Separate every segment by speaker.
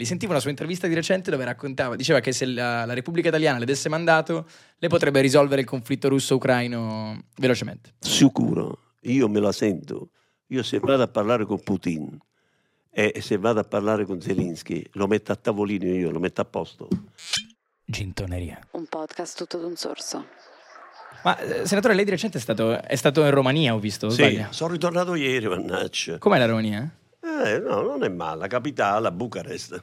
Speaker 1: Li sentivo una sua intervista di recente dove raccontava, diceva che se la, la Repubblica Italiana le desse mandato, le potrebbe risolvere il conflitto russo-ucraino velocemente.
Speaker 2: Sicuro, io me la sento. Io se vado a parlare con Putin e se vado a parlare con Zelensky, lo metto a tavolino io, lo metto a posto.
Speaker 1: Gintoneria.
Speaker 3: Un podcast tutto d'un sorso.
Speaker 1: Ma eh, senatore, lei di recente è stato, è stato in Romania, ho visto. o
Speaker 2: Sì,
Speaker 1: sbaglio?
Speaker 2: sono ritornato ieri, mannaggia.
Speaker 1: Com'è la Romania?
Speaker 2: Eh, no, non è male, la capitale, a Bucarest.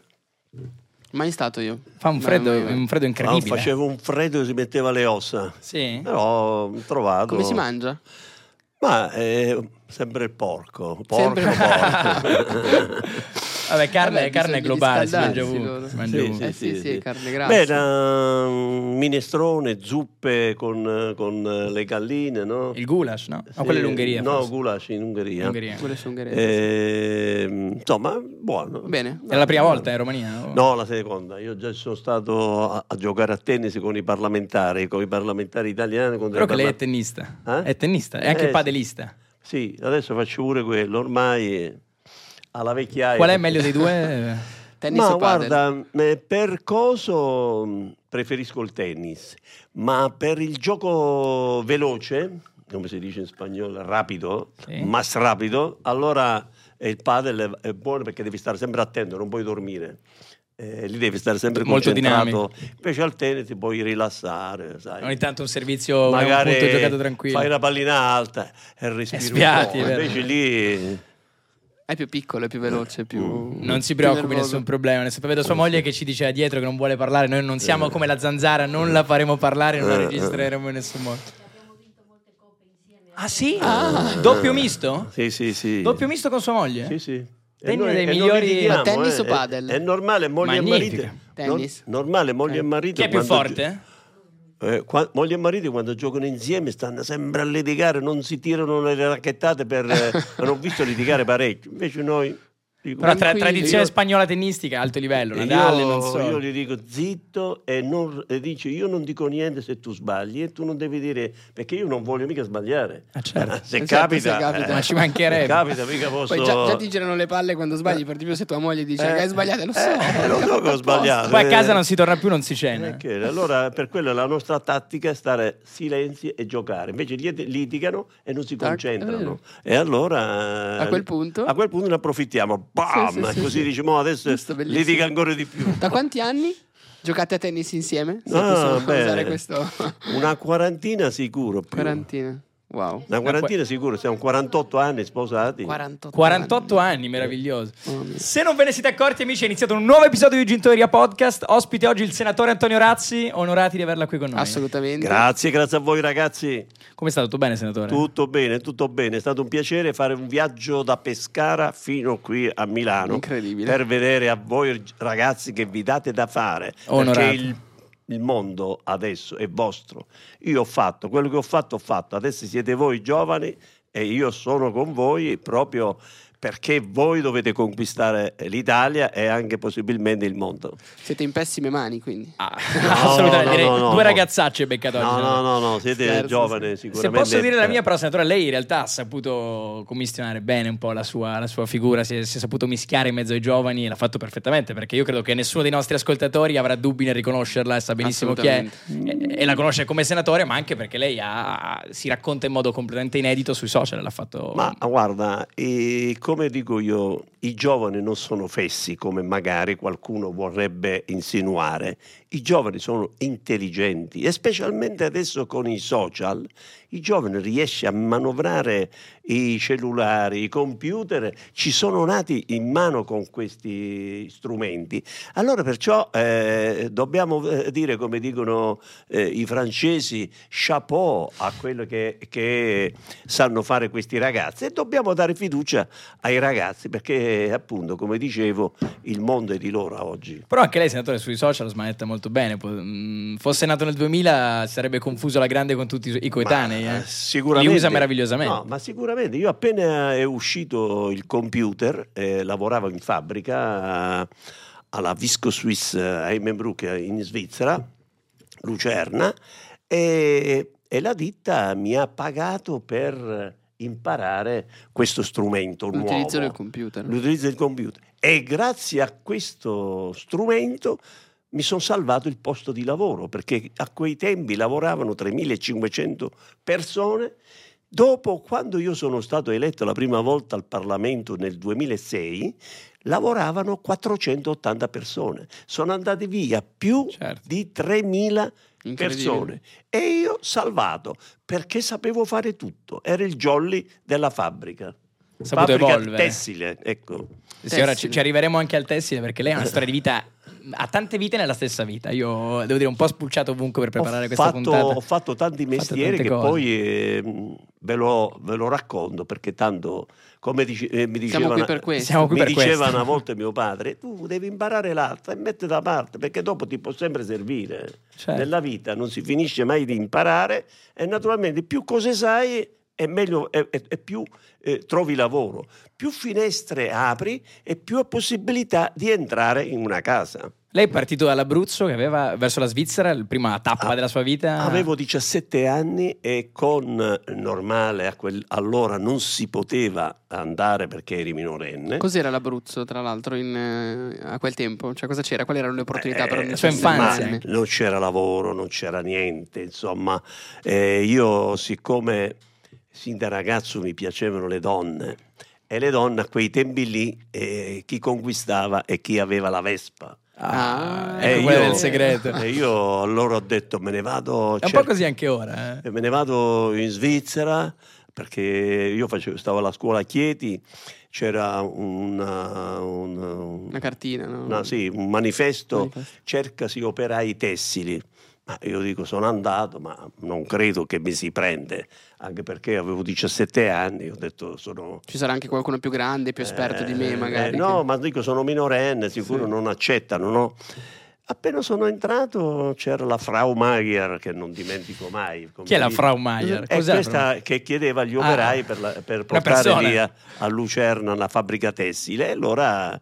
Speaker 4: Mai stato io.
Speaker 1: Fa un freddo,
Speaker 4: Mamma mia.
Speaker 1: un freddo
Speaker 2: Ma non
Speaker 1: incredibile.
Speaker 2: faceva un freddo che si metteva le ossa.
Speaker 1: Sì?
Speaker 2: Però ho trovato...
Speaker 4: Come si mangia?
Speaker 2: Ma eh, sempre il porco. Porco,
Speaker 4: Sempre il
Speaker 2: porco.
Speaker 1: Vabbè, carne,
Speaker 4: Vabbè,
Speaker 1: carne
Speaker 4: bisogna
Speaker 1: globale, si mangia
Speaker 4: riscaldarsi
Speaker 1: ovunque.
Speaker 4: loro.
Speaker 1: si mangia
Speaker 2: Sì,
Speaker 1: ovunque.
Speaker 4: eh sì, sì,
Speaker 2: sì.
Speaker 4: carne
Speaker 2: Beh,
Speaker 4: grassa.
Speaker 2: da, mm, minestrone, zuppe con, con, eh, le galline, no?
Speaker 1: Il goulash, no? No,
Speaker 2: Sì,
Speaker 1: quella è l'Ungheria.
Speaker 2: No,
Speaker 1: forse.
Speaker 2: goulash in Ungheria.
Speaker 1: Ungheria.
Speaker 4: Quelle sono ungheresi.
Speaker 2: Eh, insomma, buono.
Speaker 4: Bene.
Speaker 1: È la prima volta eh, in Romania? o-
Speaker 2: No, la seconda. Io già sono stato a, a giocare a tennis con i parlamentari, con i parlamentari italiani. Con
Speaker 1: Però
Speaker 2: dei
Speaker 1: che lei è
Speaker 2: parla-
Speaker 1: tennista.
Speaker 2: Eh?
Speaker 1: È tennista, è anche
Speaker 2: Eh,
Speaker 1: padelista.
Speaker 2: Sì, adesso faccio pure quello. Ormai alla vecchiaia.
Speaker 1: Qual è meglio dei due?
Speaker 4: Tennis
Speaker 2: ma
Speaker 4: e padel.
Speaker 2: guarda, eh, per coso mh, preferisco il tennis, ma per il gioco veloce, come si dice in spagnolo, rapido,
Speaker 1: Sì.
Speaker 2: mas rapido, allora eh, il padel è, è buono perché devi stare sempre attento, non puoi dormire. Eh, lì devi stare sempre
Speaker 1: Molto
Speaker 2: concentrato. Invece al tennis ti puoi rilassare, sai.
Speaker 1: Ogni tanto un servizio,
Speaker 2: Magari
Speaker 1: un punto giocato tranquillo. Eh,
Speaker 2: fai una pallina alta e respiri
Speaker 1: spiati,
Speaker 2: un
Speaker 1: è
Speaker 2: po'.
Speaker 1: vero.
Speaker 2: Invece lì
Speaker 4: È più piccolo, è più veloce, è più...
Speaker 2: uh,
Speaker 1: Non si
Speaker 4: più
Speaker 1: preoccupi,
Speaker 4: nervoso.
Speaker 1: nessun problema. adesso poi Vedo sua moglie che ci dice dietro che non vuole parlare. Noi non siamo come la zanzara, non la faremo parlare, non la
Speaker 2: Eh, eh.
Speaker 1: registreremo in nessun modo. Ah sì? Doppio misto?
Speaker 2: sì, sì, sì.
Speaker 1: Doppio misto con sua moglie?
Speaker 2: Sì, sì.
Speaker 1: Lei
Speaker 2: E
Speaker 1: è uno dei
Speaker 2: e
Speaker 1: migliori-
Speaker 2: litighiamo,
Speaker 4: Ma tennis
Speaker 2: eh.
Speaker 4: o padel?
Speaker 2: È, è normale, moglie
Speaker 1: Magnifica.
Speaker 2: e marito.
Speaker 4: Tennis.
Speaker 2: No- normale, moglie e marito.
Speaker 1: Eh. Chi è più
Speaker 2: quando
Speaker 1: forte?
Speaker 2: gio- eh, qua- moglie e marito quando giocano insieme stanno sempre a litigare, non si tirano le racchettate per... eh, non ho visto litigare parecchio. Invece noi... dico,
Speaker 1: Però tra-
Speaker 4: Tranquilli.
Speaker 1: tradizione
Speaker 2: Io-
Speaker 1: spagnola tennistica, alto livello,
Speaker 2: io,
Speaker 1: Nadal, non so.
Speaker 2: io gli dico zitto e, non, e dice io non dico niente se tu sbagli e tu non devi dire perché io non voglio mica sbagliare.
Speaker 1: Ah, certo.
Speaker 2: se,
Speaker 4: Esatto,
Speaker 2: capita,
Speaker 4: se capita.
Speaker 2: eh,
Speaker 1: Ma ci mancherebbe.
Speaker 2: se capita, mica posso...
Speaker 4: Poi già, già ti girano le palle quando sbagli, per di più se tua moglie dice che hai sbagliato, lo so.
Speaker 2: Eh, lo so che ho sbagliato.
Speaker 1: Poi a
Speaker 2: eh.
Speaker 1: casa non si torna più, non si cena.
Speaker 2: Eh, che- allora, per quello la nostra tattica è stare silenzi e giocare. Invece li- litigano e non si
Speaker 4: Tac,
Speaker 2: concentrano. E allora...
Speaker 4: Ah, eh. A quel punto?
Speaker 2: A quel punto ne approfittiamo. Bam!
Speaker 4: Sì, sì, sì,
Speaker 2: Così
Speaker 4: sì.
Speaker 2: dici, "Mo adesso
Speaker 4: Giusto, bellissimo."
Speaker 2: litiga ancora di più.
Speaker 4: Da quanti anni giocate a tennis insieme? Se
Speaker 2: Ah,
Speaker 4: possiamo
Speaker 2: bene.
Speaker 4: usare questo...
Speaker 2: Una quarantina sicuro. più.
Speaker 4: Quarantina. Wow.
Speaker 2: Una quarantina sicuro. Siamo 48 anni sposati.
Speaker 4: 48,
Speaker 1: 48 anni, meraviglioso.
Speaker 4: Mamma mia.
Speaker 1: Se non ve ne siete accorti, amici, è iniziato un nuovo episodio di Gintoria Podcast. Ospite oggi il senatore Antonio Razzi. Onorati di averla qui con noi.
Speaker 4: Assolutamente.
Speaker 2: Grazie, grazie a voi ragazzi.
Speaker 1: Come sta? Tutto bene, senatore?
Speaker 2: Tutto bene, tutto bene. È stato un piacere fare un viaggio da Pescara fino qui a Milano.
Speaker 4: Incredibile.
Speaker 2: Per vedere a voi ragazzi che vi date da fare.
Speaker 1: Onorato.
Speaker 2: Perché il, il mondo adesso è vostro. Io ho fatto quello che ho fatto, ho fatto. Adesso siete voi giovani e io sono con voi proprio perché voi dovete conquistare l'Italia e anche possibilmente il mondo.
Speaker 4: Siete in pessime mani, quindi.
Speaker 1: Ah,
Speaker 2: No,
Speaker 1: assolutamente.
Speaker 2: no,
Speaker 1: direi
Speaker 2: no, no,
Speaker 1: due
Speaker 2: no.
Speaker 1: ragazzacce beccate oggi.
Speaker 2: No, no, no, no, siete
Speaker 4: Scherzo,
Speaker 2: giovani
Speaker 1: Se
Speaker 2: sicuramente.
Speaker 1: posso dire la mia, però, senatore, lei in realtà ha saputo commissionare bene un po' la sua, la sua figura, si è, si è saputo mischiare in mezzo ai giovani e l'ha fatto perfettamente, perché io credo che nessuno dei nostri ascoltatori avrà dubbi nel riconoscerla e sa benissimo chi è e, e la conosce come senatore, ma anche perché lei ha- si racconta in modo completamente inedito sui social, l'ha fatto...
Speaker 2: Ma guarda, eh, come dico io, i giovani non sono fessi come magari qualcuno vorrebbe insinuare. I giovani sono intelligenti e specialmente adesso con i social, i giovani riescono a manovrare i cellulari, i computer, ci sono nati in mano con questi strumenti. Allora perciò eh, dobbiamo eh, dire, come dicono eh, i francesi, chapeau a quello che, che sanno fare questi ragazzi e dobbiamo dare fiducia ai ragazzi perché appunto, come dicevo, il mondo è di loro oggi.
Speaker 1: Però anche lei, senatore, sui social smanetta molto bene. po- mh, Fosse nato nel 2000 si sarebbe confuso alla grande con tutti i coetanei.
Speaker 2: Ma,
Speaker 1: eh.
Speaker 2: Sicuramente.
Speaker 1: Li usa meravigliosamente.
Speaker 2: No, ma sicuramente. Io appena è uscito il computer, eh, lavoravo in fabbrica eh, alla Visco Swiss eh, a Emmenbruck eh, in Svizzera, Lucerna, e, e la ditta mi ha pagato per imparare questo strumento nuovo.
Speaker 4: L'utilizzo del computer.
Speaker 2: l'utilizzo del computer. E grazie a questo strumento mi sono salvato il posto di lavoro, perché a quei tempi lavoravano 3.500 persone. Dopo, quando io sono stato eletto la prima volta al Parlamento nel 2006, lavoravano 480 persone. Sono andati via più
Speaker 1: Certo.
Speaker 2: di 3.000
Speaker 4: Incredibile.
Speaker 2: persone e io salvato perché sapevo fare tutto, era il jolly della fabbrica.
Speaker 1: Saputo
Speaker 2: fabbrica
Speaker 1: evolvere.
Speaker 2: tessile, ecco.
Speaker 1: Sì, ora ci,
Speaker 4: Tessile.
Speaker 1: ci arriveremo anche al tessile perché lei ha una storia di vita, ha tante vite nella stessa vita. Io devo dire, un po' spulciato ovunque per preparare
Speaker 2: ho,
Speaker 1: questa
Speaker 2: fatto,
Speaker 1: puntata.
Speaker 2: ho fatto tanti
Speaker 1: Ho fatto
Speaker 2: mestieri
Speaker 1: tante
Speaker 2: che
Speaker 1: cose.
Speaker 2: poi eh, ve, lo, ve lo racconto perché tanto, come dice, eh, mi diceva,
Speaker 4: Siamo qui
Speaker 2: una-
Speaker 4: per questo.
Speaker 1: Siamo qui
Speaker 2: mi
Speaker 1: per
Speaker 2: diceva
Speaker 1: questo.
Speaker 2: una volta mio padre, tu devi imparare l'arte e metti da parte perché dopo ti può sempre servire.
Speaker 1: Certo.
Speaker 2: Nella vita non si finisce mai di imparare e naturalmente più cose sai e meglio e, e- e più eh, trovi lavoro, più finestre apri e più hai possibilità di entrare in una casa.
Speaker 1: Lei è partito dall'Abruzzo che aveva verso la Svizzera, la prima tappa
Speaker 2: Ah,
Speaker 1: della sua vita.
Speaker 2: Avevo 17 anni e con eh, normale a quel- allora non si poteva andare perché eri minorenne.
Speaker 4: Cos'era l'Abruzzo, tra l'altro, in, eh, a quel tempo? Cioè, cosa c'era? Quali erano le opportunità per
Speaker 2: Eh,
Speaker 4: un
Speaker 1: sua infanzia.
Speaker 2: ma
Speaker 4: sessantenne?
Speaker 2: non c'era lavoro, non c'era niente, insomma, Eh, io siccome sin da ragazzo mi piacevano le donne e le donne a quei tempi lì eh, chi conquistava e chi aveva la Vespa.
Speaker 1: Ah,
Speaker 4: Ah,
Speaker 1: ecco
Speaker 2: E
Speaker 1: quello
Speaker 2: io-
Speaker 1: del segreto.
Speaker 2: E io allora ho detto me ne
Speaker 1: È
Speaker 2: vado.
Speaker 1: un po'
Speaker 2: cerco-
Speaker 1: così anche ora. eh.
Speaker 2: E me ne vado in Svizzera perché io facevo- stavo alla scuola a Chieti, c'era una- un,
Speaker 4: Una cartina, no?
Speaker 2: una- sì, un manifesto,
Speaker 4: Manifesto.
Speaker 2: cercasi operai tessili. Ma io dico sono andato, ma non credo che mi si prende, anche perché avevo 17 anni, ho detto sono...
Speaker 4: Ci sarà anche qualcuno più grande, più esperto di me,
Speaker 2: Eh,
Speaker 4: magari.
Speaker 2: eh, no, ma dico sono minorenne, sicuro
Speaker 4: Sì.
Speaker 2: non accettano, no? Appena sono entrato c'era la Frau Mayer, che non dimentico mai. come
Speaker 1: Chi è la
Speaker 2: dico.
Speaker 1: Frau Meier?
Speaker 2: È
Speaker 1: Cos'è la Frau Ah,
Speaker 2: questa che chiedeva agli operai per, la- per
Speaker 1: Una
Speaker 2: portare
Speaker 1: persona.
Speaker 2: via a Lucerna la fabbrica tessile. E allora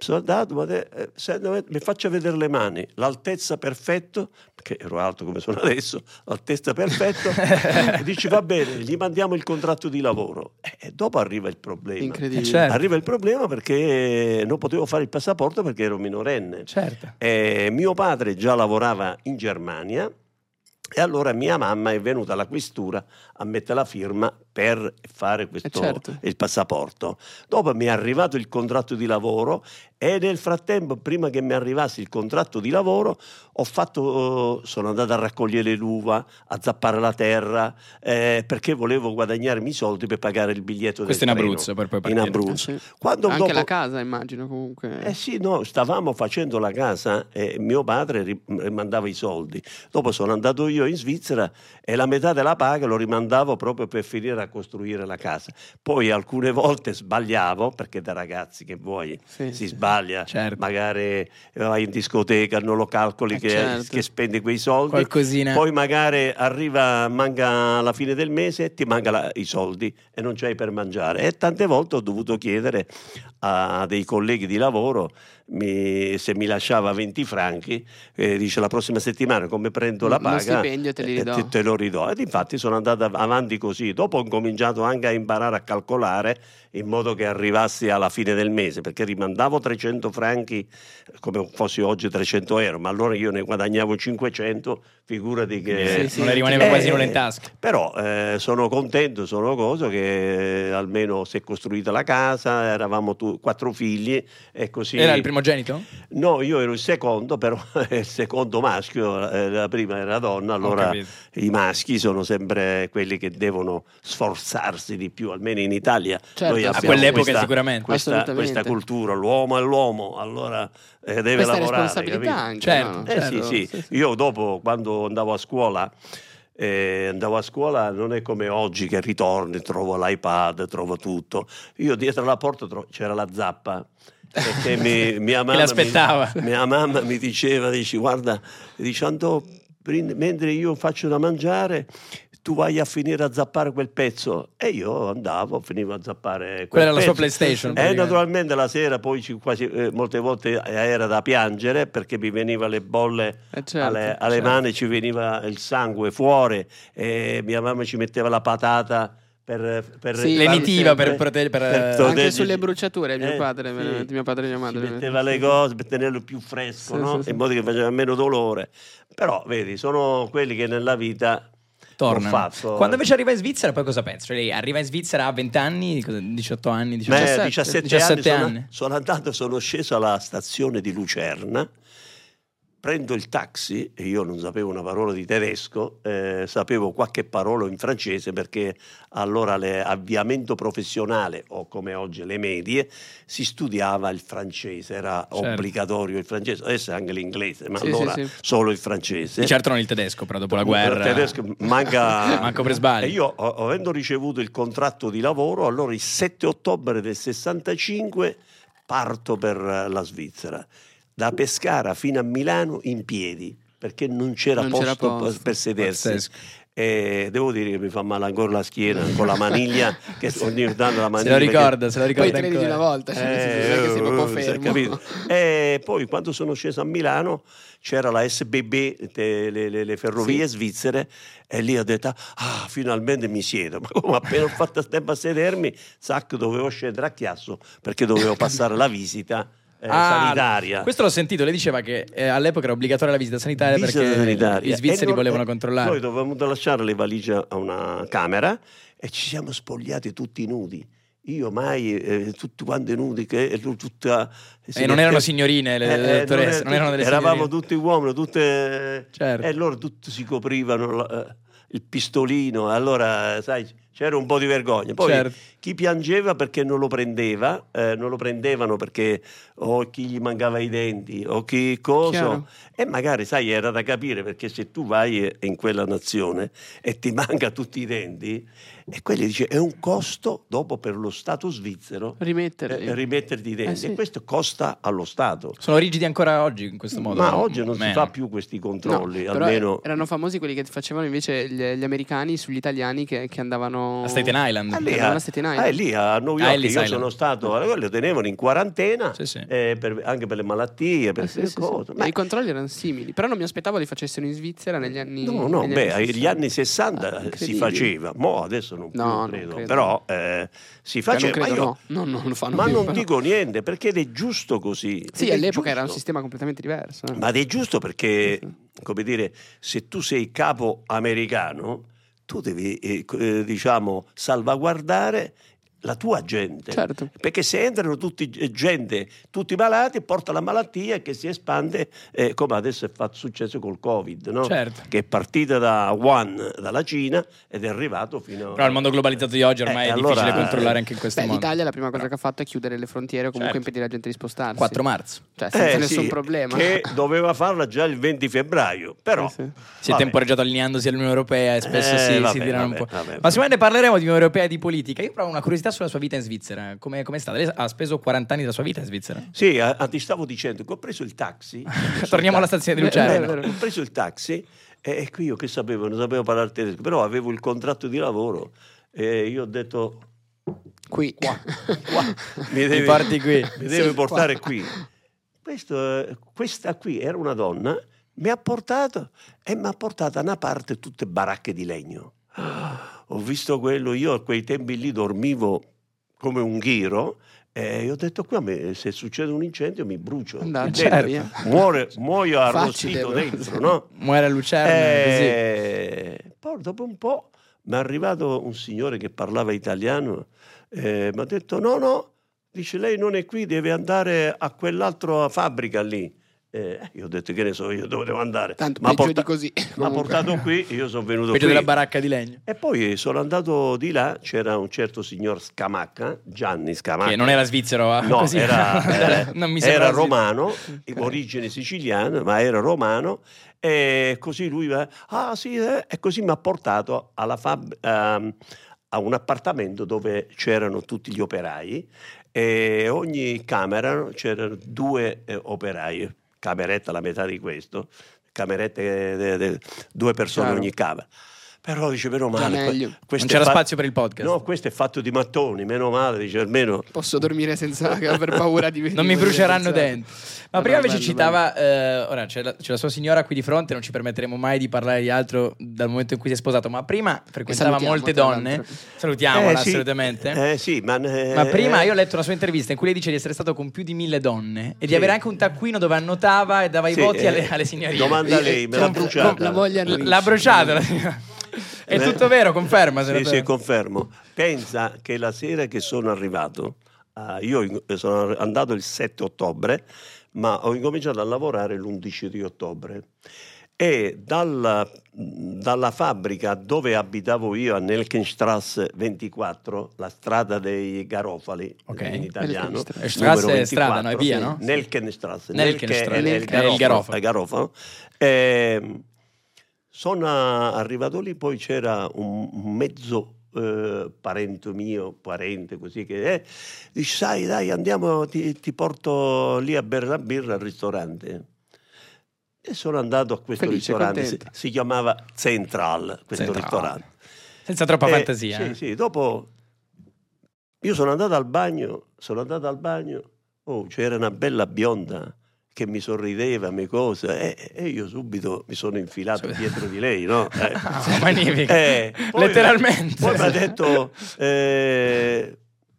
Speaker 2: sono andato, ma te- eh, sento, eh, mi faccia vedere le mani, l'altezza perfetto, perché ero alto come sono adesso, l'altezza perfetto, dici va bene, gli mandiamo il contratto di lavoro. E e dopo arriva il problema.
Speaker 4: Incredibile.
Speaker 1: Eh, certo.
Speaker 2: Arriva il problema perché non potevo fare il passaporto perché ero minorenne.
Speaker 1: Certo.
Speaker 2: Eh, mio padre già lavorava in Germania e allora mia mamma è venuta alla questura a mettere la firma per fare questo,
Speaker 4: Eh, certo.
Speaker 2: il passaporto. Dopo mi è arrivato il contratto di lavoro e nel frattempo, prima che mi arrivasse il contratto di lavoro, ho fatto, eh, sono andato a raccogliere l'uva, a zappare la terra, eh, perché volevo guadagnarmi i soldi per pagare il biglietto
Speaker 1: Questo in
Speaker 2: del treno.
Speaker 1: Abruzzo, per poi partire.
Speaker 2: In Abruzzo.
Speaker 4: Ah, sì.
Speaker 2: Quando
Speaker 4: Anche
Speaker 2: dopo-
Speaker 4: la casa, immagino, comunque.
Speaker 2: eh sì, no, stavamo facendo la casa e mio padre ri- rimandava i soldi. Dopo sono andato io in Svizzera e la metà della paga lo rimandavo proprio per finire a costruire la casa. Poi alcune volte sbagliavo, perché da ragazzi che vuoi
Speaker 4: Eh Sì,
Speaker 2: si
Speaker 4: sì.
Speaker 2: sbaglia,
Speaker 1: Certo.
Speaker 2: magari vai in discoteca, non lo calcoli
Speaker 4: Eh,
Speaker 2: che,
Speaker 4: certo.
Speaker 2: che spendi quei soldi.
Speaker 1: Qualcosina.
Speaker 2: Poi magari arriva, manca la fine del mese e ti manca la- i soldi e non c'hai per mangiare. E tante volte ho dovuto chiedere a dei colleghi di lavoro mi- se mi lasciava 20 franchi, eh, dice la prossima settimana come prendo la
Speaker 4: Uno
Speaker 2: paga
Speaker 4: stipendio te li
Speaker 2: eh,
Speaker 4: ridò."
Speaker 2: te- te lo ridò. Ed infatti sono andato av- avanti così. Dopo ho cominciato anche a imparare a calcolare in modo che arrivassi alla fine del mese, perché rimandavo 300 franchi eh, come fossi oggi 300 euro, ma allora io ne guadagnavo 500, figurati che...
Speaker 4: Sì, sì.
Speaker 1: non le rimaneva
Speaker 2: Eh,
Speaker 1: quasi nulla in tasca.
Speaker 2: Però eh, sono contento, sono coso che eh, almeno si è costruita la casa, eravamo tu- quattro figli e così...
Speaker 1: Era il primogenito?
Speaker 2: No, io ero il secondo, però il secondo maschio, eh, la prima era donna,
Speaker 1: Ho
Speaker 2: allora
Speaker 1: capito.
Speaker 2: i maschi sono sempre quelli che devono sforzarsi di più, almeno in Italia.
Speaker 4: Certo,
Speaker 2: Noi
Speaker 4: sì. A
Speaker 2: abbiamo
Speaker 1: quell'epoca
Speaker 2: questa-
Speaker 1: sicuramente.
Speaker 2: Questa,
Speaker 4: Assolutamente.
Speaker 2: questa cultura, l'uomo è l'uomo, allora eh, deve
Speaker 4: Questa
Speaker 2: lavorare.
Speaker 4: responsabilità
Speaker 2: capito?
Speaker 4: anche,
Speaker 1: Certo.
Speaker 4: no?
Speaker 2: Eh, sì, sì. Io dopo, quando andavo a scuola, eh, andavo a scuola, non è come oggi che ritorni, trovo l'iPad, trovo tutto. Io dietro la porta tro- c'era la zappa. Perché mi, mia, mamma
Speaker 1: l'aspettava.
Speaker 2: Mi, mia mamma mi diceva, dici, guarda, dice, Andò, prendi- mentre io faccio da mangiare, tu vai a finire a zappare quel pezzo. E io andavo, finivo a zappare quel
Speaker 1: Quella era la sua
Speaker 2: pezzo.
Speaker 1: PlayStation.
Speaker 2: Eh,
Speaker 1: praticamente.
Speaker 2: naturalmente la sera poi ci- quasi, eh, molte volte eh, era da piangere perché mi veniva le bolle
Speaker 4: Eh, certo,
Speaker 2: alle, alle
Speaker 4: certo.
Speaker 2: mani, ci veniva il sangue fuori e mia mamma ci metteva la patata per, per
Speaker 4: Sì,
Speaker 2: far
Speaker 1: lenitiva per
Speaker 2: sempre-
Speaker 1: prote- per- eh,
Speaker 4: Anche
Speaker 2: proteggersi.
Speaker 4: sulle bruciature mio
Speaker 2: Eh,
Speaker 4: padre me-
Speaker 2: sì.
Speaker 4: di mio padre e mia madre
Speaker 2: si metteva le cose per tenerlo più fresco,
Speaker 4: Sì,
Speaker 2: no?
Speaker 4: sì, sì.
Speaker 2: in modo che faceva meno dolore. Però, vedi, sono quelli che nella vita
Speaker 1: Torna.
Speaker 2: ho fatto.
Speaker 1: Quando invece arriva in Svizzera, poi cosa pensa? Cioè, lei arriva in Svizzera a 20 anni, cosa- 18 anni,
Speaker 2: Beh,
Speaker 1: 19
Speaker 2: 17,
Speaker 1: 17,
Speaker 2: anni,
Speaker 1: anni.
Speaker 2: Sono, sono andato, sono sceso alla stazione di Lucerna, prendo il taxi e io non sapevo una parola di tedesco, eh, sapevo qualche parola in francese perché allora l'avviamento professionale o come oggi le medie si studiava il francese, era
Speaker 1: Certo.
Speaker 2: obbligatorio il francese, adesso è anche l'inglese, ma
Speaker 4: Sì, sì,
Speaker 2: allora
Speaker 4: sì.
Speaker 2: solo il francese.
Speaker 1: Di certo non il tedesco, però dopo la guerra.
Speaker 2: Il tedesco manca
Speaker 1: Manco per sbaglio.
Speaker 2: E io, o- avendo ricevuto il contratto di lavoro, allora il 7 ottobre del 65 parto per eh, la Svizzera, da Pescara fino a Milano in piedi, perché non c'era,
Speaker 4: Non
Speaker 2: posto,
Speaker 4: c'era posto.
Speaker 2: per- per sedersi.
Speaker 1: Pazzesco.
Speaker 2: E devo dire che mi fa male ancora la schiena con la maniglia, che ogni tanto la
Speaker 1: Se
Speaker 2: maniglia.
Speaker 1: lo
Speaker 2: perché-
Speaker 1: ricorda, se lo
Speaker 4: poi
Speaker 1: ricorda
Speaker 4: treni di
Speaker 1: ancora.
Speaker 4: una volta cioè,
Speaker 2: eh,
Speaker 4: non è che sei proprio
Speaker 2: eh, eh,
Speaker 4: fermo
Speaker 2: capito? E poi quando sono sceso a Milano c'era la SBB, te- le, le- le ferrovie svizzere, e lì ho detto, ah, finalmente mi siedo. Ma come appena ho fatto tempo a sedermi, sacco dovevo scendere a Chiasso perché dovevo passare la visita eh,
Speaker 1: Ah,
Speaker 2: sanitaria.
Speaker 1: Questo l'ho sentito, lei diceva che eh, all'epoca era obbligatoria la visita sanitaria
Speaker 2: Visita
Speaker 1: perché
Speaker 2: sanitaria.
Speaker 1: gli
Speaker 2: E
Speaker 1: svizzeri
Speaker 2: non-
Speaker 1: volevano
Speaker 2: eh,
Speaker 1: controllare.
Speaker 2: Noi dovevamo lasciare le valigie a una camera e ci siamo spogliati tutti nudi. Io mai, eh, tutti quanti nudi, che, e lui tutta...
Speaker 1: E non erano signorine le,
Speaker 2: Eh,
Speaker 1: le
Speaker 2: eh, non era
Speaker 1: dottoresse,
Speaker 2: tutti-
Speaker 1: non erano delle
Speaker 2: Eravamo
Speaker 1: signorine.
Speaker 2: tutti uomini, tutte...
Speaker 1: Certo.
Speaker 2: E loro tutti si coprivano la- eh, il pistolino, allora, sai, c'era un po' di vergogna. Poi
Speaker 1: Certo.
Speaker 2: chi piangeva perché non lo prendeva, eh, non lo prendevano perché o chi gli mancava i denti o chi cosa.
Speaker 4: Chiaro.
Speaker 2: E magari, sai, era da capire perché se tu vai eh, in quella nazione e ti manca tutti i denti, e quelli dice è un costo dopo per lo Stato svizzero
Speaker 4: rimetterli
Speaker 2: eh, rimetterti i denti.
Speaker 4: Eh, sì.
Speaker 2: E questo costa allo Stato.
Speaker 1: Sono rigidi ancora oggi in questo modo.
Speaker 2: Ma oggi non si
Speaker 1: Meno.
Speaker 2: fa più questi controlli,
Speaker 4: No, però
Speaker 2: almeno...
Speaker 4: erano famosi quelli che facevano invece gli, gli americani sugli italiani che, che andavano
Speaker 1: A Staten Island.
Speaker 2: Ah, lì,
Speaker 4: Erano la Staten Island.
Speaker 2: ah, è lì a New
Speaker 1: Ah,
Speaker 2: York,
Speaker 1: Ellis
Speaker 2: io
Speaker 1: Island.
Speaker 2: sono stato, allora lo tenevano in quarantena
Speaker 1: Sì, sì.
Speaker 2: eh, per- anche per le malattie, per
Speaker 4: Ah,
Speaker 2: queste
Speaker 4: sì, sì, sì.
Speaker 2: cose.
Speaker 4: Ma i controlli erano simili però non mi aspettavo li facessero in Svizzera negli anni
Speaker 2: No, no,
Speaker 4: negli
Speaker 2: beh,
Speaker 4: anni
Speaker 2: negli anni 60
Speaker 4: Ah,
Speaker 2: si
Speaker 4: incredibile.
Speaker 2: faceva, mo adesso non più,
Speaker 4: No, non
Speaker 2: credo.
Speaker 4: credo.
Speaker 2: però eh, si
Speaker 4: Cioè,
Speaker 2: faceva.
Speaker 4: non credo,
Speaker 2: ma io-
Speaker 4: no. No, non lo fanno
Speaker 2: ma
Speaker 4: più,
Speaker 2: non
Speaker 4: però.
Speaker 2: dico niente perché ed è giusto così.
Speaker 4: sì
Speaker 2: ed è
Speaker 4: all'epoca era un
Speaker 2: giusto.
Speaker 4: sistema completamente diverso eh.
Speaker 2: Ma ed è giusto perché,
Speaker 4: Sì,
Speaker 2: come dire, se tu sei capo americano, tu devi, eh, co- eh, diciamo, salvaguardare la tua gente.
Speaker 4: certo
Speaker 2: Perché se entrano tutti eh, gente, tutti malati, porta la malattia che si espande, eh, come adesso è fatto successo col Covid, no?
Speaker 1: Certo.
Speaker 2: che è partita da Wuhan, dalla Cina, ed è arrivato fino a...
Speaker 1: Però al mondo globalizzato di oggi ormai è
Speaker 2: Eh, allora-
Speaker 1: difficile controllare anche in questo
Speaker 4: Beh,
Speaker 1: modo.
Speaker 4: l'Italia la prima cosa che ha fatto è chiudere le frontiere o comunque
Speaker 2: Certo.
Speaker 4: impedire alla gente di spostarsi
Speaker 1: 4 marzo.
Speaker 4: cioè
Speaker 2: Eh,
Speaker 4: senza nessun
Speaker 2: sì,
Speaker 4: problema
Speaker 2: Che doveva farla già il 20 febbraio, però...
Speaker 4: Sì, sì.
Speaker 1: Si è
Speaker 2: vabbè.
Speaker 1: temporeggiato allineandosi all'Unione Europea e spesso
Speaker 2: Eh,
Speaker 1: si, si
Speaker 2: vabbè,
Speaker 1: tirano
Speaker 2: vabbè,
Speaker 1: un po'.
Speaker 2: vabbè,
Speaker 1: Ma
Speaker 2: vabbè.
Speaker 1: sicuramente parleremo di Unione Europea e di politica. Io però ho una curiosità sulla sua vita in Svizzera. Come come è stata? Lei ha speso 40 anni della sua vita in Svizzera.
Speaker 2: Sì, a- a- ti stavo dicendo che ho preso il taxi.
Speaker 1: Torniamo alla stazione di
Speaker 4: Eh,
Speaker 1: Lucerna.
Speaker 4: eh, vero.
Speaker 2: Ho preso il taxi e, e qui io che sapevo, non sapevo parlare tedesco, però avevo il contratto di lavoro e io ho detto
Speaker 4: qui
Speaker 2: qua, qua, mi devi,
Speaker 1: porti qui.
Speaker 2: mi devi
Speaker 4: Sì,
Speaker 2: portare
Speaker 4: qua.
Speaker 2: qui. Questo, eh, questa qui era una donna, mi ha portato e mi ha portato a una parte tutte baracche di legno. Ah, Ho visto quello, io a quei tempi lì dormivo come un ghiro e io ho detto qui a me se succede un incendio mi brucio.
Speaker 4: Andate,
Speaker 2: qui dentro.
Speaker 4: via.
Speaker 2: Muore- muoio
Speaker 4: certo. Facile,
Speaker 2: arrostito
Speaker 4: però.
Speaker 2: dentro, no?
Speaker 1: Muore a Lucerna. così.
Speaker 2: Eh, Poi dopo un po' mi è arrivato un signore che parlava italiano, eh, mi ha detto no, no, dice lei non è qui, deve andare a quell'altra fabbrica lì. Eh, io ho detto che ne so io dove devo andare.
Speaker 4: tanto
Speaker 2: M'ha
Speaker 4: peggio
Speaker 2: porta-
Speaker 4: di così
Speaker 2: M'ha
Speaker 4: comunque.
Speaker 2: portato qui, io sono venuto
Speaker 1: Peggio
Speaker 2: qui.
Speaker 1: della baracca di legno.
Speaker 2: e poi sono andato di là, c'era un certo signor Scamacca, Gianni Scamacca.
Speaker 1: Che non era svizzero, ah,
Speaker 2: No,
Speaker 1: così.
Speaker 2: era, era-
Speaker 1: Non mi sembra Eh. svizzero.
Speaker 2: era romano, di origine siciliana, ma era romano. E così lui va, ah sì, eh", e così mi ha portato alla fab- ehm, a un appartamento dove c'erano tutti gli operai e ogni camera c'erano due eh, operai, cameretta la metà di questo, camerette, eh, de- de- due persone
Speaker 4: Chiaro.
Speaker 2: ogni camera. Però dice, meno
Speaker 4: Già
Speaker 2: male. que-
Speaker 4: meglio.
Speaker 1: Non
Speaker 2: questo è
Speaker 1: c'era
Speaker 2: fa-
Speaker 1: spazio per il podcast.
Speaker 2: No, questo è fatto di mattoni, meno male, dice almeno...
Speaker 4: Posso dormire senza aver paura di
Speaker 1: non mi
Speaker 4: di-
Speaker 2: Esatto.
Speaker 1: bruceranno
Speaker 4: pensare.
Speaker 1: dentro. Ma
Speaker 4: No,
Speaker 1: prima
Speaker 4: no,
Speaker 1: invece
Speaker 4: bello,
Speaker 1: citava, eh, ora c'è la, c'è la sua signora qui di fronte, non ci permetteremo mai di parlare di altro dal momento in cui si è sposato, ma prima frequentava
Speaker 4: salutiamo,
Speaker 1: molte
Speaker 4: tra
Speaker 1: donne,
Speaker 4: l'altro.
Speaker 1: salutiamola
Speaker 2: Eh, sì.
Speaker 1: assolutamente.
Speaker 2: Eh, sì, ma,
Speaker 1: Ma prima io ho letto una sua intervista in cui lei dice di essere stato con più di mille donne e di
Speaker 2: Sì.
Speaker 1: avere anche un taccuino dove annotava e dava i
Speaker 2: Sì,
Speaker 1: voti
Speaker 2: eh,
Speaker 1: alle, alle signorine.
Speaker 2: domanda a lei, me l'ha
Speaker 1: Cioè,
Speaker 2: bruciata.
Speaker 1: com-
Speaker 4: La voglia non
Speaker 1: L'ha
Speaker 4: riesce.
Speaker 1: bruciato la signora. È tutto vero, conferma.
Speaker 2: eh, Sì,
Speaker 1: senatore?
Speaker 2: sì, confermo. Pensa che la sera che sono arrivato, ah, io in- sono andato il 7 ottobre, ma ho incominciato a lavorare l'11 di ottobre. E dalla, dalla fabbrica dove abitavo io a Nelkenstrasse 24, la strada dei Garofali
Speaker 1: Ok.
Speaker 2: in italiano.
Speaker 4: Nelkenstrasse.
Speaker 2: numero
Speaker 1: Strasse Eh, è strada, no? È
Speaker 2: 24,
Speaker 1: via,
Speaker 2: sì.
Speaker 1: no?
Speaker 2: Nelkenstrasse,
Speaker 1: Nelkenstrasse,
Speaker 2: Nelke- è il
Speaker 1: Nelken- è il Garofalo.
Speaker 2: è Garofalo. Ehm, sono a- arrivato lì, poi c'era un un mezzo eh, parente mio, parente così che eh, dice sai dai andiamo, ti, ti porto lì a bere la birra al ristorante. E sono andato a questo
Speaker 4: Felice,
Speaker 2: ristorante, si,
Speaker 4: contento.
Speaker 2: si chiamava Central, questo
Speaker 1: Central.
Speaker 2: ristorante.
Speaker 1: Senza troppa
Speaker 2: Eh,
Speaker 1: fantasia.
Speaker 2: Sì,
Speaker 1: eh.
Speaker 2: sì, dopo io sono andato al bagno, sono andato al bagno, oh, c'era una bella bionda che mi sorrideva, mi cosa, e, e io subito mi sono infilato
Speaker 1: Sì.
Speaker 2: dietro di lei, no? Eh.
Speaker 1: Ah, magnifico.
Speaker 2: Eh, poi-
Speaker 1: Letteralmente.
Speaker 2: Poi mi ha detto, eh,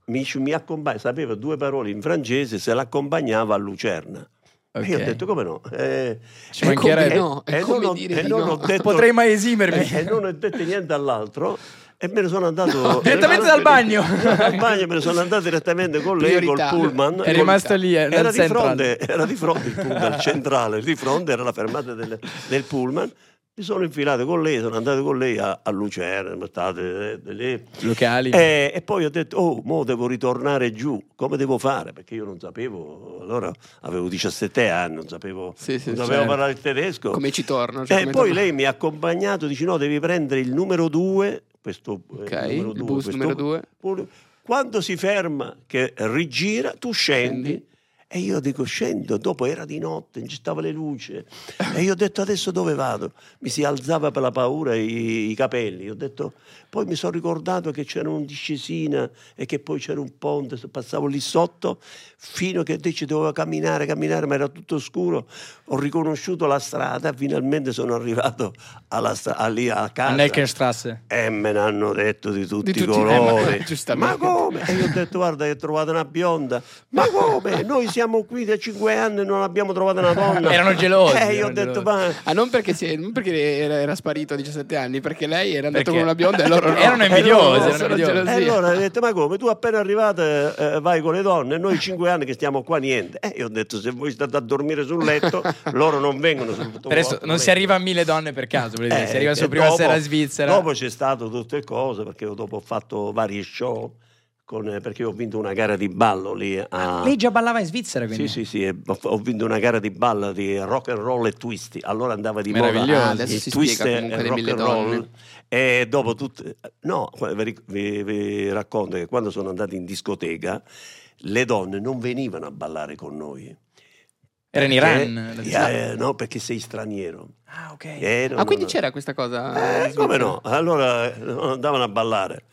Speaker 2: mi, mi accompagna, sapeva due parole in francese, se l'accompagnava a Lucerna. E Io ho
Speaker 1: Ok.
Speaker 2: detto, come no? Eh,
Speaker 1: Ci
Speaker 4: Eh,
Speaker 1: mancherebbe.
Speaker 4: come no, è
Speaker 2: e
Speaker 4: come
Speaker 2: non ho-
Speaker 4: dire
Speaker 2: e
Speaker 4: di
Speaker 2: non
Speaker 4: no.
Speaker 2: ho detto-
Speaker 1: Potrei mai esimermi.
Speaker 2: e, e non ho detto niente all'altro e me ne sono andato
Speaker 1: No, direttamente dal bagno.
Speaker 2: dal bagno me ne sono andato direttamente con lei col
Speaker 4: Priorità.
Speaker 2: pullman
Speaker 1: È rimasto lì, eh,
Speaker 2: era
Speaker 1: nel
Speaker 2: di
Speaker 1: central.
Speaker 2: fronte era di fronte il pullman il centrale di fronte era la fermata del, del pullman mi sono infilato con lei sono andato con lei a, a Lucerna sono stato, eh, lì.
Speaker 1: Locali.
Speaker 2: Eh, e poi ho detto, oh, mo devo ritornare giù, come devo fare? Perché io non sapevo, allora avevo 17 anni, non sapevo,
Speaker 4: Sì, sì,
Speaker 2: non
Speaker 4: certo.
Speaker 2: sapevo parlare il tedesco.
Speaker 4: Come ci torno, cioè
Speaker 2: Eh,
Speaker 4: come
Speaker 2: poi
Speaker 4: torno.
Speaker 2: lei mi ha accompagnato, dice no, devi prendere il numero 2, questo eh,
Speaker 4: Ok,
Speaker 2: numero
Speaker 4: il
Speaker 2: due,
Speaker 4: bus
Speaker 2: questo-
Speaker 4: numero due.
Speaker 2: pure- Quando si ferma, che rigira, tu scendi. E io dico scendo, dopo era di notte, stava le luci e io ho detto adesso dove vado? Mi si alzava per la paura i, i capelli, Io ho detto, poi mi sono ricordato che c'era un discesina e che poi c'era un ponte, so- passavo lì sotto fino a che dice dovevo camminare, camminare, ma era tutto scuro, ho riconosciuto la strada, finalmente sono arrivato alla stra- a lì a
Speaker 1: A
Speaker 2: casa.
Speaker 1: Nelkenstrasse.
Speaker 2: E me ne hanno detto di tutti,
Speaker 4: Di
Speaker 2: i
Speaker 4: tutti- eh,
Speaker 2: colori.
Speaker 4: ma-
Speaker 2: ma
Speaker 4: giustamente.
Speaker 2: come? E io ho detto, guarda, che ho trovato una bionda. Ma come? Noi siamo qui da cinque anni e non abbiamo trovato una donna.
Speaker 1: Erano gelosi,
Speaker 2: E io ho
Speaker 1: erano
Speaker 2: detto,
Speaker 1: gelosi.
Speaker 2: ma...
Speaker 4: Ah, non perché, si è- non perché era, era sparito a 17 anni, perché lei era andata
Speaker 1: Perché-
Speaker 4: con una bionda e loro no.
Speaker 1: Erano
Speaker 4: E loro
Speaker 1: invidiosi,
Speaker 4: no,
Speaker 1: erano
Speaker 4: sono
Speaker 1: invidiosi.
Speaker 4: gelosia.
Speaker 2: E allora ho detto, ma come? Tu appena arrivata eh, vai con le donne, noi cinque anni che stiamo qua niente. E io ho detto, se voi state a dormire sul letto, loro non vengono sul letto.
Speaker 1: Per adesso non si arriva a mille donne per caso, voglio dire, si arriva sulla prima sera in Svizzera.
Speaker 2: Eh, Dopo c'è stato tutte cose, perché io dopo ho fatto vari show, con- eh, perché io ho vinto una gara di ballo lì
Speaker 4: Ah,
Speaker 2: a...
Speaker 1: Lei già ballava in Svizzera, quindi.
Speaker 2: Sì, sì, sì, e ho, ho vinto una gara di balla di rock and roll e twisty. Allora andava di moda
Speaker 1: Meraviglioso.
Speaker 4: Ah, adesso
Speaker 2: il
Speaker 4: si
Speaker 2: twist
Speaker 4: spiega comunque
Speaker 2: e
Speaker 4: le
Speaker 2: rock
Speaker 4: mille
Speaker 2: and roll.
Speaker 4: donne.
Speaker 2: E dopo tutto... No, vi, ric- vi- vi racconto che quando sono andati in discoteca le donne non venivano a ballare con noi.
Speaker 1: Era in Iran.
Speaker 2: Eh,
Speaker 1: la
Speaker 2: eh,
Speaker 1: Svizzera.
Speaker 2: no, perché sei straniero.
Speaker 1: Ah, ok.
Speaker 2: Eh, no,
Speaker 4: Ah, quindi
Speaker 2: no, no.
Speaker 4: c'era questa cosa?
Speaker 2: Eh,
Speaker 4: in
Speaker 2: come
Speaker 4: Svizzera?
Speaker 2: no? Allora eh, andavano a ballare.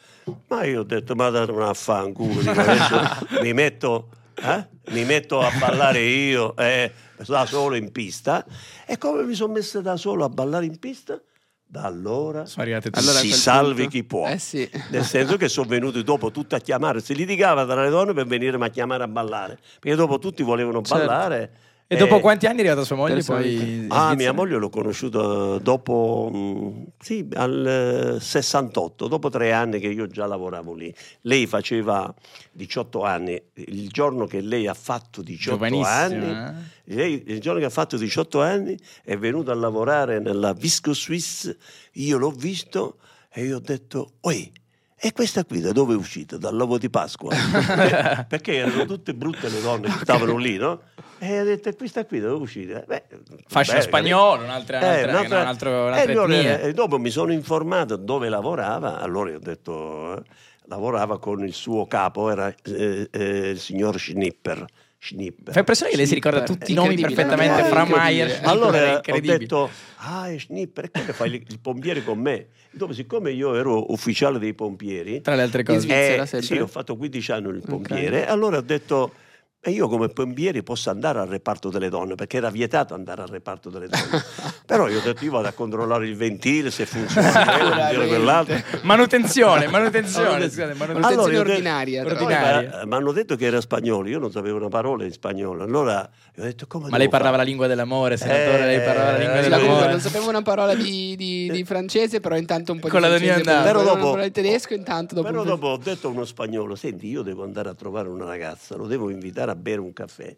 Speaker 2: Ma io ho detto, ma date una fanculo, dico, adesso mi metto, eh? mi metto a ballare io eh, da solo in pista. E come mi sono messo da solo a ballare in pista? Da allora
Speaker 1: Sono arrivate tutte.
Speaker 4: Allora, a
Speaker 2: si
Speaker 4: quel
Speaker 2: salvi
Speaker 4: punto-
Speaker 2: chi può.
Speaker 4: Eh sì.
Speaker 2: Nel senso che sono venuti dopo tutti a chiamare, si litigava tra le donne per venire a chiamare a ballare, perché dopo tutti volevano
Speaker 1: Certo.
Speaker 2: ballare.
Speaker 1: E dopo
Speaker 2: eh,
Speaker 1: quanti anni è arrivata sua moglie?
Speaker 4: Terzo
Speaker 1: Poi
Speaker 4: anno.
Speaker 1: in
Speaker 2: Ah,
Speaker 1: Svizzera?
Speaker 2: mia moglie l'ho conosciuta dopo, mm, sì, al eh, 68, dopo tre anni che io già lavoravo lì. Lei faceva 18 anni, il giorno che lei ha fatto 18 anni,
Speaker 1: Giovanissima. eh?
Speaker 2: lei, il giorno che ha fatto 18 anni è venuta a lavorare nella Visco Suisse, io l'ho visto e io ho detto, oi, e questa qui da dove è uscita? Dall'uovo di Pasqua? Perché- Perché erano tutte brutte le donne che stavano lì, no? E ho detto, questa qui da dove è uscita? Beh,
Speaker 1: Fascino
Speaker 2: beh,
Speaker 1: spagnolo, un'altra,
Speaker 2: eh,
Speaker 1: un'altra,
Speaker 2: un'altra-
Speaker 1: un altro-
Speaker 2: e
Speaker 1: un'altra
Speaker 2: allora,
Speaker 1: etnia.
Speaker 2: eh, dopo mi sono informato dove lavorava, allora io ho detto, eh, lavorava con il suo capo, era eh, eh, il signor Schnipper, Schnipper.
Speaker 1: Fa impressione che lei si ricorda
Speaker 4: Schnipper.
Speaker 1: tutti i nomi
Speaker 4: Incredibile.
Speaker 1: perfettamente.
Speaker 4: Eh,
Speaker 1: Fra
Speaker 4: incredibile.
Speaker 1: Maier, Schnipper, è
Speaker 2: Allora ho
Speaker 1: incredibile.
Speaker 2: detto, ah, è Schnipper, e come fai il, il pompiere con me? Dopo, siccome io ero ufficiale dei pompieri, eh,
Speaker 1: Tra le altre cose,
Speaker 4: Svizzera sempre?
Speaker 2: sì, ho fatto 15 anni il pompiere, allora ho detto, e io come pompieri posso andare al reparto delle donne, perché era vietato andare al reparto delle donne. Però io ho detto, io vado a controllare il ventile, se funziona quello, se funziona quell'altro.
Speaker 1: manutenzione, manutenzione,
Speaker 4: Allora,
Speaker 1: scusate,
Speaker 4: manutenzione
Speaker 1: manutenzione.
Speaker 2: Allora, io-
Speaker 4: ordinaria. tra
Speaker 2: Poi
Speaker 4: l'altro.
Speaker 1: ordinaria.
Speaker 2: mi- Mi hanno detto che era spagnolo, io non sapevo una parola in spagnolo. Allora io ho detto come
Speaker 1: Ma lei
Speaker 2: devo
Speaker 1: parlava
Speaker 2: fare?
Speaker 1: la lingua dell'amore, senatore,
Speaker 2: Eh,
Speaker 1: lei parlava la lingua
Speaker 2: eh,
Speaker 4: La-
Speaker 1: dell'amore.
Speaker 4: non sapevo una parola di, di- di francese, però intanto un po'
Speaker 1: Con
Speaker 4: di
Speaker 1: la Daniela
Speaker 4: francese,
Speaker 1: Andrea.
Speaker 2: Però
Speaker 4: una
Speaker 2: dopo-
Speaker 4: parola di tedesco, intanto dopo
Speaker 2: Però
Speaker 4: un-
Speaker 2: dopo ho detto a uno spagnolo: Senti, io devo andare a trovare una ragazza, lo devo invitare a bere un caffè.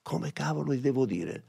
Speaker 2: Come cavolo gli devo dire?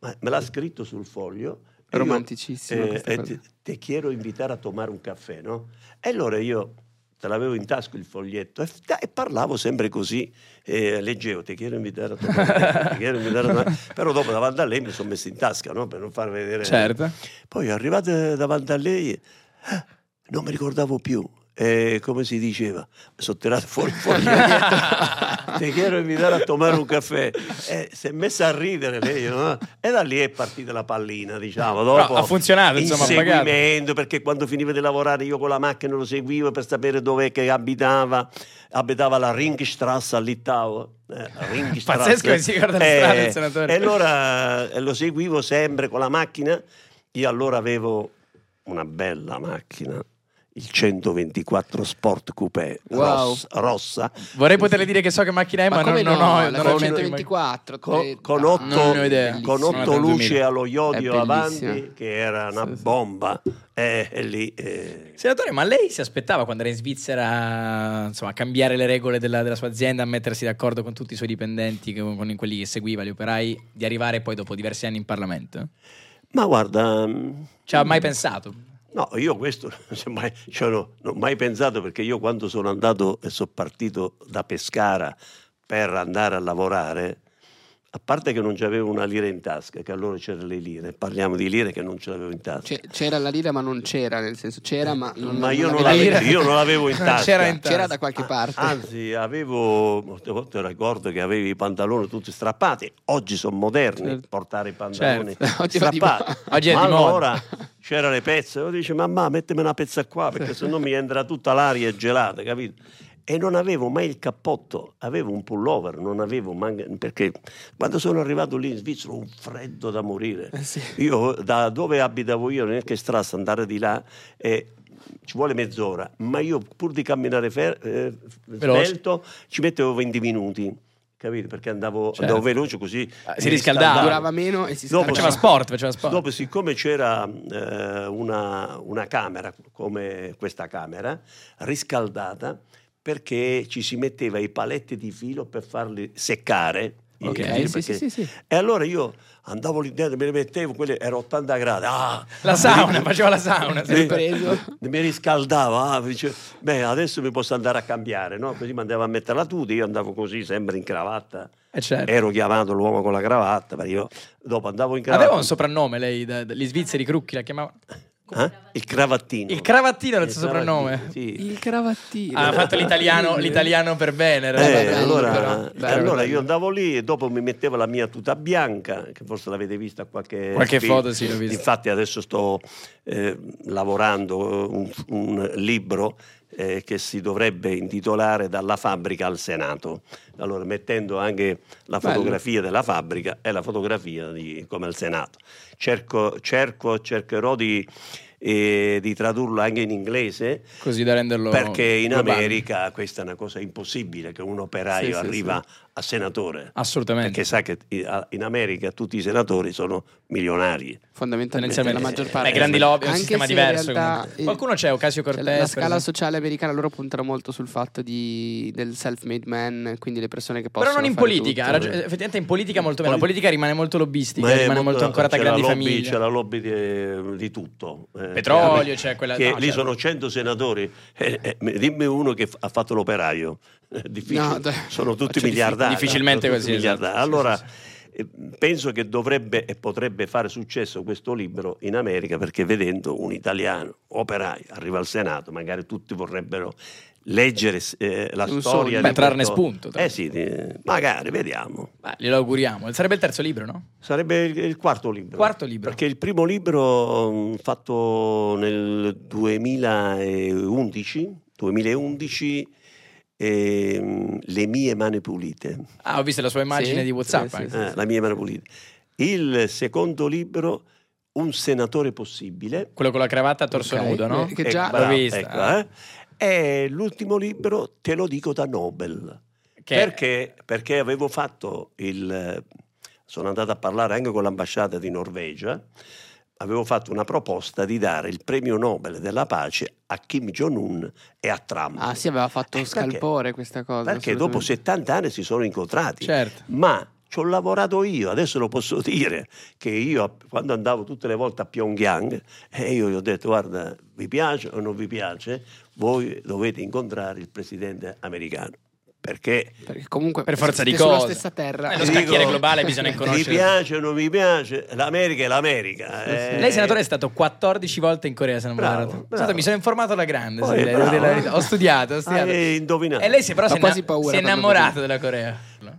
Speaker 2: Ma me l'ha scritto sul foglio. e io,
Speaker 4: Romanticissima questa
Speaker 2: eh,
Speaker 4: cosa.
Speaker 2: te, te quiero invitare a tomare un caffè, no? E allora io te l'avevo in tasca il foglietto e, e parlavo sempre così, eh, leggevo, te quiero invitare a tomare un caffè, te quiero invitare a tomare... Però dopo davanti a lei mi sono messo in tasca, no? Per non far vedere...
Speaker 1: Certo.
Speaker 2: Poi arrivata davanti a lei, eh, non mi ricordavo più. Eh, come si diceva, sono tirato fuori fuori. Ti chiedo invitare a tomare un caffè. Eh, si è messa a ridere lei, no? E da lì è partita la pallina, diciamo. Dopo,
Speaker 1: ha funzionato, insomma, ha pagato.
Speaker 2: inseguimento, perché quando finiva di lavorare io con la macchina lo seguivo per sapere dov'è che abitava. Abitava la Ringstrasse a Littavo. Eh, la Ringstrasse. Eh,
Speaker 1: Pazzesco che si ricorda le strade, il senatore.
Speaker 2: E allora eh, lo seguivo sempre con la macchina. Io allora avevo una bella macchina, il 124 Sport Coupé
Speaker 4: Wow.
Speaker 2: ross- rossa,
Speaker 1: Vorrei poterle dire che so che macchina è, Eh, ma,
Speaker 4: come
Speaker 1: non, non ho-
Speaker 4: la
Speaker 1: non ho
Speaker 4: 124
Speaker 2: co-
Speaker 4: tre- Ah,
Speaker 2: con
Speaker 4: no,
Speaker 2: otto,
Speaker 1: non ne ho idea.
Speaker 2: con
Speaker 1: Bellissima.
Speaker 2: otto luci allo
Speaker 4: È
Speaker 2: iodio
Speaker 4: bellissima.
Speaker 2: avanti, che era una
Speaker 4: Sì, sì.
Speaker 2: bomba. Eh, E lì. eh,
Speaker 1: Senatore, ma lei si aspettava quando era in Svizzera insomma, a cambiare le regole della, della sua azienda, a mettersi d'accordo con tutti i suoi dipendenti, con, con quelli che seguiva, gli operai, di arrivare poi dopo diversi anni in Parlamento?
Speaker 2: Ma guarda. mm,
Speaker 1: Ci ha mai pensato?
Speaker 2: No, io questo non ci ho mai, cioè, no, non ho mai pensato perché io quando sono andato e sono partito da Pescara per andare a lavorare, a parte che non c'avevo una lira in tasca, che allora c'erano le lire, parliamo di lire che non ce l'avevo in tasca.
Speaker 4: C'è- C'era la lira, ma non c'era, nel senso Cioè, c'era, ma non
Speaker 2: Eh, Ma io non
Speaker 4: aveva-
Speaker 2: l'avevo, io non l'avevo in
Speaker 1: Non
Speaker 2: tasca. Ah,
Speaker 1: c'era in tasca.
Speaker 4: C'era da qualche parte.
Speaker 2: Anzi, avevo, molte volte ricordo che avevi i pantaloni tutti strappati, oggi sono moderni
Speaker 4: Certo.
Speaker 2: portare i pantaloni
Speaker 4: Certo. Oggi va di
Speaker 2: strappati.
Speaker 1: moda. Oggi è
Speaker 2: Ma
Speaker 1: di moda.
Speaker 2: allora c'era le pezze, io dice mamma mettimi una pezza qua perché sennò mi entra tutta l'aria gelata, capito? E non avevo mai il cappotto, avevo un pullover, non avevo man- perché quando sono arrivato lì in Svizzera un freddo da morire.
Speaker 4: Eh sì.
Speaker 2: Io da dove abitavo io, nel che strada andare di là, eh, ci vuole mezz'ora, ma io pur di camminare fer- eh,
Speaker 1: Veloce.
Speaker 2: svelto ci mettevo 20 minuti, capito? Perché andavo,
Speaker 1: Certo.
Speaker 2: andavo veloce così.
Speaker 1: Ah,
Speaker 2: mi
Speaker 1: si riscaldava.
Speaker 4: Durava meno e si
Speaker 2: Dopo
Speaker 1: Faceva
Speaker 2: sì.
Speaker 1: sport, faceva sport.
Speaker 2: Dopo, siccome c'era eh, una, una camera come questa camera, riscaldata, perché ci si metteva i paletti di filo per farli seccare. i
Speaker 1: Ok,
Speaker 2: fili,
Speaker 4: sì, sì,
Speaker 2: perché-
Speaker 4: sì, sì.
Speaker 2: E allora io andavo lì dentro, me li mettevo, quelli, era 80 gradi. Ah,
Speaker 1: La sauna, faceva la sauna.
Speaker 4: Sei
Speaker 2: Sì.
Speaker 1: sì.
Speaker 4: preso.
Speaker 2: mi riscaldava, ah, dice, beh adesso mi posso andare a cambiare, no? così mi andava a mettere la tuta, io andavo così sempre in cravatta,
Speaker 1: Eh, certo.
Speaker 2: ero chiamato l'uomo con la cravatta, perché io dopo andavo in cravatta,
Speaker 1: Aveva un soprannome lei, da- da- gli svizzeri Crucchi la chiamavano.
Speaker 2: Eh? il cravattino.
Speaker 1: Il cravattino era il suo
Speaker 2: Il cravattino,
Speaker 1: soprannome. Eh,
Speaker 2: sì.
Speaker 4: Il cravattino.
Speaker 1: Ah, Ha fatto l'italiano, l'italiano per bene. era
Speaker 2: Eh,
Speaker 1: bello,
Speaker 2: allora,
Speaker 1: però.
Speaker 2: eh,
Speaker 4: bello,
Speaker 2: allora
Speaker 4: bello.
Speaker 2: io andavo lì e dopo mi mettevo la mia tuta bianca, che forse l'avete vista a qualche,
Speaker 1: Qualche
Speaker 2: film.
Speaker 1: foto, sì, l'ho vista.
Speaker 2: Infatti adesso sto eh, lavorando un, un libro eh, che si dovrebbe intitolare Dalla fabbrica al Senato. Allora mettendo anche la
Speaker 4: Bello.
Speaker 2: fotografia della fabbrica e la fotografia di come al Senato. Cerco, cerco- cercherò di, eh, di tradurlo anche in inglese
Speaker 1: Così da renderlo.
Speaker 2: perché in
Speaker 1: globale.
Speaker 2: America questa è una cosa impossibile che un operaio
Speaker 4: Sì, sì,
Speaker 2: arriva a senatore.
Speaker 1: Assolutamente.
Speaker 2: Perché sa che in America tutti i senatori sono milionari.
Speaker 4: Fondamentalmente la
Speaker 1: Tendenzialmente
Speaker 4: maggior
Speaker 1: sì.
Speaker 4: parte.
Speaker 1: Beh, grandi lobby, è un
Speaker 4: Anche
Speaker 1: sistema
Speaker 4: se in
Speaker 1: diverso,
Speaker 4: realtà,
Speaker 1: comunque.
Speaker 4: eh,
Speaker 1: Qualcuno c'è, Ocasio
Speaker 4: cioè,
Speaker 1: Cortez,
Speaker 4: La
Speaker 1: per
Speaker 4: scala
Speaker 1: esempio.
Speaker 4: sociale americana loro puntano molto sul fatto di, del self-made man, quindi le persone che possono.
Speaker 1: Però non in
Speaker 4: fare
Speaker 1: politica, ha
Speaker 4: tutto.
Speaker 1: ragione- effettivamente in politica molto meno. La
Speaker 2: Poli-
Speaker 1: politica rimane molto lobbistica,
Speaker 2: Ma è
Speaker 1: rimane molto
Speaker 2: molto-
Speaker 1: ancorata a
Speaker 2: c'è
Speaker 1: grandi
Speaker 2: la lobby-
Speaker 1: famiglie.
Speaker 2: C'è la lobby di, di tutto. Eh,
Speaker 1: Petrolio,
Speaker 2: chiaramente,
Speaker 1: c'è quella-
Speaker 2: che
Speaker 1: no,
Speaker 2: lì
Speaker 1: certo.
Speaker 2: sono 100 senatori. Eh, eh, dimmi uno che f- ha fatto l'operaio. È difficile.
Speaker 4: No, dai.
Speaker 2: sono tutti
Speaker 4: Faccio diffi-
Speaker 2: miliardari.
Speaker 1: difficilmente
Speaker 2: sono tutti
Speaker 1: così, esatto.
Speaker 2: miliardari.
Speaker 1: Sì,
Speaker 2: Allora,
Speaker 1: sì,
Speaker 2: eh, penso che dovrebbe e potrebbe fare successo questo libro in America perché vedendo un italiano operaio arriva al Senato, magari tutti vorrebbero leggere eh, la storia.
Speaker 4: Un sogno.
Speaker 2: di
Speaker 1: Beh, trarne
Speaker 2: qualcosa.
Speaker 1: spunto, tra
Speaker 2: Eh sì, eh, magari, vediamo.
Speaker 1: Beh, glielo auguriamo. Sarebbe il terzo libro, no?
Speaker 2: Sarebbe il, il quarto libro.
Speaker 1: Quarto libro.
Speaker 2: Perché il primo libro mh, fatto nel 2011, 2011 ehm, Le mie mani pulite.
Speaker 1: Ah, ho visto la sua immagine
Speaker 4: Sì,
Speaker 1: di WhatsApp.
Speaker 4: sì, sì,
Speaker 1: anche.
Speaker 4: sì.
Speaker 2: Eh, la mia mano pulita. Il secondo libro, Un senatore possibile.
Speaker 1: Quello con la cravatta a torso
Speaker 4: Ok.
Speaker 1: nudo, no?
Speaker 4: Eh, che già-
Speaker 1: L'ho
Speaker 2: bravo,
Speaker 1: vista.
Speaker 2: ecco, eh. E l'ultimo libro, Te lo dico da Nobel.
Speaker 1: Che-
Speaker 2: Perché, perché avevo fatto il... Sono andato a parlare anche con l'ambasciata di Norvegia. Avevo fatto una proposta di dare il premio Nobel della pace a Kim Jong-un e a Trump.
Speaker 4: Ah, sì, aveva fatto
Speaker 2: Eh, perché-
Speaker 4: scalpore questa cosa.
Speaker 2: Perché dopo
Speaker 4: assolutamente. Cioè
Speaker 2: 70 anni si sono incontrati
Speaker 1: Certo.
Speaker 2: ma ci ho lavorato io, adesso lo posso dire, che io quando andavo tutte le volte a Pyongyang e io gli ho detto guarda, vi piace o non vi piace, voi dovete incontrare il presidente americano, perché
Speaker 4: Perché comunque
Speaker 1: Per forza di
Speaker 4: siete sulla
Speaker 1: cose.
Speaker 4: stessa terra.
Speaker 1: Eh,
Speaker 2: lo
Speaker 4: Lo
Speaker 2: scacchiere
Speaker 1: globale bisogna
Speaker 2: vi
Speaker 1: Conoscere-
Speaker 2: piace o non vi piace, l'America è l'America.
Speaker 4: Sì, sì.
Speaker 2: eh.
Speaker 1: Lei, senatore, è stato 14 volte in Corea, se non mi
Speaker 2: Bravo,
Speaker 1: erro.
Speaker 2: bravo.
Speaker 1: Senta, Mi sono informato alla grande.
Speaker 2: Poi,
Speaker 1: se lei- devo
Speaker 2: bravo,
Speaker 1: dire la
Speaker 2: eh.
Speaker 1: verità. Ho studiato, ho studiato.
Speaker 2: Hai indovinato.
Speaker 1: E lei si, però
Speaker 4: Fa
Speaker 1: si, è
Speaker 4: quasi
Speaker 1: inna-
Speaker 4: paura
Speaker 1: si è
Speaker 4: quando
Speaker 1: innamorato della Corea.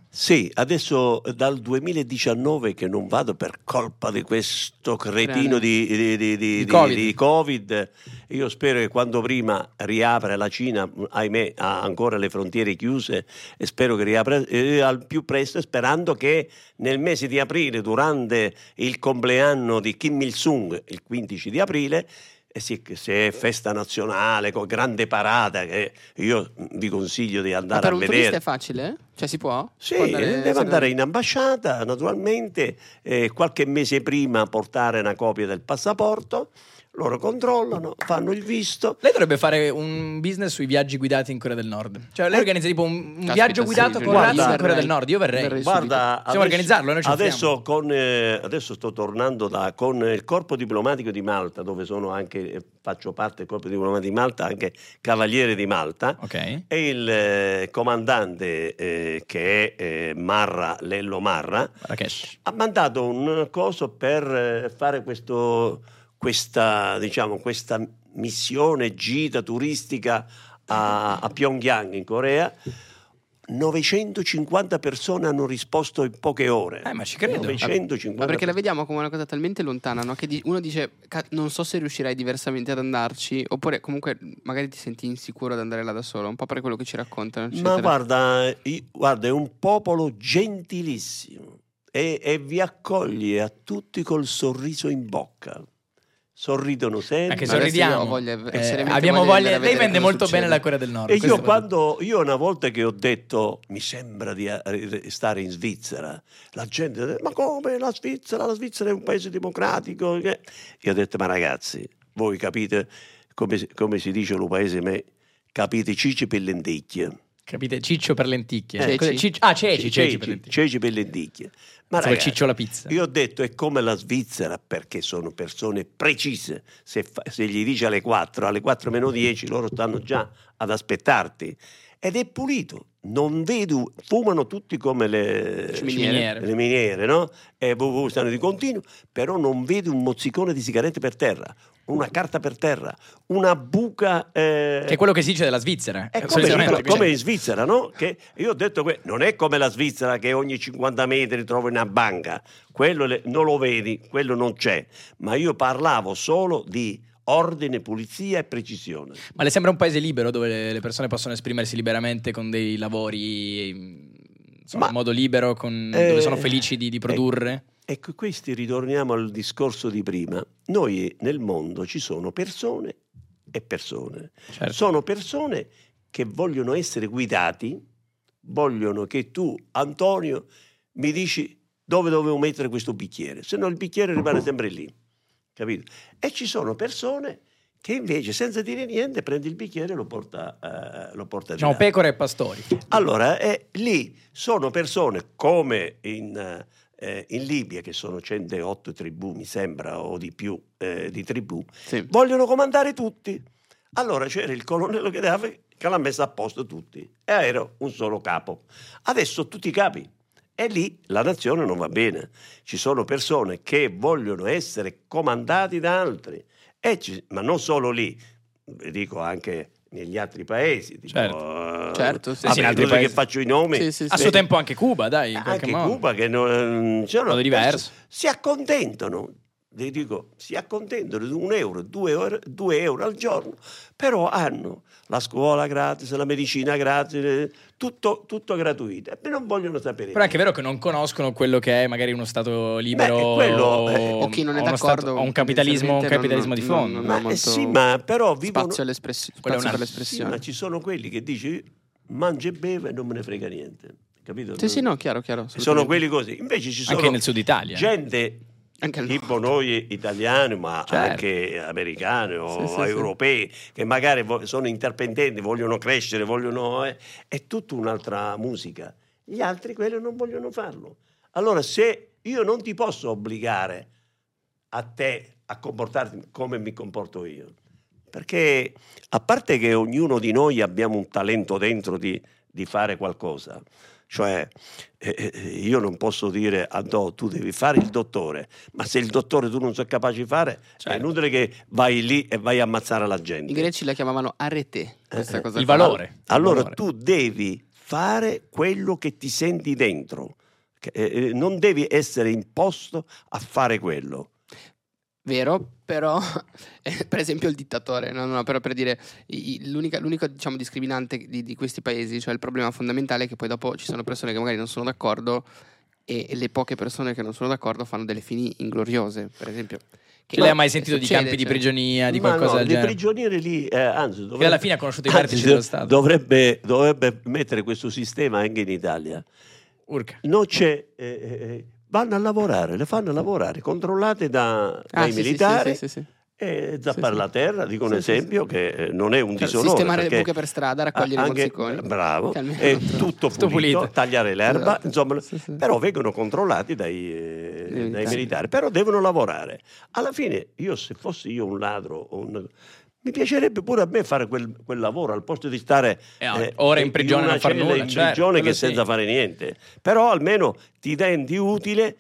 Speaker 2: Sì, adesso eh, dal 2019 che non vado per colpa di questo cretino di, di- di- di- di-
Speaker 1: Covid.
Speaker 2: di Covid. Io spero che quando prima riapre la Cina, mh, ahimè ha ancora le frontiere chiuse, e spero che riapra eh, al più presto, sperando che nel mese di aprile, durante il compleanno di Kim Il-sung, il 15 di aprile, e sì, che se è festa nazionale, con grande parata, che io mh, vi consiglio di
Speaker 4: Ma
Speaker 2: andare
Speaker 4: per
Speaker 2: a
Speaker 4: un
Speaker 2: vedere.
Speaker 4: turista è facile? Cioè si può?
Speaker 2: Sì,
Speaker 4: Può andare-
Speaker 2: deve andare in ambasciata, naturalmente, eh, qualche mese prima portare una copia del passaporto, loro controllano, fanno il visto.
Speaker 1: Lei dovrebbe fare un business sui viaggi guidati in Corea del Nord. Cioè, lei
Speaker 2: Eh.
Speaker 1: organizza tipo un, un
Speaker 4: Caspita,
Speaker 1: viaggio
Speaker 4: sì,
Speaker 1: guidato
Speaker 4: sì,
Speaker 1: con
Speaker 2: guarda,
Speaker 1: l'Asia in
Speaker 2: verrei.
Speaker 1: Corea del Nord. Io verrei.
Speaker 4: Verrei.
Speaker 2: Guarda,
Speaker 1: Possiamo organizzarlo, noi ci offriamo.
Speaker 2: adesso, con, eh, adesso sto tornando da- con il corpo diplomatico di Malta, dove sono anche, eh, faccio parte del corpo diplomatico di Malta, anche Cavaliere di Malta.
Speaker 1: Ok.
Speaker 2: E il eh, comandante eh, che è eh, Marra, Lello Marra,
Speaker 1: Marrakesh.
Speaker 2: ha mandato un coso per eh, fare questo, questa, diciamo, questa missione gita turistica a, a Pyongyang in Corea. 950 persone hanno risposto in poche ore.
Speaker 1: Eh, ma ci credo.
Speaker 2: 950
Speaker 4: Ma perché la vediamo come una cosa talmente lontana, no? Che di- uno dice, "Ca- non so se riuscirai diversamente ad andarci, oppure comunque magari ti senti insicuro ad andare là da solo, un po' per quello che ci raccontano.
Speaker 2: Ma
Speaker 4: eccetera.
Speaker 2: guarda, i- guarda, è un popolo gentilissimo e, e vi accoglie a tutti col sorriso in bocca. Sorridono sempre.
Speaker 1: Anche
Speaker 4: Ma
Speaker 1: sorridiamo.
Speaker 4: adesso io ho voglia-
Speaker 1: Eh,
Speaker 4: seriamente
Speaker 1: abbiamo
Speaker 4: voglia
Speaker 1: voglia.
Speaker 4: di andare a
Speaker 1: Lei
Speaker 4: vedere
Speaker 1: vende
Speaker 4: cosa
Speaker 1: molto
Speaker 4: succede.
Speaker 1: bene la Corea del Nord.
Speaker 2: E
Speaker 1: questo
Speaker 2: io
Speaker 1: è-
Speaker 2: quando io una volta che ho detto mi sembra di eh, stare in Svizzera, la gente dice, ma come la Svizzera? La Svizzera è un paese democratico. che-" Io ho detto ma ragazzi, voi capite come, si- come si dice lo paese me? Capite cici per lenticchie.
Speaker 1: Capite? Ciccio per lenticchie.
Speaker 4: Ceci.
Speaker 1: Cos'è? Ciccio- Ah, ceci,
Speaker 2: Ci-
Speaker 1: ceci per lenticchie.
Speaker 2: ceci per lenticchie. Ma
Speaker 1: Pensavo
Speaker 2: ragazzi,
Speaker 1: Ciccio la pizza.
Speaker 2: io ho detto è come la Svizzera perché sono persone precise. Se, fa- se gli dici alle 4, alle 4 meno 10 loro stanno già ad aspettarti. Ed è pulito. Non vedo, fumano tutti come le
Speaker 4: Ciminiere.
Speaker 1: Ciminiere.
Speaker 2: le miniere, no? E vu- vu- stanno di continuo, però non vedo un mozzicone di sigarette per terra, una carta per terra, una buca. eh,
Speaker 1: Che è quello che si dice della Svizzera.
Speaker 2: è
Speaker 1: Eh,
Speaker 2: come,
Speaker 1: solitamente.
Speaker 2: come in Svizzera, no? Che io ho detto que- non è come la Svizzera che ogni 50 metri trovi una banca, quello le- non lo vedi, quello non c'è, ma io parlavo solo di ordine, pulizia e precisione.
Speaker 1: Ma le sembra un paese libero dove le- le persone possono esprimersi liberamente con dei lavori mm, insomma,
Speaker 2: Ma-
Speaker 1: in modo libero, con-
Speaker 2: Eh,
Speaker 1: dove sono felici di, di produrre?
Speaker 2: Ecco, questi ritorniamo al discorso di prima. Noi nel mondo ci sono persone e persone.
Speaker 1: Certo.
Speaker 2: Sono persone che vogliono essere guidati, vogliono che tu, Antonio, mi dici dove dovevo mettere questo bicchiere, se no il bicchiere rimane sempre lì. Capito? E ci sono persone che invece, senza dire niente, prende il bicchiere e lo porta, eh, lo porta di
Speaker 1: Diciamo
Speaker 2: là.
Speaker 1: pecore e pastori.
Speaker 2: Allora, eh, lì sono persone come in, eh, in Libia, che sono 108 tribù, mi sembra, o di più eh, di tribù,
Speaker 4: Sì.
Speaker 2: vogliono comandare tutti. Allora c'era il colonnello Gheddafi che l'ha messa a posto tutti e era un solo capo. Adesso tutti i capi. E lì la nazione non va bene. Ci sono persone che vogliono essere comandati da altri. E ci- ma non solo lì, dico anche negli altri paesi. Tipo,
Speaker 1: Certo.
Speaker 2: eh,
Speaker 4: Certo, sì.
Speaker 2: vabbè,
Speaker 1: Sì, in altri
Speaker 2: non è che
Speaker 1: paesi.
Speaker 2: faccio i nomi.
Speaker 4: Sì, sì, sì.
Speaker 1: A suo tempo anche Cuba, dai, in qualche
Speaker 2: Eh, Anche
Speaker 1: modo.
Speaker 2: Cuba che non, cioè,
Speaker 1: Modo
Speaker 2: no,
Speaker 1: diverso.
Speaker 2: Si accontentano, vi dico, si accontentano di un euro, due euro, due euro al giorno, però hanno la scuola gratis, la medicina gratis, eh, tutto, tutto gratuito. E non vogliono sapere.
Speaker 1: Però è anche vero che non conoscono quello che è magari uno Stato libero
Speaker 2: Beh, quello, eh,
Speaker 4: o chi non è
Speaker 1: uno
Speaker 4: d'accordo,
Speaker 1: stato- o un capitalismo, un capitalismo di
Speaker 4: tendenzialmente
Speaker 1: fondo.
Speaker 4: non-
Speaker 2: ma, eh,
Speaker 4: molto
Speaker 2: sì, ma però vivono...
Speaker 4: Spazio, all'espress-
Speaker 1: Quella è
Speaker 4: spazio per
Speaker 1: una-
Speaker 2: Sì,
Speaker 4: l'espressione.
Speaker 2: ma ci sono quelli che dici mangia e beve e non me ne frega niente. Capito?
Speaker 4: Sì, sì, no, chiaro, chiaro.
Speaker 2: Sono
Speaker 4: assolutamente.
Speaker 2: quelli così. Invece ci sono
Speaker 1: Anche nel sud Italia.
Speaker 2: gente
Speaker 4: Anche al
Speaker 2: tipo noi italiani, ma
Speaker 1: Certo.
Speaker 2: anche americani o
Speaker 4: Sì, sì, sì.
Speaker 2: europei, che magari vo- sono interpendenti, vogliono crescere, vogliono... eh, è tutta un'altra musica. Gli altri quelli non vogliono farlo. Allora se io non ti posso obbligare a te a comportarti come mi comporto io, perché a parte che ognuno di noi abbiamo un talento dentro di, di fare qualcosa, cioè eh, eh, io non posso dire a Do tu devi fare il dottore, ma se il dottore tu non sei capace di fare, è
Speaker 1: Certo.
Speaker 2: inutile che vai lì e vai a ammazzare la gente.
Speaker 4: I greci la chiamavano arete, questa
Speaker 2: Eh,
Speaker 4: cosa
Speaker 1: Il
Speaker 4: qua.
Speaker 1: valore.
Speaker 2: Allora
Speaker 1: Il valore.
Speaker 2: tu devi fare quello che ti senti dentro, che, eh, eh, non devi essere imposto a fare quello.
Speaker 4: Vero, però, eh, per esempio, il dittatore, no, no, però per dire, i- i- l'unica, l'unico diciamo, discriminante di, di questi paesi, cioè il problema fondamentale è che poi dopo ci sono persone che magari non sono d'accordo e, e le poche persone che non sono d'accordo fanno delle fini ingloriose, per esempio. Che-
Speaker 1: Lei ha mai
Speaker 4: che
Speaker 1: sentito di
Speaker 4: succede,
Speaker 1: campi di
Speaker 4: cioè.
Speaker 1: prigionia, Ah, di
Speaker 2: Ma
Speaker 1: qualcosa
Speaker 2: no,
Speaker 1: del
Speaker 2: dei
Speaker 1: genere?
Speaker 2: prigionieri lì, eh, anzi, dovrebbe,
Speaker 1: alla fine ha conosciuto i
Speaker 2: anzi,
Speaker 1: vertici
Speaker 2: Ah, do-
Speaker 1: dello Stato.
Speaker 2: Dovrebbe, dovrebbe mettere questo sistema anche in Italia.
Speaker 1: Urca.
Speaker 2: Non c'è, eh, eh, eh, vanno a lavorare, le fanno lavorare, controllate da-
Speaker 4: Ah,
Speaker 2: dai
Speaker 4: sì, sì, sì,
Speaker 2: militari.
Speaker 4: sì, sì, sì.
Speaker 2: E zappare
Speaker 4: Sì, sì.
Speaker 2: la terra, dico un
Speaker 4: Sì, sì,
Speaker 2: esempio
Speaker 4: sì.
Speaker 2: che eh, non è un
Speaker 4: Cioè,
Speaker 2: disonore.
Speaker 4: sistemare le
Speaker 2: perché-
Speaker 4: buche per strada, raccogliere
Speaker 2: Ah,
Speaker 4: i
Speaker 2: anche-
Speaker 4: mozziconi.
Speaker 2: Bravo,
Speaker 4: Che almeno-
Speaker 2: è tutto,
Speaker 1: Tutto
Speaker 2: pulito,
Speaker 1: pulito.
Speaker 2: tagliare l'erba,
Speaker 4: Esatto.
Speaker 2: insomma,
Speaker 4: Sì, sì.
Speaker 2: però vengono controllati dai, eh,
Speaker 4: Dai
Speaker 2: dai
Speaker 4: militari.
Speaker 2: militari, però devono lavorare. Alla fine, io se fossi io un ladro, o un- mi piacerebbe pure a me fare quel, quel lavoro al posto di stare
Speaker 1: Eh, ore in prigione
Speaker 2: una
Speaker 1: non far
Speaker 2: cella
Speaker 1: nulla,
Speaker 2: in
Speaker 1: certo,
Speaker 2: prigione
Speaker 1: quello
Speaker 2: che
Speaker 1: sì.
Speaker 2: senza fare niente. Però almeno ti rendi utile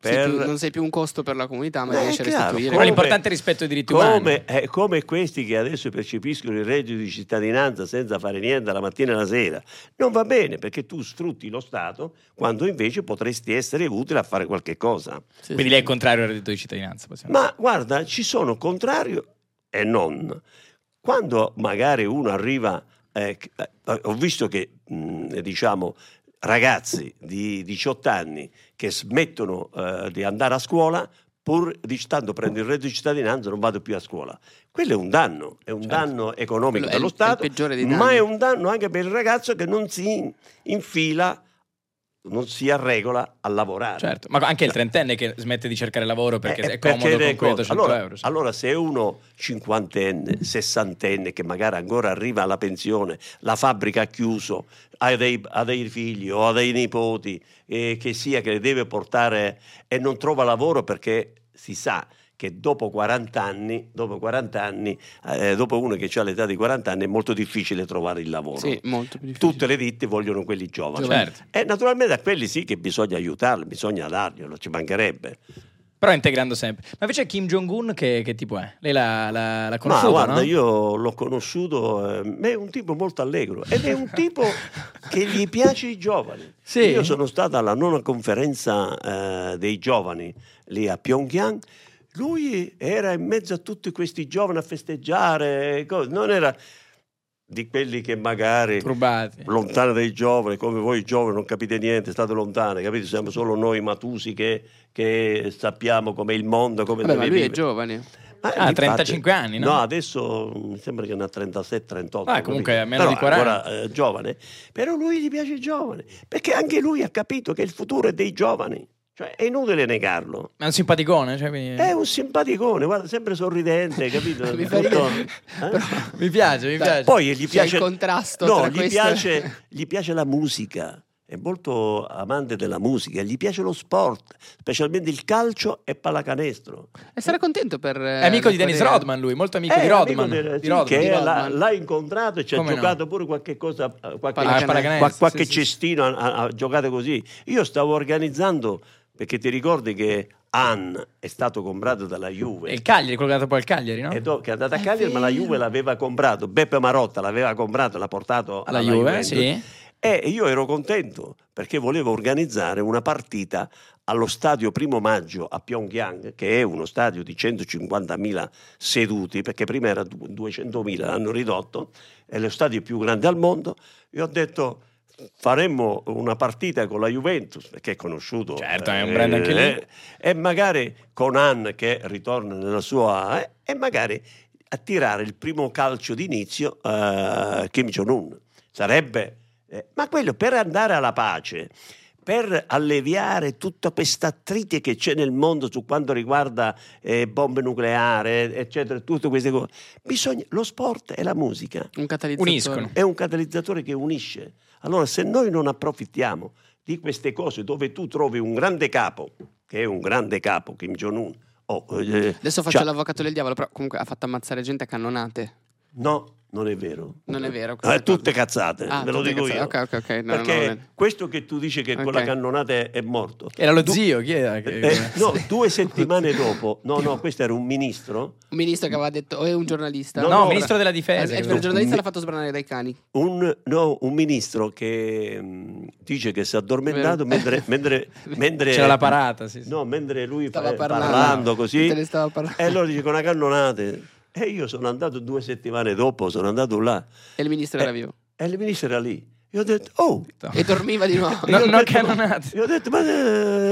Speaker 4: Sei
Speaker 2: per...
Speaker 4: più- non sei più un costo per la comunità, ma
Speaker 2: Eh,
Speaker 4: riesci a
Speaker 2: chiaro,
Speaker 4: restituire.
Speaker 1: Però l'importante è il rispetto ai diritti umani.
Speaker 2: come, eh, come questi che adesso percepiscono il reddito di cittadinanza senza fare niente la mattina e la sera. Non va bene perché tu sfrutti lo Stato quando invece potresti essere utile a fare qualche cosa.
Speaker 4: Sì,
Speaker 1: Quindi
Speaker 4: sì.
Speaker 1: lei è il contrario al reddito di cittadinanza.
Speaker 4: Esatto.
Speaker 1: possiamo
Speaker 2: Ma guarda, ci sono contrario e non. Quando magari uno arriva, eh, c- eh, ho visto che mh, diciamo ragazzi di 18 anni che smettono eh, di andare a scuola pur dicendo prendo il reddito di cittadinanza non vado più a scuola. Quello è un danno, è un
Speaker 1: Certo.
Speaker 2: danno economico
Speaker 4: Quello è
Speaker 2: dello
Speaker 4: il- è il
Speaker 2: Stato,
Speaker 4: peggiore dei
Speaker 2: ma
Speaker 4: danni.
Speaker 2: è un danno anche per il ragazzo che non si in- infila, non si arregola a lavorare.
Speaker 4: Cioè,
Speaker 1: Certo, ma anche il trentenne che smette di cercare lavoro perché
Speaker 2: Eh,
Speaker 1: è comodo
Speaker 2: le
Speaker 1: con quei
Speaker 2: cose-
Speaker 1: 800
Speaker 2: allora,
Speaker 1: euro. sì.
Speaker 2: allora se uno cinquantenne, sessantenne, che magari ancora arriva alla pensione, la fabbrica ha chiuso, ha dei, ha dei figli o ha dei nipoti, eh, che sia che le deve portare e non trova lavoro perché si sa che dopo 40 anni, dopo, 40 anni, eh, dopo uno che ha l'età di 40 anni è molto difficile trovare il lavoro.
Speaker 4: Sì, molto più difficile.
Speaker 2: Tutte le ditte vogliono quelli giovani.
Speaker 1: Certo.
Speaker 2: E naturalmente a quelli sì che bisogna aiutarli, bisogna darglielo, ci mancherebbe.
Speaker 1: Però integrando sempre. Ma invece Kim Jong-un che, che tipo è? Lei l'ha, l'ha, l'ha conosciuto,
Speaker 2: Ma guarda,
Speaker 1: no?
Speaker 2: io l'ho conosciuto, eh, è un tipo molto allegro ed è un tipo che gli piace i giovani.
Speaker 1: Sì.
Speaker 2: Io sono stato alla nona conferenza eh, dei giovani lì a Pyongyang. Lui era in mezzo a tutti questi giovani a festeggiare, e cose. non era di quelli che magari
Speaker 1: Turbati.
Speaker 2: lontano dai giovani, come voi giovani non capite niente, state lontani, capite? Siamo solo noi matusi che, che sappiamo com'è il mondo, come
Speaker 4: Vabbè,
Speaker 2: deve
Speaker 4: ma lui è
Speaker 2: vivere.
Speaker 4: giovane.
Speaker 2: Ah,
Speaker 1: Ah, 35 anni, no?
Speaker 2: adesso mm, mi sembra che ne ha 37-38.
Speaker 1: Ah, comunque
Speaker 2: capito?
Speaker 1: meno di
Speaker 2: Però
Speaker 1: 40.
Speaker 2: Ancora, eh, giovane. Però lui gli piace il giovane, perché anche lui ha capito che il futuro è dei giovani. Cioè, è inutile negarlo.
Speaker 1: Ma è un simpaticone. Cioè, quindi-
Speaker 2: È un simpaticone, guarda, sempre sorridente, capito?
Speaker 4: Mi fa
Speaker 2: Tutto-
Speaker 4: ridere.
Speaker 2: eh?
Speaker 4: Però-
Speaker 1: Mi piace, mi
Speaker 4: Dai,
Speaker 1: piace.
Speaker 2: Poi gli
Speaker 4: C'è il
Speaker 2: piace...
Speaker 4: contrasto
Speaker 2: no,
Speaker 4: tra
Speaker 2: gli
Speaker 4: questo e-
Speaker 2: piace, gli piace la musica. È molto amante della musica, gli piace lo sport, specialmente il calcio e pallacanestro.
Speaker 4: E sarà contento per...
Speaker 1: è amico di Dennis Rodman lui, molto amico
Speaker 2: Eh,
Speaker 1: di Rodman.
Speaker 2: del-
Speaker 1: di
Speaker 2: sì,
Speaker 1: Rodman.
Speaker 2: che
Speaker 4: di
Speaker 2: l'ha-
Speaker 4: Rodman.
Speaker 2: l'ha incontrato e ci ha
Speaker 1: Come no?
Speaker 2: giocato pure qualche cosa, eh, qualche,
Speaker 4: Pallacanestro.
Speaker 2: qua-
Speaker 1: Pallacanestro,
Speaker 2: qualche
Speaker 1: sì, sì.
Speaker 2: cestino ha, ha- ha giocato così. Io stavo organizzando, perché ti ricordi che Han è stato comprato dalla Juve.
Speaker 1: E il Cagliari, quello che è andato poi al Cagliari, no?
Speaker 2: E do- che è andata a
Speaker 4: È
Speaker 2: Cagliari, ma la
Speaker 4: vero.
Speaker 2: Juve l'aveva comprato. Beppe Marotta l'aveva comprato, l'ha portato alla,
Speaker 1: Alla Juve,
Speaker 2: Juventus.
Speaker 1: sì.
Speaker 2: E io ero contento perché volevo organizzare una partita allo stadio Primo Maggio a Pyongyang, che è uno stadio di 150.000 seduti, perché prima era du- 200.000, l'hanno ridotto, è lo stadio più grande al mondo. E ho detto faremmo una partita con la Juventus, che è conosciuto.
Speaker 1: Certo, è un brand anche lì.
Speaker 2: eh, E magari con Han che ritorna nella sua... eh, e magari attirare il primo calcio d'inizio eh, Kim Jong-un. Sarebbe... eh, ma quello per andare alla pace, per alleviare tutta questa attrite che c'è nel mondo su quanto riguarda eh, bombe nucleari, eccetera, tutte queste cose, bisogna, lo sport e la musica
Speaker 4: Un catalizzatore.
Speaker 1: Uniscono.
Speaker 2: è un catalizzatore che unisce. Allora, se noi non approfittiamo di queste cose dove tu trovi un grande capo, che è un grande capo, Kim Jong-un, oh, eh,
Speaker 4: Adesso faccio
Speaker 2: cioè,
Speaker 4: l'avvocato del diavolo, però comunque ha fatto ammazzare gente a cannonate.
Speaker 2: No, non è vero.
Speaker 4: Non è vero. questa
Speaker 2: Eh, tutte
Speaker 4: cosa.
Speaker 2: cazzate,
Speaker 4: Ah,
Speaker 2: ve lo
Speaker 4: tutte
Speaker 2: dico
Speaker 4: cazzate.
Speaker 2: io.
Speaker 4: Ok, ok, ok. No, no,
Speaker 2: Perché
Speaker 4: no, no.
Speaker 2: questo che tu dici che
Speaker 4: Ok.
Speaker 2: con la cannonata è, è morto.
Speaker 1: Era lo
Speaker 2: Du-
Speaker 1: zio, chi era? che-
Speaker 2: eh, no, due settimane dopo, no, no, questo era un ministro,
Speaker 4: Un ministro che aveva detto, o è un giornalista.
Speaker 2: No,
Speaker 1: No,
Speaker 2: no,
Speaker 1: no, ministro della
Speaker 4: Eh,
Speaker 1: difesa.
Speaker 4: eh,
Speaker 1: credo.
Speaker 4: per il giornalista
Speaker 2: Mi-
Speaker 4: l'ha fatto sbranare dai cani.
Speaker 2: un, no, un ministro che mh, dice che si è addormentato
Speaker 4: Vero.
Speaker 2: mentre, mentre- mentre-
Speaker 1: C'era la parata, sì, sì.
Speaker 2: No, mentre lui
Speaker 4: Stava
Speaker 2: fa-
Speaker 4: parlando.
Speaker 2: così,
Speaker 4: Te ne stava parlando.
Speaker 2: e allora dice con una cannonate. E io sono andato due settimane dopo, sono andato là
Speaker 4: E il ministro
Speaker 2: Eh.
Speaker 4: era vivo.
Speaker 2: e il ministro era lì. Io ho detto, oh,
Speaker 4: E dormiva di nuovo.
Speaker 1: No,
Speaker 2: Io ho
Speaker 1: no,
Speaker 2: detto,
Speaker 1: cannonate.
Speaker 2: Io ho detto, ma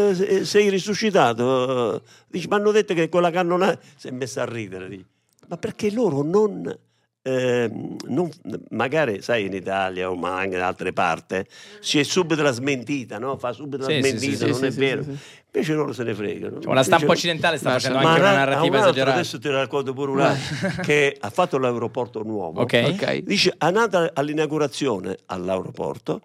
Speaker 2: eh, se- sei risuscitato? Dici, mi hanno detto che con la cannonata... Si è messa a ridere. dice. Ma perché loro non, ehm, non- Magari, sai, in Italia o ma anche da altre parti, si è subito la smentita, no? Fa subito
Speaker 1: Sì,
Speaker 2: la
Speaker 1: sì,
Speaker 2: smentita,
Speaker 1: sì,
Speaker 2: non
Speaker 4: sì,
Speaker 2: è
Speaker 4: sì,
Speaker 2: vero.
Speaker 4: sì,
Speaker 2: Invece loro se ne fregano.
Speaker 1: Cioè, la stampa
Speaker 2: Invece-
Speaker 1: occidentale sta
Speaker 4: Ma-
Speaker 1: facendo
Speaker 2: ma
Speaker 1: anche una
Speaker 2: na- a un
Speaker 1: narrativa
Speaker 2: altro,
Speaker 1: esagerata.
Speaker 2: Adesso te ne racconto pure un altro, che ha fatto l'aeroporto nuovo.
Speaker 1: Ok.
Speaker 4: Ok.
Speaker 2: Dice, è nata all'inaugurazione all'aeroporto,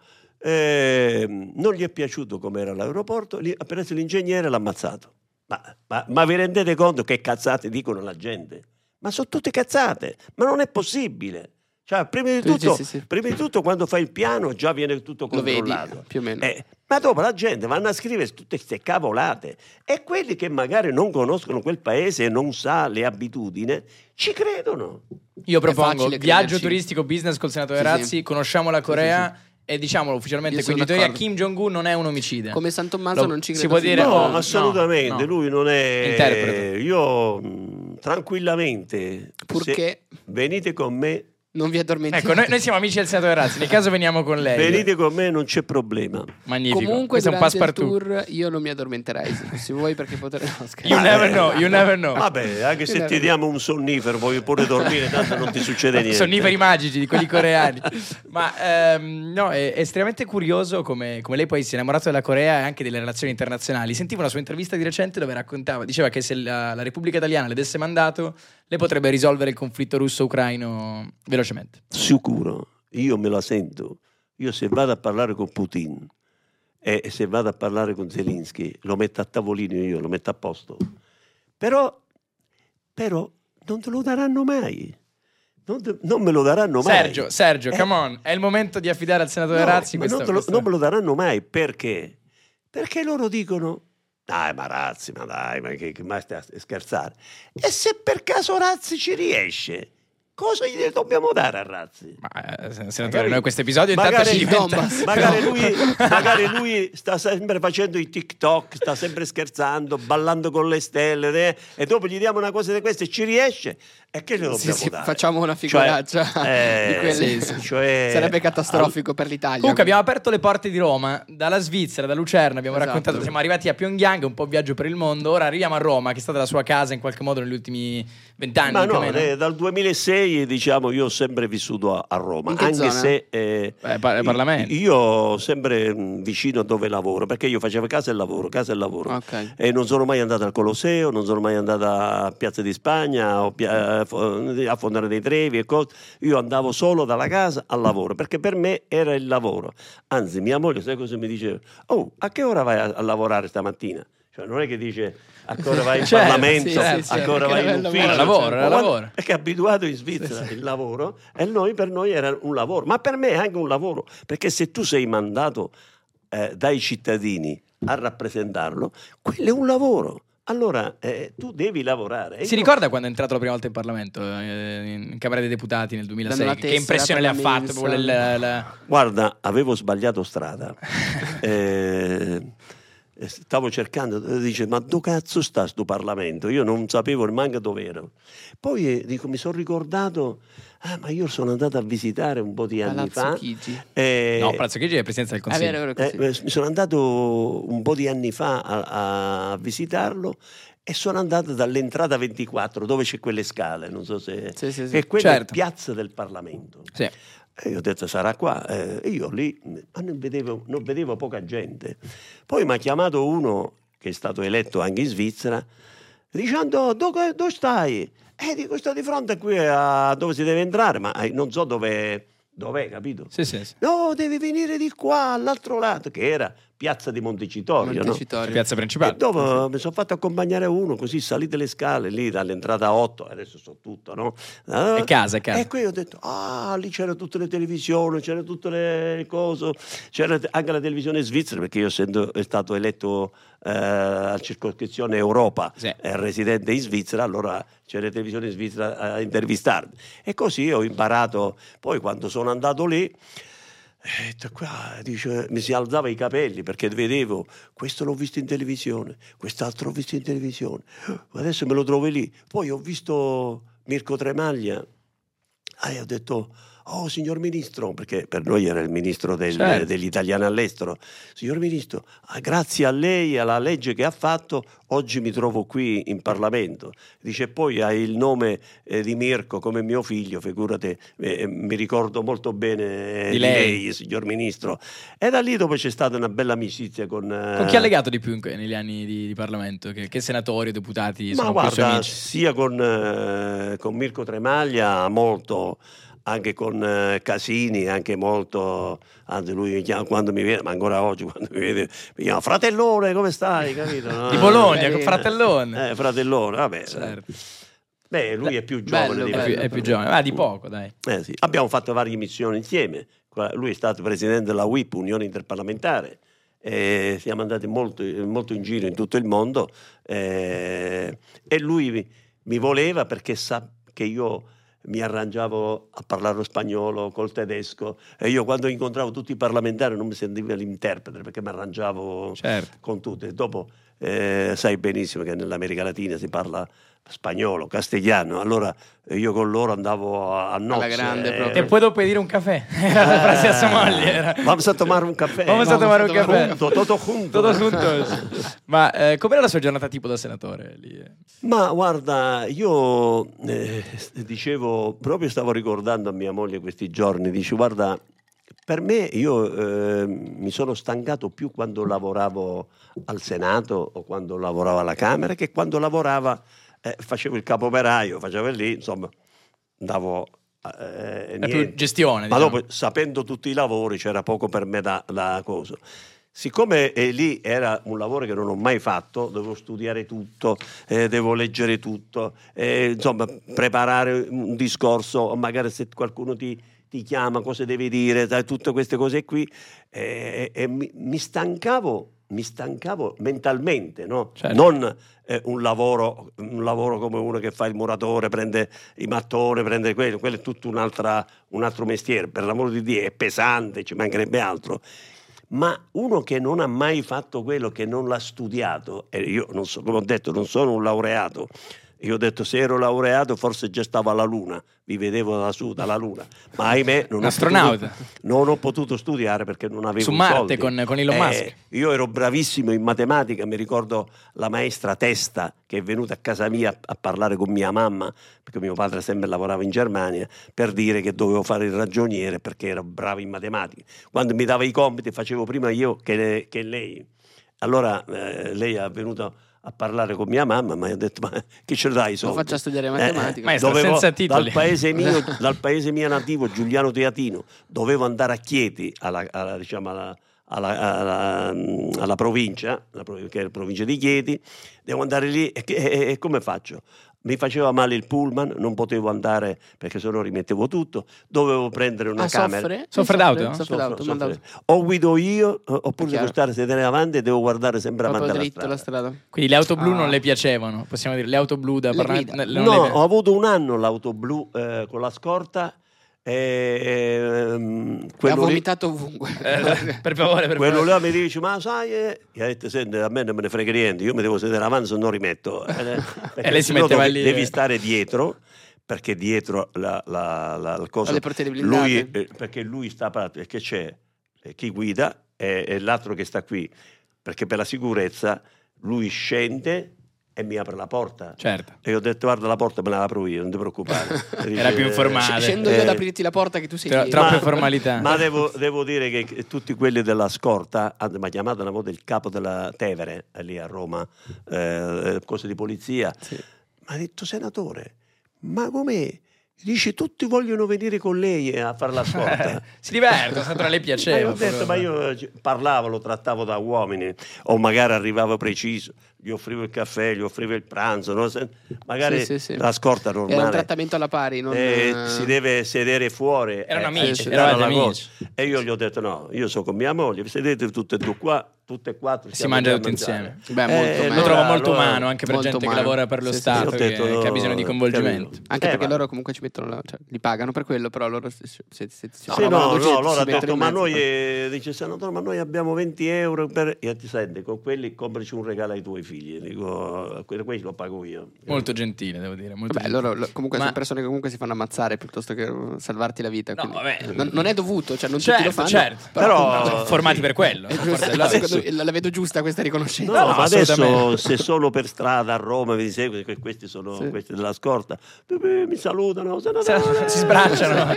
Speaker 2: ehm, non gli è piaciuto com'era l'aeroporto, lì ha preso l'ingegnere e l'ha ammazzato. Ma, ma- ma vi rendete conto che cazzate dicono la gente? Ma sono tutte cazzate, ma non è possibile. Cioè, prima di
Speaker 4: Sì,
Speaker 2: tutto,
Speaker 4: sì, sì, sì.
Speaker 2: prima di tutto, quando fai il piano già viene tutto
Speaker 4: Lo vedi,
Speaker 2: controllato.
Speaker 4: più o meno.
Speaker 2: Eh, ma dopo la gente vanno a scrivere tutte queste cavolate e quelli che magari non conoscono quel paese e non sa le abitudini ci credono.
Speaker 1: Io propongo
Speaker 4: facile
Speaker 1: viaggio
Speaker 4: crederci.
Speaker 1: turistico business col senatore
Speaker 4: Sì, sì.
Speaker 1: Razzi, conosciamo la Corea
Speaker 4: Sì,
Speaker 1: e diciamolo ufficialmente
Speaker 4: Io sono
Speaker 1: quindi in teoria
Speaker 4: d'accordo.
Speaker 1: Kim Jong-un non è un omicida.
Speaker 4: Come San Tommaso
Speaker 1: Lo-
Speaker 4: non ci
Speaker 1: si
Speaker 4: credo
Speaker 1: può
Speaker 4: fino
Speaker 1: dire-
Speaker 4: a-
Speaker 2: No,
Speaker 1: no,
Speaker 2: assolutamente,
Speaker 1: no.
Speaker 2: lui non è...
Speaker 1: Interpreto.
Speaker 2: Io mh, tranquillamente... se
Speaker 4: Purché
Speaker 2: Venite con me,
Speaker 4: non vi addormentate.
Speaker 1: Ecco, noi, noi siamo amici del senatore Razzi, nel caso veniamo con lei.
Speaker 2: venite con me, non c'è problema.
Speaker 1: Magnifico.
Speaker 4: Comunque
Speaker 1: Questo è un
Speaker 4: durante il
Speaker 1: passepartout.
Speaker 4: tour io non mi addormenterei se, se vuoi perché potrei no, scherzo.
Speaker 1: You never know, you never know.
Speaker 2: Eh, Vabbè, anche
Speaker 4: You
Speaker 2: se
Speaker 4: never
Speaker 2: ti
Speaker 4: know.
Speaker 2: diamo un sonnifero, puoi pure dormire, tanto non ti succede niente.
Speaker 1: Sonniferi magici di quelli coreani. Ma ehm, no, è è estremamente curioso come, come lei poi si è innamorato della Corea e anche delle relazioni internazionali. Sentivo una sua intervista di recente dove raccontava, diceva che se la, la Repubblica Italiana le desse mandato, lei potrebbe risolvere il conflitto russo-ucraino velocemente.
Speaker 2: sicuro, io me la sento. Io se vado a parlare con Putin e se vado a parlare con Zelensky, lo metto a tavolino io, lo metto a posto. Però, però non te lo daranno mai. Non, te- non me lo daranno mai.
Speaker 1: Sergio, Sergio,
Speaker 2: Eh.
Speaker 1: come on, è il momento di affidare al senatore
Speaker 2: No,
Speaker 1: Razzi
Speaker 2: ma
Speaker 1: questa,
Speaker 2: non, te lo-
Speaker 1: questa-
Speaker 2: non me lo daranno mai perché? Perché loro dicono: Dai, ma Razzi, ma dai, ma che, che mai stai a scherzare? E se per caso Razzi ci riesce, cosa gli dobbiamo dare a Razzi?
Speaker 1: Ma eh, senatore,
Speaker 2: Magari-
Speaker 1: noi questo episodio intanto
Speaker 2: magari-
Speaker 1: ci diventa...
Speaker 4: Donbass.
Speaker 2: Magari
Speaker 1: No.
Speaker 2: lui, magari lui sta sempre facendo i TikTok, sta sempre scherzando, ballando con le stelle eh, e dopo gli diamo una cosa di queste e ci riesce. E che ne dobbiamo
Speaker 4: Sì, sì,
Speaker 2: dare?
Speaker 4: facciamo una
Speaker 2: Cioè,
Speaker 4: figuraccia
Speaker 2: eh,
Speaker 4: di quelle.
Speaker 2: sì, sì, cioè,
Speaker 4: Sarebbe
Speaker 2: al-
Speaker 4: catastrofico per l'Italia.
Speaker 1: Comunque abbiamo aperto le porte di Roma, dalla Svizzera, da Lucerna, abbiamo
Speaker 4: Esatto.
Speaker 1: raccontato, siamo arrivati a Pyongyang, un po' viaggio per il mondo, ora arriviamo a Roma, che è stata la sua casa in qualche modo negli ultimi vent'anni.
Speaker 2: Ma
Speaker 1: più o
Speaker 2: no,
Speaker 1: meno.
Speaker 2: eh, dal 2006 diciamo io ho sempre vissuto a, a Roma,
Speaker 4: In che
Speaker 2: anche
Speaker 4: zona?
Speaker 2: se eh,
Speaker 1: Eh, par- Parlamento.
Speaker 2: io sempre mh, vicino dove lavoro, perché io facevo casa e lavoro, casa e lavoro.
Speaker 4: Ok.
Speaker 2: E non sono mai andato al Colosseo, non sono mai andato a Piazza di Spagna, o pia- a Fo- a Fontana dei Trevi e cose. Io andavo solo dalla casa al lavoro, perché per me era il lavoro. Anzi, mia moglie, sai cosa mi diceva? Oh, a che ora vai a, a lavorare stamattina? Cioè, non è che dice a che ora vai in
Speaker 1: Certo,
Speaker 2: Parlamento,
Speaker 1: sì, sì, sì,
Speaker 2: a che ora
Speaker 4: perché
Speaker 2: vai in
Speaker 4: era il
Speaker 1: Era
Speaker 2: ufficio.
Speaker 4: lavoro.
Speaker 1: lavoro, era
Speaker 2: Ma-
Speaker 1: lavoro.
Speaker 2: Perché è abituato in Svizzera il lavoro e noi, per noi era un lavoro, ma per me è anche un lavoro, perché se tu sei mandato eh, dai cittadini a rappresentarlo, quello è un lavoro. allora eh, tu devi lavorare. E
Speaker 1: Si
Speaker 2: io-
Speaker 1: ricorda quando è entrato la prima volta in Parlamento, eh, in Camera dei Deputati nel 2006?
Speaker 4: Dando la
Speaker 1: Che
Speaker 4: tessera
Speaker 1: impressione le
Speaker 4: per
Speaker 1: ha
Speaker 4: la
Speaker 1: fatto?
Speaker 4: mensa.
Speaker 1: proprio il- la-
Speaker 2: Guarda, avevo sbagliato strada. Eh, stavo cercando, dice, ma dove cazzo sta sto Parlamento? Io non sapevo neanche dove ero. Poi eh, dico, mi sono ricordato, ah, ma io sono andato a visitare un po' di anni
Speaker 4: Palazzo
Speaker 2: fa.
Speaker 4: Chigi.
Speaker 2: eh,
Speaker 1: No, Palazzo Chigi è presidenza del
Speaker 4: È
Speaker 1: Consiglio.
Speaker 4: vero, è vero, è
Speaker 2: eh,
Speaker 4: così.
Speaker 2: eh, mi sono andato un po' di anni fa a, a visitarlo e sono andato dall'entrata 24 dove c'è quelle scale, non so se...
Speaker 4: Sì, sì, sì.
Speaker 2: E quella
Speaker 1: Certo.
Speaker 2: è piazza del Parlamento.
Speaker 1: Sì.
Speaker 2: E io ho detto sarà qua. Eh, e io lì mh, ma non, vedevo, non vedevo poca gente. Poi mi ha chiamato uno che è stato eletto anche in Svizzera dicendo dove, dove stai? E dico sto di fronte qui eh, a dove si deve entrare, ma eh, non so dove, dov'è, capito?
Speaker 1: Sì, sì, sì.
Speaker 2: No, devi venire di qua, all'altro lato, che era piazza di Montecitorio, no?
Speaker 4: Montecitorio.
Speaker 1: Piazza
Speaker 2: E
Speaker 1: principale.
Speaker 2: dopo mi sono fatto accompagnare uno, così salite le scale lì dall'entrata 8, adesso so tutto, no?
Speaker 1: È casa, è casa.
Speaker 2: E qui ho detto, ah, lì c'era tutte le televisioni, c'era tutte le cose, c'era anche la televisione svizzera, perché io essendo stato eletto eh, a circoscrizione Europa,
Speaker 1: Sì.
Speaker 2: eh, residente in Svizzera, allora c'era la televisione svizzera a intervistarmi. E così ho imparato, poi quando sono andato lì... eh, da qua, dice, mi si alzava i capelli perché vedevo questo l'ho visto in televisione, quest'altro l'ho visto in televisione, "Oh, adesso me lo trovo lì. Poi ho visto Mirko Tremaglia Ah, e ho detto, oh signor ministro, perché per noi era il ministro del-
Speaker 1: Certo.
Speaker 2: degli italiani all'estero, signor ministro, ah, grazie a lei e alla legge che ha fatto, oggi mi trovo qui in Parlamento. Dice, poi hai il nome eh, di Mirko come mio figlio, figurate, eh, mi ricordo molto bene eh,
Speaker 1: Di
Speaker 2: di
Speaker 1: lei.
Speaker 2: lei. signor ministro. E da lì dopo c'è stata una bella amicizia con... eh,
Speaker 1: Con chi ha legato di più in que- negli anni di, di Parlamento? Che, che senatori o deputati
Speaker 2: Ma
Speaker 1: sono più suoi
Speaker 2: guarda,
Speaker 1: amici?
Speaker 2: sia con, eh, con Mirko Tremaglia molto, anche con eh, Casini, anche molto, anzi lui mi chiama quando mi vede, ma ancora oggi quando mi vede, mi chiama fratellone, come stai, capito? no?
Speaker 1: Di Bologna,
Speaker 4: Eh,
Speaker 1: con Fratellone.
Speaker 2: Eh, fratellone, vabbè.
Speaker 1: Certo.
Speaker 2: Beh, lui è più giovane
Speaker 4: Bello,
Speaker 2: di
Speaker 1: È
Speaker 2: me.
Speaker 1: più, è più giovane, ma di poco, dai.
Speaker 2: Eh, sì. Abbiamo fatto varie missioni insieme. Qua- Lui è stato presidente della WIP, Unione Interparlamentare. Eh, siamo andati molto, molto in giro in tutto il mondo eh, e lui mi, mi voleva perché sa che io mi arrangiavo a parlare lo spagnolo col tedesco e io quando incontravo tutti i parlamentari non mi sentivo l'interprete perché mi arrangiavo
Speaker 1: Certo.
Speaker 2: con tutti. Dopo eh, sai benissimo che nell'America Latina si parla spagnolo, castigliano, allora eh, io con loro andavo a, a nozze.
Speaker 4: grande
Speaker 2: eh.
Speaker 4: proprio.
Speaker 1: E poi dopo pedire un caffè. Era la frase a sua moglie. era.
Speaker 2: Vamos a tomare un caffè.
Speaker 1: Vamos a tomare un caffè.
Speaker 2: Junto, todo junto.
Speaker 1: Todo juntos. Ma eh, com'era la sua giornata tipo da senatore? Lì?
Speaker 2: Ma guarda, io eh, dicevo, proprio stavo ricordando a mia moglie questi giorni, dice guarda, per me io eh, mi sono stancato più quando lavoravo al Senato o quando lavoravo alla Camera che quando lavorava, eh, facevo il capoperaio, facevo lì, insomma, andavo... Eh,
Speaker 1: La più
Speaker 2: niente.
Speaker 1: gestione.
Speaker 2: Ma
Speaker 1: diciamo.
Speaker 2: dopo, sapendo tutti i lavori, c'era poco per me da, da cosa. Siccome eh, lì era un lavoro che non ho mai fatto, dovevo studiare tutto, eh, devo leggere tutto, eh, insomma, preparare un discorso, magari se qualcuno ti, ti chiama, cosa devi dire, sai, tutte queste cose qui, eh, e mi, mi stancavo. Mi stancavo mentalmente, no?
Speaker 1: Certo.
Speaker 2: non eh, un, lavoro, un lavoro come uno che fa il muratore, prende i mattoni, prende quello, quello è tutto un'altra, un altro mestiere, per l'amor di Dio, è pesante, ci mancherebbe altro. Ma uno che non ha mai fatto quello, che non l'ha studiato, e io non so, come ho detto, non sono un laureato. Io ho detto, se ero laureato forse già stavo alla Luna, vi vedevo da su, dalla Luna. Ma ahimè, non,
Speaker 1: Un
Speaker 2: ho
Speaker 1: astronauta.
Speaker 2: potuto, non ho potuto studiare perché non avevo
Speaker 1: Su
Speaker 2: i
Speaker 1: Marte
Speaker 2: soldi.
Speaker 1: con, con Elon
Speaker 2: Eh,
Speaker 1: Musk.
Speaker 2: Io ero bravissimo in matematica, mi ricordo la maestra Testa che è venuta a casa mia a- a parlare con mia mamma, perché mio padre sempre lavorava in Germania, per dire che dovevo fare il ragioniere perché ero bravo in matematica. Quando mi dava i compiti facevo prima io che, che lei. Allora eh, lei è venuta a parlare con mia mamma, ma io ho detto ma che ce dai i
Speaker 4: Lo
Speaker 2: soldi?
Speaker 4: faccia studiare
Speaker 2: Eh,
Speaker 4: matematica.
Speaker 1: Ma è Maestro,
Speaker 2: dovevo-
Speaker 1: senza titoli.
Speaker 2: Dal paese, mio, dal paese mio nativo, Giuliano Teatino, dovevo andare a Chieti, alla, alla- diciamo, alla- alla, alla- mm, alla provincia, la pro- che è la provincia di Chieti, devo andare lì e, che- e- e come faccio? Mi faceva male il pullman, non potevo andare perché sennò rimettevo tutto, dovevo prendere una
Speaker 4: Ah,
Speaker 2: camera.
Speaker 4: soffre?
Speaker 1: Soffre d'auto?
Speaker 4: Soffre d'auto,
Speaker 2: Soffro-
Speaker 4: manda-
Speaker 2: soffro. O guido io eh, oppure
Speaker 4: Chiaro.
Speaker 2: devo stare sedere avanti e devo guardare sempre
Speaker 4: proprio
Speaker 2: avanti alla
Speaker 4: dritto la
Speaker 2: strada.
Speaker 4: strada.
Speaker 1: Quindi le auto blu
Speaker 4: Ah.
Speaker 1: non le piacevano, possiamo dire, le auto blu da
Speaker 4: Le
Speaker 1: Parlamento-
Speaker 4: guida.
Speaker 1: ne- non
Speaker 2: No,
Speaker 1: le-
Speaker 2: ho avuto un anno l'auto blu eh, con la scorta e ehm,
Speaker 4: E ha
Speaker 2: quello lì,
Speaker 4: vomitato ovunque.
Speaker 1: Eh, per favore, per
Speaker 2: quello
Speaker 1: favore.
Speaker 2: là mi dice ma sai eh?" gli ha detto senti a me non me ne frega niente io mi devo sedere avanti se non rimetto Eh, perché
Speaker 1: lei si
Speaker 2: sennò
Speaker 1: metteva
Speaker 2: devi-
Speaker 1: lì. eh.
Speaker 2: devi stare dietro perché dietro la, la, la- la cosa
Speaker 4: le portiere blindate.
Speaker 2: lui, eh, perché lui sta parlando perché c'è eh, chi guida e, e l'altro che sta qui perché per la sicurezza lui scende e mi apre la porta
Speaker 1: Certo.
Speaker 2: e ho detto guarda la porta me la apro io non ti preoccupare
Speaker 1: Era più
Speaker 4: Sc-
Speaker 1: informale.
Speaker 4: Scendo io ad
Speaker 2: Eh.
Speaker 4: aprirti la porta che tu sei
Speaker 1: Ah, Tro-
Speaker 4: dietro.
Speaker 1: troppe
Speaker 2: Ma-
Speaker 1: formalità.
Speaker 2: ma devo, devo dire che tutti quelli della scorta hanno- mi ha chiamato una volta il capo della Tevere eh, lì a Roma eh, cose di polizia
Speaker 4: Sì.
Speaker 2: mi ha detto senatore ma com'è dice tutti vogliono venire con lei a fare la scorta
Speaker 1: Eh, si diverte, sempre le
Speaker 2: Ma io
Speaker 1: piaceva.
Speaker 2: Eh. ho
Speaker 1: proprio.
Speaker 2: detto, ma io eh, parlavo, lo trattavo da uomini, o magari arrivavo preciso, gli offrivo il caffè, gli offrivo il pranzo, no? Se- magari
Speaker 4: Sì, sì, sì.
Speaker 2: la scorta normale.
Speaker 4: Era un trattamento alla pari, non-
Speaker 2: Eh, si deve sedere fuori.
Speaker 1: Erano
Speaker 2: eh,
Speaker 1: amici,
Speaker 2: eh,
Speaker 1: eravate
Speaker 2: era una
Speaker 1: amici.
Speaker 2: cosa. E io gli ho detto no, io sono con mia moglie, vi sedete tutte e due qua, tutte e quattro.
Speaker 1: Si
Speaker 2: stiamo
Speaker 1: mangia
Speaker 2: andando
Speaker 1: tutti
Speaker 2: a mangiare. Eh,
Speaker 4: insieme. Beh, molto
Speaker 1: Lo
Speaker 4: Allora,
Speaker 1: trovo molto
Speaker 2: allora-
Speaker 1: umano anche per
Speaker 4: molto
Speaker 1: gente che
Speaker 4: umano.
Speaker 1: lavora per lo
Speaker 4: Sì, sì,
Speaker 1: Stato,
Speaker 2: sì, ho
Speaker 1: che,
Speaker 2: detto,
Speaker 1: che ha bisogno di
Speaker 2: no,
Speaker 1: coinvolgimento.
Speaker 2: capito.
Speaker 4: Anche
Speaker 2: Eh,
Speaker 4: perché
Speaker 2: ma-
Speaker 4: loro comunque ci mettono la, cioè, li pagano per quello, però loro se, se, se, se- se
Speaker 2: Sì,
Speaker 4: trovano
Speaker 2: no,
Speaker 4: due gente,
Speaker 2: no, loro
Speaker 4: si
Speaker 2: ha
Speaker 4: mettono
Speaker 2: detto,
Speaker 4: in
Speaker 2: ma
Speaker 4: mezzo".
Speaker 2: noi, eh, dice senatore, ma noi abbiamo 20 euro per... E ti senti, con quelli comprici un regalo ai tuoi figli. Dico, quello quelli lo pago io.
Speaker 1: Molto gentile, devo dire. Molto
Speaker 4: Vabbè,
Speaker 1: gentile.
Speaker 4: loro lo- comunque
Speaker 1: Ma-
Speaker 4: sono persone che comunque si fanno ammazzare piuttosto che uh, salvarti la vita.
Speaker 1: No,
Speaker 4: quindi-
Speaker 1: vabbè.
Speaker 4: Non, non è dovuto, cioè non
Speaker 1: Certo,
Speaker 4: tutti lo fanno.
Speaker 1: certo.
Speaker 2: Però-
Speaker 1: No, sono formati per quello.
Speaker 4: Eh,
Speaker 1: sono forse-
Speaker 4: la,
Speaker 2: adesso-
Speaker 4: secondo me- la- la vedo giusta questa
Speaker 2: No,
Speaker 4: riconoscenza.
Speaker 1: No, no,
Speaker 2: ma adesso
Speaker 1: assolutamente.
Speaker 2: se solo per strada a Roma mi segui, que- questi sono
Speaker 4: Sì.
Speaker 2: questi della scorta, mi salutano, senatore.
Speaker 1: Se- Si sbracciano.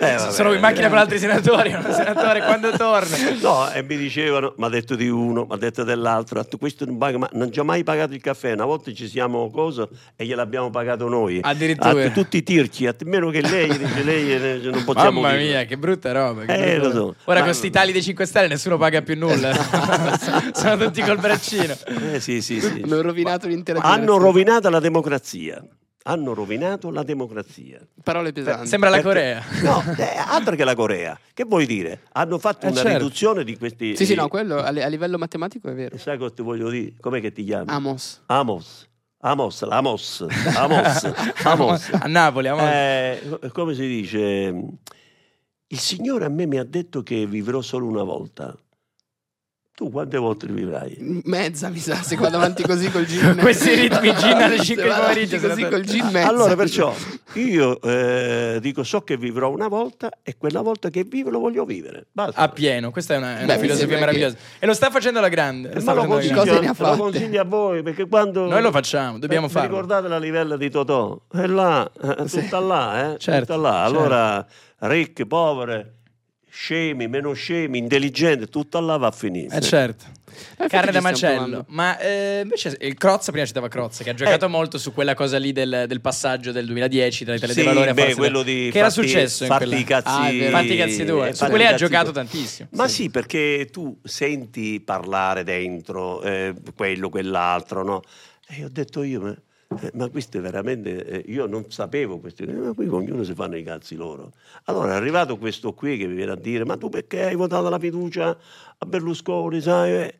Speaker 2: Eh, vabbè. eh.
Speaker 1: Sono in macchina con altri senatori. Un senatore quando torna.
Speaker 2: No, e mi dicevano, mi ha detto di uno, mi ha detto dell'altro, ha detto, questo non paga, ma non ci ho mai pagato il caffè, una volta ci siamo cosa e gliel'abbiamo pagato noi.
Speaker 1: Addirittura.
Speaker 2: Ha detto, Ah, tutti i tirchi, a meno che lei, dice, lei eh, non possiamo
Speaker 1: Mamma
Speaker 2: dire.
Speaker 1: mia, che brutta roba. che
Speaker 2: Eh,
Speaker 1: brutta
Speaker 2: lo so.
Speaker 1: roba. Ora
Speaker 2: Ma-
Speaker 1: con sti tagli dei 5 Stelle nessuno paga più nulla. Sono tutti col braccino.
Speaker 2: Eh, sì, sì, sì.
Speaker 4: Hanno rovinato l'intera
Speaker 2: Hanno
Speaker 4: generazione.
Speaker 2: rovinato la democrazia. Hanno rovinato la democrazia.
Speaker 4: Parole pesanti.
Speaker 1: Sembra la
Speaker 2: Perché-
Speaker 1: Corea.
Speaker 2: No, eh, altro che la Corea. Che vuoi dire? Hanno fatto
Speaker 1: Eh,
Speaker 2: una
Speaker 1: certo.
Speaker 2: riduzione di questi... Eh,
Speaker 4: Sì, sì, no, quello a, li- a livello matematico è vero.
Speaker 2: Sai cosa ti voglio dire? Com'è che ti chiami?
Speaker 4: Amos.
Speaker 2: Amos. Amos, Amos, Amos, Amos.
Speaker 1: A Napoli, a Napoli.
Speaker 2: Eh, come si dice? Il Signore a me mi ha detto che vivrò solo una volta. Tu quante volte vivrai?
Speaker 4: Mezza, mi sa, se vado avanti così col gin.
Speaker 1: Questi ritmi gin alle cinque
Speaker 4: Se vado avanti
Speaker 1: pomeriggio,
Speaker 4: così
Speaker 1: senatore.
Speaker 4: col gin mezza.
Speaker 2: Ah, Allora, perciò, io eh, dico so che vivrò una volta e quella volta che vivo lo voglio vivere. Basta.
Speaker 1: a pieno. Questa è una, è una
Speaker 4: Beh, mi
Speaker 1: filosofia
Speaker 4: sembra
Speaker 1: meravigliosa. E lo sta facendo alla grande. lo
Speaker 2: Eh,
Speaker 1: sta
Speaker 2: Ma lo
Speaker 1: facendo alla
Speaker 4: così
Speaker 2: consiglio,
Speaker 1: grande.
Speaker 4: cosa ne ha
Speaker 2: lo
Speaker 4: fatte?
Speaker 2: consiglio a voi perché quando
Speaker 1: Noi lo facciamo, dobbiamo
Speaker 2: Eh, vi
Speaker 1: farlo.
Speaker 2: Ricordate la livella di Totò? È là, eh,
Speaker 4: Sì.
Speaker 2: tutta là, eh?
Speaker 1: Certo,
Speaker 2: tutta là.
Speaker 1: certo.
Speaker 2: Allora, ricchi, poveri, scemi, meno scemi, intelligenti, tutta là va a finire.
Speaker 1: Eh certo,
Speaker 4: Eh,
Speaker 1: carne
Speaker 4: infatti
Speaker 1: da
Speaker 4: ci stiamo
Speaker 1: macello.
Speaker 4: provando. Eh.
Speaker 1: Ma eh, invece il Crozza, prima citava Crozza, che ha giocato molto su quella cosa lì del, del passaggio del 2010 tra Italia
Speaker 2: Sì,
Speaker 1: dei Valori a
Speaker 2: beh,
Speaker 1: Forza
Speaker 2: quello
Speaker 1: Italia.
Speaker 2: di
Speaker 1: Che era
Speaker 2: farti-
Speaker 1: successo in
Speaker 2: farti
Speaker 1: quella-
Speaker 2: i cazzi,
Speaker 4: Ah, è vero.
Speaker 1: Fatti i cazzi tuoi.
Speaker 2: eh,
Speaker 1: Su
Speaker 2: farti
Speaker 1: quelli
Speaker 2: i
Speaker 1: ha
Speaker 2: cazzi
Speaker 1: giocato
Speaker 2: tuoi.
Speaker 1: tantissimo,
Speaker 2: Ma
Speaker 1: sì.
Speaker 2: sì. perché tu senti parlare dentro eh, quello, quell'altro, no? E io ho detto io, ma, eh, ma questo è veramente... eh, io non sapevo questo. eh, Ma qui ognuno si fanno i cazzi loro. Allora è arrivato questo qui che mi viene a dire ma tu perché hai votato la fiducia a Berlusconi, sai? eh?"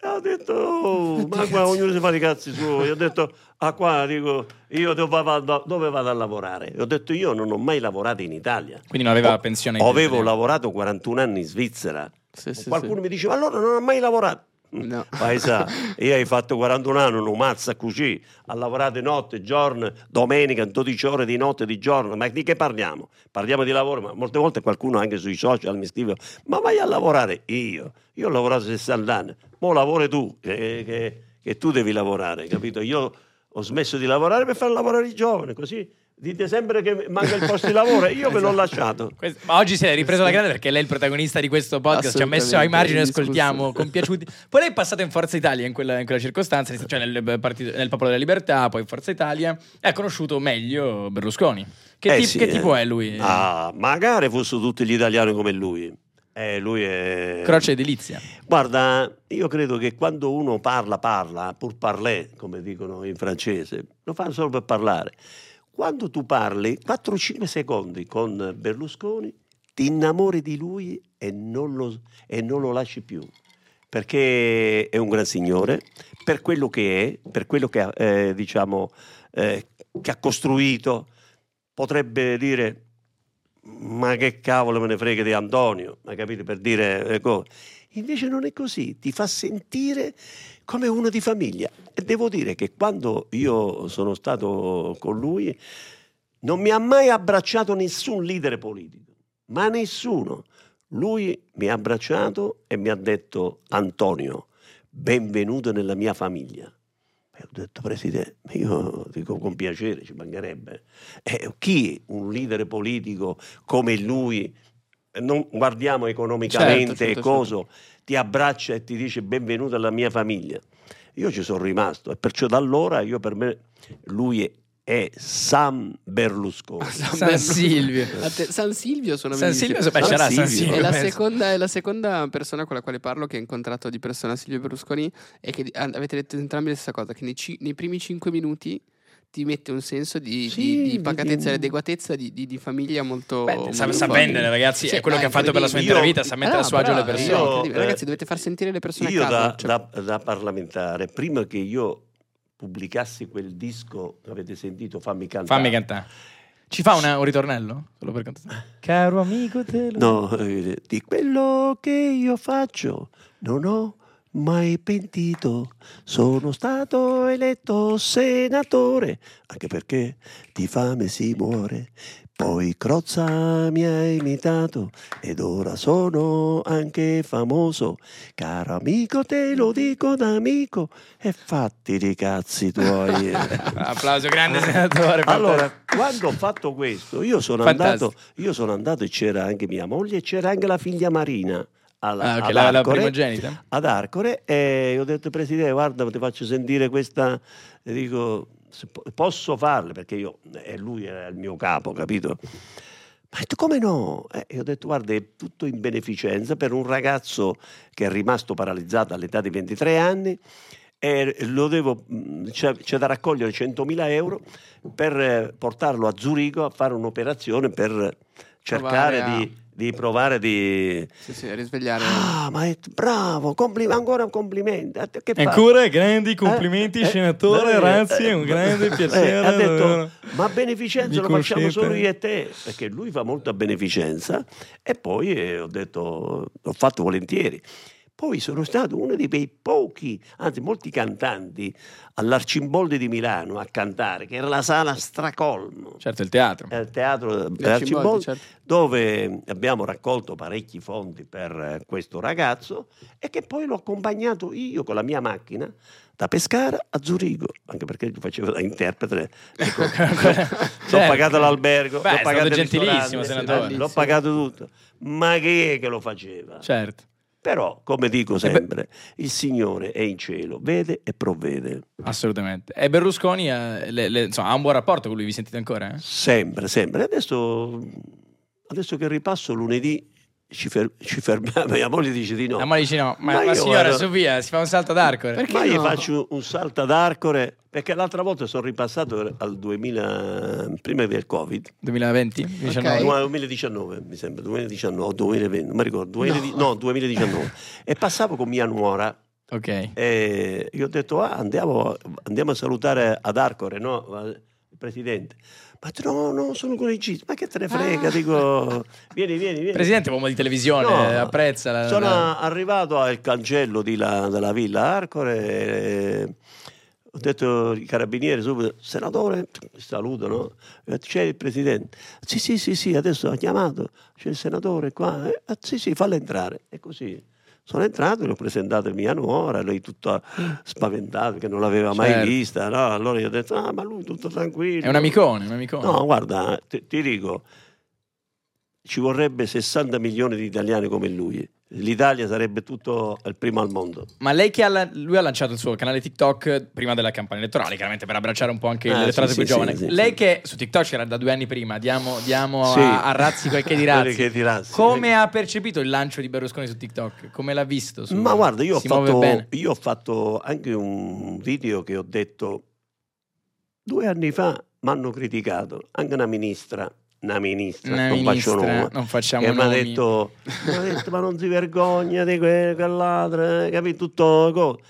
Speaker 2: E ho detto, "Oh, ma qua ognuno si fa i cazzi suoi. Ho detto, ah qua, dico, io dove vado, dove vado a lavorare? E ho detto, io non ho mai lavorato in Italia.
Speaker 1: Quindi non aveva
Speaker 2: Ho-
Speaker 1: pensione.
Speaker 2: Avevo lavorato 41 anni in Svizzera.
Speaker 4: Sì, sì,
Speaker 2: Qualcuno
Speaker 4: sì.
Speaker 2: mi diceva, allora non ho mai lavorato.
Speaker 4: No.
Speaker 2: Vai sa, io hai fatto 41 anni, non mazza così, ha lavorato notte, giorno, domenica, 12 ore di notte, di giorno, ma di che parliamo? Parliamo di lavoro, ma molte volte qualcuno anche sui social mi scrive, ma vai a lavorare io, io ho lavorato 60 anni, mo lavori tu, che, che- che tu devi lavorare, capito? Io ho smesso di lavorare per far lavorare i giovani, così dite sempre che manca il posto di lavoro, e io ve
Speaker 4: Esatto.
Speaker 2: l'ho lasciato.
Speaker 1: Questo- ma oggi si è ripreso la grande perché lei è il protagonista di questo podcast. Ci ha messo ai
Speaker 4: Assolutamente,
Speaker 1: margini,
Speaker 4: indiscusso.
Speaker 1: ascoltiamo compiaciuti. Poi lei è passato in Forza Italia in quella, in quella circostanza, cioè nel, partito- nel Popolo della Libertà, poi in Forza Italia, e ha conosciuto meglio Berlusconi. Che,
Speaker 2: Eh
Speaker 1: tip-
Speaker 2: sì,
Speaker 1: che
Speaker 2: eh.
Speaker 1: tipo è lui?
Speaker 2: Ah, magari fossero tutti gli italiani come lui. Eh, lui è...
Speaker 1: Croce edilizia.
Speaker 2: Guarda, io credo che quando uno parla, parla, pur parler, come dicono in francese, lo fanno solo per parlare. Quando tu parli 4-5 secondi con Berlusconi, ti innamori di lui e non, lo, e non lo lasci più, perché è un gran signore, per quello che è, per quello che ha, eh, diciamo, eh, che ha costruito, potrebbe dire ma che cavolo me ne frega di Antonio, ma capite per dire eh, co- Invece non è così, ti fa sentire come uno di famiglia. E devo dire che quando io sono stato con lui non mi ha mai abbracciato nessun leader politico, ma nessuno. Lui mi ha abbracciato e mi ha detto Antonio, benvenuto nella mia famiglia. E ho detto, Presidente, ma io dico con piacere, ci mancherebbe. Eh, chi un leader politico come lui, eh, non guardiamo economicamente
Speaker 4: Certo, certo,
Speaker 2: e cosa, ti abbraccia e ti dice benvenuto alla mia famiglia. Io ci sono rimasto e perciò da allora io per me lui è, è San Berlusconi.
Speaker 1: San Silvio.
Speaker 4: A te- San Silvio sono
Speaker 1: San
Speaker 4: amici.
Speaker 1: Silvio, beh,
Speaker 2: San
Speaker 1: c'era San
Speaker 2: Silvio.
Speaker 1: Silvio.
Speaker 4: È la,
Speaker 1: penso.
Speaker 4: seconda, è la seconda persona con la quale parlo che ho incontrato di persona Silvio Berlusconi e che di- an- avete detto entrambi la stessa cosa, che nei, ci- nei primi cinque minuti ti mette un senso di,
Speaker 2: Sì,
Speaker 4: di- di
Speaker 2: di-
Speaker 4: pacatezza e
Speaker 2: di-
Speaker 4: adeguatezza di, di- di famiglia molto...
Speaker 1: Beh, sa,
Speaker 4: molto
Speaker 1: sa
Speaker 4: forte.
Speaker 1: vendere, ragazzi.
Speaker 4: Sì,
Speaker 1: è quello
Speaker 4: ah,
Speaker 1: che ha fatto per la sua intera
Speaker 2: incredibile.
Speaker 1: vita. Sa mettere
Speaker 4: Ah,
Speaker 1: a suo agio le
Speaker 4: bravo,
Speaker 1: persone.
Speaker 4: io-
Speaker 2: eh,
Speaker 4: Ragazzi, dovete far sentire le persone a
Speaker 2: Io
Speaker 4: caso,
Speaker 2: da,
Speaker 4: cioè-
Speaker 2: da- da parlamentare, prima che io pubblicassi quel disco che avete sentito, fammi cantare.
Speaker 1: Fammi cantare. Ci fa una- un ritornello? Solo per cantare. Caro amico, te lo.
Speaker 2: No, eh, di quello che io faccio non ho mai pentito. Sono stato eletto senatore, anche perché di fame si muore. Poi Crozza mi ha imitato ed ora sono anche famoso. Caro amico, te lo dico da amico e fatti di cazzi tuoi.
Speaker 1: Applauso, grande senatore.
Speaker 2: Allora,
Speaker 1: fantastico.
Speaker 2: quando ho fatto questo, io sono,
Speaker 1: Fantastico.
Speaker 2: andato, io sono andato e c'era anche mia moglie e c'era anche la figlia Marina alla,
Speaker 1: Ah, ok,
Speaker 2: ad
Speaker 1: la, la
Speaker 2: Arcore,
Speaker 1: primogenita.
Speaker 2: ad Arcore e ho detto Presidente guarda ti faccio sentire questa e dico "Se po- posso farle perché io e lui era il mio capo capito ma ha detto, come no? Eh, E ho detto, guarda, è tutto in beneficenza per un ragazzo che è rimasto paralizzato all'età di 23 anni e lo devo, mh, c'è, c'è da raccogliere 100.000 euro per eh, portarlo a Zurigo a fare un'operazione per cercare
Speaker 4: Provare a-
Speaker 2: di, di provare di...
Speaker 4: Sì, sì, risvegliare...
Speaker 2: Ah, ma è bravo, compli- ancora un complimento. Ha detto, Che fa?
Speaker 1: Ancora grandi
Speaker 2: Eh, eh, eh, eh, eh, ha detto, ma beneficenza
Speaker 1: mi
Speaker 2: lo facciamo
Speaker 1: conoscete?"
Speaker 2: solo io e te, perché lui fa molta beneficenza e poi eh, ho detto, l'ho fatto volentieri. Poi sono stato uno di quei pochi, anzi molti cantanti all'Arcimboldi di Milano a cantare, che era la sala Stracolmo,
Speaker 1: Certo, il teatro.
Speaker 2: al teatro eh,
Speaker 4: Gli Arcimboldi,
Speaker 2: dell'Arcimboldi,
Speaker 4: certo.
Speaker 2: dove abbiamo raccolto parecchi fondi per eh, questo ragazzo e che poi l'ho accompagnato io con la mia macchina da Pescara a Zurigo, anche perché gli facevo da interprete. Ecco, l'ho
Speaker 1: Certo.
Speaker 2: pagato l'albergo,
Speaker 1: Beh,
Speaker 2: l'ho
Speaker 1: è
Speaker 2: pagato
Speaker 1: stato
Speaker 2: il
Speaker 1: gentilissimo,
Speaker 2: ristorante,
Speaker 1: senatore.
Speaker 2: l'ho pagato tutto. Ma chi è che lo faceva?
Speaker 1: Certo.
Speaker 2: Però, come dico sempre, il Signore è in cielo, vede e provvede.
Speaker 1: Assolutamente. E Berlusconi eh, le- le- insomma, ha un buon rapporto con lui, vi sentite ancora? eh?
Speaker 2: Sempre, sempre. Adesso, adesso che ripasso lunedì ci, fer- ci fermiamo. Mia moglie dice di no.
Speaker 1: La moglie dice no, ma,
Speaker 2: Ma
Speaker 1: la
Speaker 2: io
Speaker 1: signora
Speaker 2: vado-
Speaker 1: Sofia si fa un salto eh. ad arcore.
Speaker 4: Perché
Speaker 2: Ma io
Speaker 4: no?
Speaker 2: faccio un salto ad arcore perché l'altra volta sono ripassato al 2000, prima del Covid,
Speaker 1: 2020? 19?
Speaker 4: Ok.
Speaker 2: 2019 mi sembra, 2019 o 2020, non mi ricordo, 2000 no. 2019 e passavo con mia nuora
Speaker 1: ok.
Speaker 2: e io ho detto ah, andiamo, andiamo a salutare ad Arcore, no? Il presidente. Ma tu, no, no, sono con i Gis, ma che te ne frega,
Speaker 4: Ah.
Speaker 2: dico vieni, vieni, vieni.
Speaker 1: Presidente, uomo di televisione,
Speaker 2: No,
Speaker 1: apprezza la-
Speaker 2: Sono
Speaker 1: la-
Speaker 2: arrivato al cancello di la- della villa Arcore. e Ho detto ai carabinieri subito, senatore, saluto, no? E ho detto, C'è il presidente. Sì, sì, sì, sì, adesso ha chiamato, c'è il senatore qua. Eh, ah, sì, sì, fallo entrare. E così sono entrato, l'ho presentato a mia nuora, lei tutta spaventata perché non l'aveva mai
Speaker 1: Certo.
Speaker 2: vista. no? Allora gli ho detto, ah, ma lui tutto tranquillo.
Speaker 1: È un amicone, un amicone.
Speaker 2: No, guarda, ti, ti dico, ci vorrebbe 60 milioni di italiani come lui. l'Italia sarebbe tutto il primo al mondo.
Speaker 1: Ma lei che ha, la- lui ha lanciato il suo canale TikTok prima della campagna elettorale, chiaramente per abbracciare un po' anche
Speaker 2: Ah,
Speaker 1: le
Speaker 2: sì,
Speaker 1: strade
Speaker 2: sì,
Speaker 1: più
Speaker 2: sì,
Speaker 1: giovani.
Speaker 2: sì,
Speaker 1: lei
Speaker 2: sì.
Speaker 1: che su TikTok c'era da due anni prima, diamo, diamo
Speaker 2: Sì.
Speaker 1: a, a Razzi quel che di Razzi.
Speaker 2: Quel che di Razzi,
Speaker 1: Come
Speaker 2: sì.
Speaker 1: ha percepito il lancio di Berlusconi su TikTok? Come l'ha visto? su-
Speaker 2: Ma guarda, io ho,
Speaker 1: si muove
Speaker 2: fatto,
Speaker 1: bene.
Speaker 2: io ho fatto anche un video che ho detto due anni fa mi hanno criticato anche una ministra, una ministra,
Speaker 1: Una
Speaker 2: Cioè, non
Speaker 1: ministra,
Speaker 2: faccio nome,
Speaker 1: non facciamo
Speaker 2: che mi ha
Speaker 1: nomi.
Speaker 2: detto, m'ha detto, ma non si vergogna di que- quell'altra, eh, capito tutto. co-".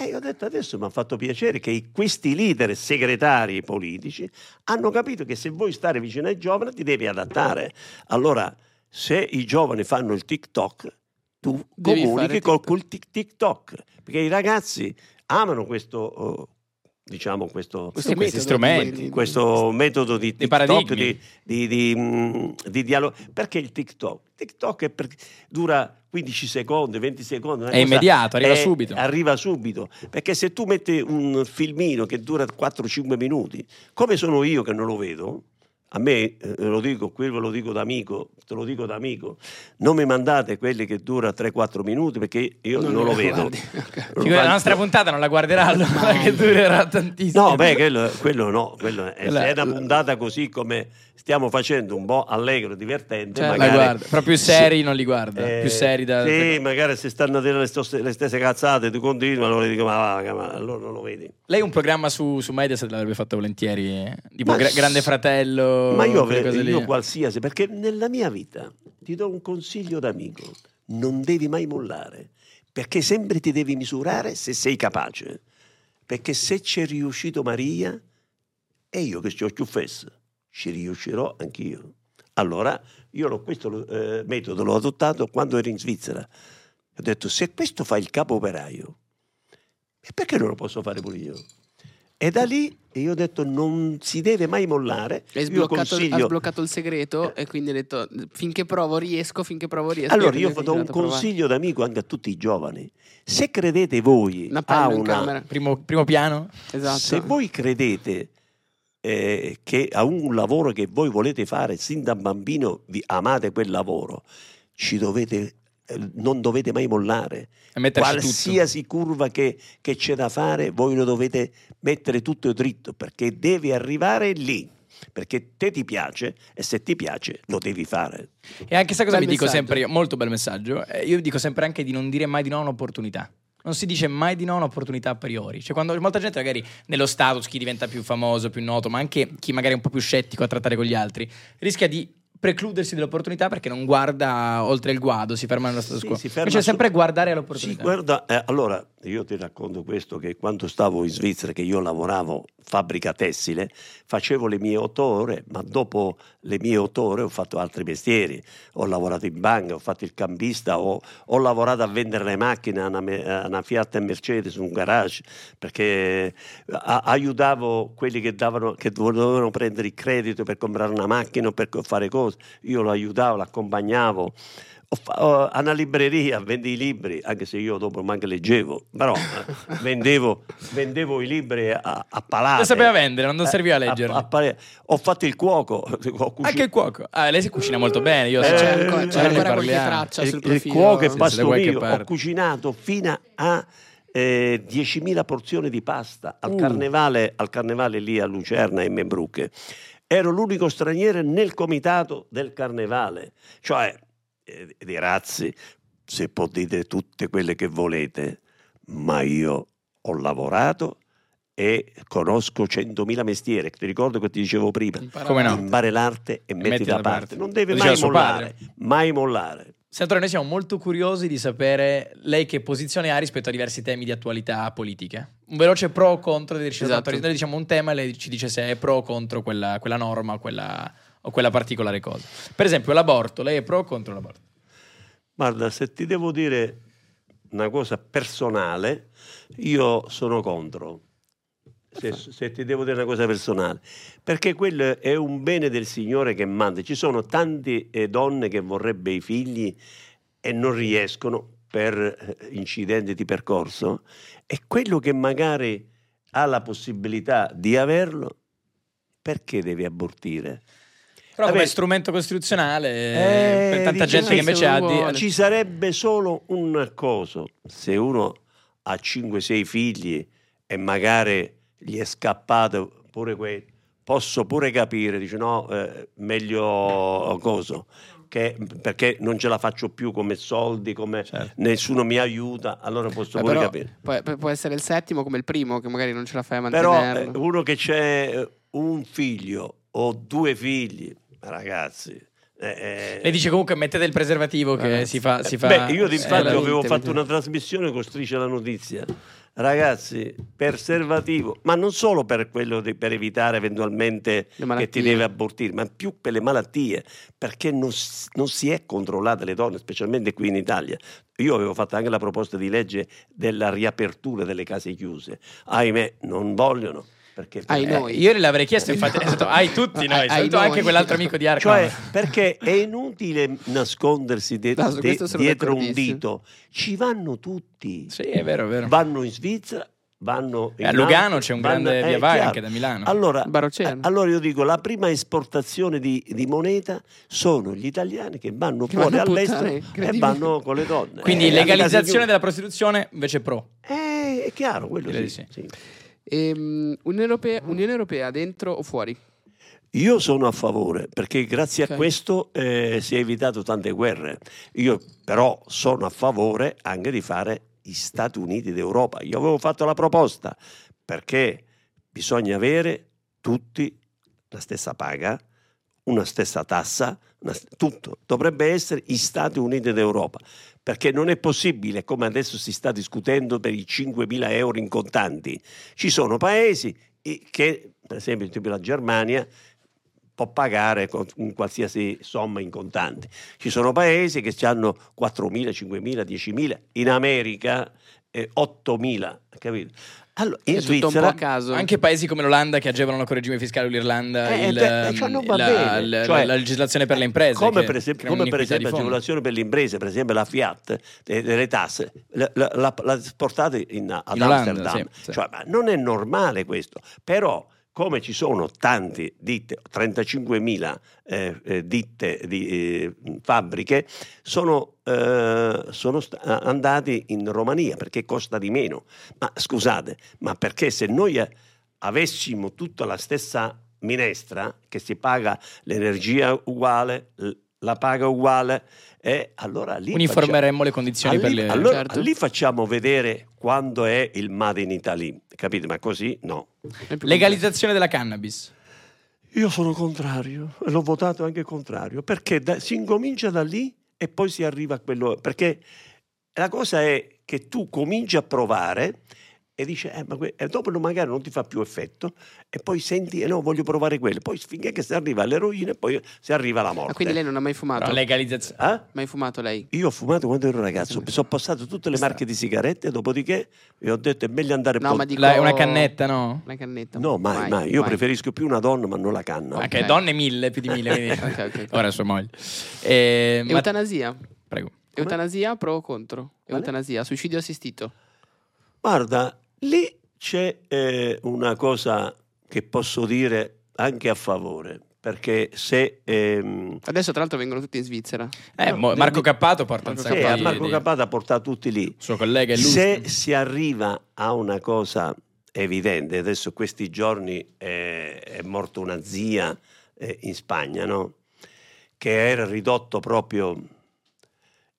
Speaker 2: E io ho detto adesso mi ha fatto piacere che questi leader segretari politici hanno capito che se vuoi stare vicino ai giovani ti devi adattare. Allora, se i giovani fanno il TikTok, tu
Speaker 4: Devi
Speaker 2: comunichi
Speaker 4: fare
Speaker 2: col,
Speaker 4: TikTok.
Speaker 2: col tic- TikTok, perché i ragazzi amano questo, oh, diciamo, questo,
Speaker 1: Sì, questi
Speaker 4: metodo
Speaker 1: strumenti,
Speaker 4: di- di-
Speaker 2: questo metodo di
Speaker 1: Dei
Speaker 2: TikTok,
Speaker 1: paradigmi.
Speaker 2: di, di, di, mm, di dialogo. Perché il TikTok? TikTok è per- dura 15 secondi, 20 secondi. una
Speaker 1: È
Speaker 2: cosa-
Speaker 1: immediato, arriva
Speaker 2: è-
Speaker 1: subito.
Speaker 2: Arriva subito. Perché se tu metti un filmino che dura 4-5 minuti, come sono io che non lo vedo, a me, eh, lo dico, qui ve lo dico da amico, te lo dico da amico, non mi mandate quelli che dura 3-4 minuti perché io non, lo vedo.
Speaker 4: guardi. Ok.
Speaker 1: Figura- la nostra puntata non la guarderà allora, che durerà tantissimo.
Speaker 2: No, beh, quello, quello no, quello è,
Speaker 1: La-
Speaker 2: se è una puntata così come stiamo facendo, un po' allegro, divertente,
Speaker 4: Certo.
Speaker 1: Cioè, La
Speaker 2: magari...
Speaker 1: guarda, però più seri non li guarda,
Speaker 2: Eh,
Speaker 1: più seri da...
Speaker 2: Sì, magari se stanno a dire le, stos- le stesse cazzate, tu continui, allora dico, ma, va, ma allora non lo vedi.
Speaker 1: Lei un programma su, su Mediaset l'avrebbe fatto volentieri, eh? tipo
Speaker 2: Ma
Speaker 1: Gra-
Speaker 2: s-
Speaker 1: Grande Fratello,
Speaker 2: Ma io,
Speaker 1: quelle
Speaker 2: ve-
Speaker 1: cose lì.
Speaker 2: io qualsiasi, perché nella mia vita ti do un consiglio d'amico, non devi mai mollare, perché sempre ti devi misurare se sei capace, perché se c'è riuscito Maria, e io che ci ho più fesso, ci riuscirò anch'io. Allora, io l'ho- questo eh, metodo l'ho adottato quando ero in Svizzera. Ho detto, se questo fa il capo operaio, e perché non lo posso fare pure io? E da lì io ho detto non si deve mai mollare.
Speaker 4: Hai
Speaker 2: Io
Speaker 4: sbloccato, ha
Speaker 2: consiglio-
Speaker 4: sbloccato il segreto e quindi hai detto finché provo riesco, finché provo riesco.
Speaker 2: Allora
Speaker 4: quindi
Speaker 2: io
Speaker 4: hai
Speaker 2: do un
Speaker 4: continuato a provare.
Speaker 2: consiglio d'amico anche a tutti i giovani. Se credete voi
Speaker 4: Una
Speaker 2: a
Speaker 4: palla in
Speaker 2: una...
Speaker 4: camera.
Speaker 1: Primo, primo piano?
Speaker 4: Esatto.
Speaker 2: Se voi credete eh, che a un lavoro che voi volete fare sin da bambino vi amate quel lavoro, ci dovete, eh, non dovete mai mollare.
Speaker 1: E metterci tutto.
Speaker 2: Qualsiasi curva che, che c'è da fare, voi lo dovete mettere tutto dritto perché devi arrivare lì. Perché te ti piace e se ti piace lo devi fare.
Speaker 1: E anche sai cosa Cioè, mi
Speaker 4: Bel
Speaker 1: dico
Speaker 4: messaggio.
Speaker 1: sempre io? Molto bel messaggio. Eh, Io dico sempre anche di non dire mai di no a un'opportunità. Non si dice mai di no a un'opportunità a priori. Cioè, quando molta gente, magari nello status, chi diventa più famoso, più noto, ma anche chi magari è un po' più scettico a trattare con gli altri, rischia di precludersi dell'opportunità perché non guarda oltre il guado, si ferma nello status
Speaker 2: Sì,
Speaker 1: quo.
Speaker 2: si ferma
Speaker 1: Invece
Speaker 2: su-
Speaker 1: sempre guardare
Speaker 2: Sì,
Speaker 1: all'opportunità.
Speaker 2: guarda, eh, allora io ti racconto questo che quando stavo in Svizzera, che io lavoravo fabbrica tessile, facevo le mie otto ore, ma dopo le mie otto ore ho fatto altri mestieri, ho lavorato in banca, ho fatto il cambista, ho, ho lavorato a vendere le macchine a una, me- a una Fiat e Mercedes, un garage, perché a- aiutavo quelli che, davano, che dovevano prendere il credito per comprare una macchina o per co- fare cose, io lo aiutavo, l'accompagnavo. Ho fa- ho- a una libreria vendi i libri, anche se io dopo manco leggevo, però eh, vendevo, vendevo i libri a, a palate.
Speaker 1: Lo sapeva vendere, non- non
Speaker 2: Eh,
Speaker 1: serviva a
Speaker 2: a-
Speaker 1: leggerli.
Speaker 2: a pare- Ho fatto il cuoco. ho cucinato-
Speaker 1: Anche il cuoco. Ah, lei si cucina molto bene, io
Speaker 2: Eh,
Speaker 1: so.
Speaker 4: c'è ancora,
Speaker 2: eh,
Speaker 4: c'è
Speaker 2: eh,
Speaker 1: Non ne
Speaker 4: ancora qualche
Speaker 1: parliamo.
Speaker 4: traccia
Speaker 2: il,
Speaker 4: sul
Speaker 2: il
Speaker 4: profilo.
Speaker 2: cuoco e
Speaker 1: Sì, da qualche
Speaker 2: pastomino ho
Speaker 1: parte.
Speaker 2: cucinato fino a eh, 10.000 porzioni di pasta al,
Speaker 1: Uh.
Speaker 2: carnevale, al carnevale lì a Lucerna in Membrucche ero l'unico straniero nel comitato del carnevale cioè eh, di razzi se potete tutte quelle che volete ma io ho lavorato e conosco 100.000 mestieri ti ricordo che ti dicevo prima
Speaker 4: Imparare.
Speaker 1: Come no?
Speaker 2: Impare l'arte e metti, da, parte. Non deve
Speaker 1: Lo diceva
Speaker 2: mai
Speaker 1: suo
Speaker 2: mollare, mai mollare.
Speaker 1: Senatore, noi siamo molto curiosi di sapere lei che posizione ha rispetto a diversi temi di attualità politica. Un veloce pro o contro di dirci soltanto-
Speaker 4: Esatto.
Speaker 1: Noi diciamo un tema e lei ci dice se è pro o contro quella, quella norma o quella, o quella particolare cosa. Per esempio, l'aborto. Lei è pro o contro l'aborto?
Speaker 2: Guarda, se ti devo dire una cosa personale, io sono contro. Se, se ti devo dire una cosa personale, perché quello è un bene del Signore che manda. Ci sono tante eh, donne che vorrebbe i figli e non riescono per eh, incidenti di percorso, e quello che magari ha la possibilità di averlo, perché deve abortire?
Speaker 1: Però come
Speaker 2: Vabbè.
Speaker 1: strumento costituzionale
Speaker 2: Eh,
Speaker 1: per tanta
Speaker 2: dice-
Speaker 1: gente
Speaker 2: sì,
Speaker 1: che invece ha
Speaker 4: se uno
Speaker 1: di-
Speaker 4: vuole.
Speaker 2: Ci sarebbe solo un coso, se uno ha 5-6 figli e magari gli è scappato pure quello, posso pure capire, dice no, eh, meglio coso, che- perché non ce la faccio più come soldi, come
Speaker 1: Certo.
Speaker 2: nessuno mi aiuta, allora posso
Speaker 4: Beh,
Speaker 2: pure
Speaker 4: Eh, però
Speaker 2: capire.
Speaker 4: può, può essere il settimo come il primo, che magari non ce la fai a
Speaker 2: Però
Speaker 4: mantenerlo.
Speaker 2: eh, uno che c'è eh, un figlio o due figli, ragazzi... eh, eh,
Speaker 1: Lei dice comunque mettete il preservativo che
Speaker 4: Eh,
Speaker 1: si fa... Si fa
Speaker 2: Beh, io
Speaker 1: eh,
Speaker 2: infatti
Speaker 1: la-
Speaker 2: avevo
Speaker 4: veramente,
Speaker 2: fatto
Speaker 4: veramente.
Speaker 2: una trasmissione con Striscia la Notizia. Ragazzi, preservativo, ma non solo per, quello di- per evitare eventualmente
Speaker 4: Le
Speaker 2: che ti
Speaker 4: malattie.
Speaker 2: deve abortire, ma più per le malattie, perché non, s- non si è controllate le donne, specialmente qui in Italia. Io avevo fatto anche la proposta di legge della riapertura delle case chiuse. Ahimè, non vogliono. Perché
Speaker 4: Ahimè.
Speaker 1: eh,
Speaker 4: noi.
Speaker 1: Io gliel'avrei chiesto, infatti,
Speaker 4: No.
Speaker 1: è stato, hai tutti noi,
Speaker 4: Ai- ai
Speaker 1: saluto anche
Speaker 4: noi.
Speaker 1: quell'altro amico di Arco.
Speaker 2: Cioè, perché è inutile nascondersi de-
Speaker 4: No, su
Speaker 2: de-
Speaker 4: questo sono
Speaker 2: dietro un
Speaker 4: d'accordissimo.
Speaker 2: dito, ci vanno tutti.
Speaker 1: Sì, è vero, è vero.
Speaker 2: Vanno in Svizzera, vanno in
Speaker 1: a Lugano
Speaker 2: Austria,
Speaker 1: c'è un
Speaker 2: vanno-
Speaker 1: grande
Speaker 2: eh,
Speaker 1: via vai
Speaker 2: chiaro.
Speaker 1: anche da Milano.
Speaker 2: Allora,
Speaker 4: Baroceno.
Speaker 2: eh, allora io dico, la prima esportazione di, di moneta sono gli italiani che vanno
Speaker 4: Che
Speaker 2: fuori
Speaker 4: vanno a
Speaker 2: all'estero
Speaker 4: puttane,
Speaker 2: e
Speaker 4: incredibile.
Speaker 2: vanno con le donne.
Speaker 1: Quindi
Speaker 2: Eh,
Speaker 1: legalizzazione
Speaker 2: alla
Speaker 1: della prostituzione invece pro.
Speaker 2: casa chiusa. Eh, è chiaro, quello
Speaker 1: Direi
Speaker 2: sì,
Speaker 1: di
Speaker 2: sì.
Speaker 4: Ehm, Unione, Europea, Unione Europea dentro o fuori?
Speaker 2: Io sono a favore perché grazie a
Speaker 4: Ok.
Speaker 2: questo eh, si è evitato tante guerre. Io però sono a favore anche di fare gli Stati Uniti d'Europa. Io avevo fatto la proposta perché bisogna avere tutti la stessa paga, una stessa tassa, una st- tutto. Dovrebbe essere gli Stati Uniti d'Europa perché non è possibile, come adesso si sta discutendo, per i 5.000 euro in contanti. Ci sono paesi i- che, per esempio, tipo la Germania, può pagare con un qualsiasi somma in contanti. Ci sono paesi che hanno 4.000, 5.000, 10.000, in America eh, 8.000, capito? Allora, in
Speaker 4: È tutto un po'
Speaker 2: Svizzera...
Speaker 4: a caso.
Speaker 1: Anche paesi come l'Olanda che agevolano col regime fiscale l'Irlanda
Speaker 2: Esatto. Eh,
Speaker 1: il, ehm,
Speaker 2: beh, cioè, non va
Speaker 1: la,
Speaker 2: bene.
Speaker 1: la-
Speaker 2: Cioè,
Speaker 1: la legislazione per le imprese.
Speaker 2: Come
Speaker 1: che
Speaker 2: per esempio,
Speaker 1: crea
Speaker 2: come per
Speaker 1: un'iniquità di
Speaker 2: esempio
Speaker 1: fondo.
Speaker 2: agevolazione per le imprese, per esempio la Fiat, eh, delle tasse, la, la, la- la portate in, ad
Speaker 1: In Olanda,
Speaker 2: Amsterdam.
Speaker 1: sì, sì.
Speaker 2: Cioè, ma non è normale questo, però come ci sono tante ditte, 35.000 eh, eh, ditte di eh, fabbriche, sono, eh, sono sta- andati in Romania perché costa di meno. Ma scusate, ma perché se noi eh, avessimo tutta la stessa minestra, che si paga l'energia uguale, l- la paga uguale, e allora lì... faccia-
Speaker 1: Uniformeremmo le condizioni
Speaker 2: Ah,
Speaker 1: per
Speaker 2: lì-
Speaker 1: le...
Speaker 2: allora
Speaker 4: Certo.
Speaker 2: lì facciamo vedere quando è il Made in Italy, capite? Ma così no.
Speaker 4: È più
Speaker 1: Legalizzazione della cannabis.
Speaker 2: Io sono contrario, e l'ho votato anche contrario, perché da- si incomincia da lì e poi si arriva a quello. Perché la cosa è che tu cominci a provare e dici, eh, ma que- e dopo non- magari non ti fa più effetto, e poi senti, eh, no, voglio provare quello. Poi finché che si arriva all'eroina e poi si arriva alla
Speaker 4: compl-
Speaker 2: morte.
Speaker 4: Ah, quindi lei non ha mai fumato?
Speaker 1: Però legalizzazione...
Speaker 2: Eh?
Speaker 4: Mai fumato lei?
Speaker 2: Io ho fumato quando ero ragazzo, mi sono passato tutte le marche di sigarette, dopodiché e ho detto è meglio andare
Speaker 4: No,
Speaker 2: po-
Speaker 4: ma dico...
Speaker 1: La- una cannetta, no?
Speaker 4: Una cannetta.
Speaker 2: No, mai, mai. Io preferisco più una donna, ma non la canna.
Speaker 1: Ok,
Speaker 4: Ok.
Speaker 1: donne mille, più di mille. quindi-
Speaker 4: Ok, ok, ok.
Speaker 1: Ora sua moglie. Eh, ma-
Speaker 4: Eutanasia?
Speaker 1: Prego.
Speaker 4: Eutanasia pro o contro?
Speaker 2: Quale?
Speaker 4: Eutanasia, suicidio assistito.
Speaker 2: Guarda, lì c'è eh, una cosa che posso dire anche a favore, perché se... ehm,
Speaker 4: Adesso tra l'altro vengono tutti in Svizzera.
Speaker 1: Eh, mo-
Speaker 2: No,
Speaker 1: Marco
Speaker 2: di-
Speaker 1: Cappato porta un
Speaker 4: Marco
Speaker 1: sacco
Speaker 2: sì,
Speaker 1: di...
Speaker 2: a Marco
Speaker 1: di-
Speaker 2: Capata porta tutti lì.
Speaker 1: suo collega è lui.
Speaker 2: Se si arriva a una cosa evidente, adesso questi giorni eh, è morta una zia eh, in Spagna, no? che era ridotto proprio...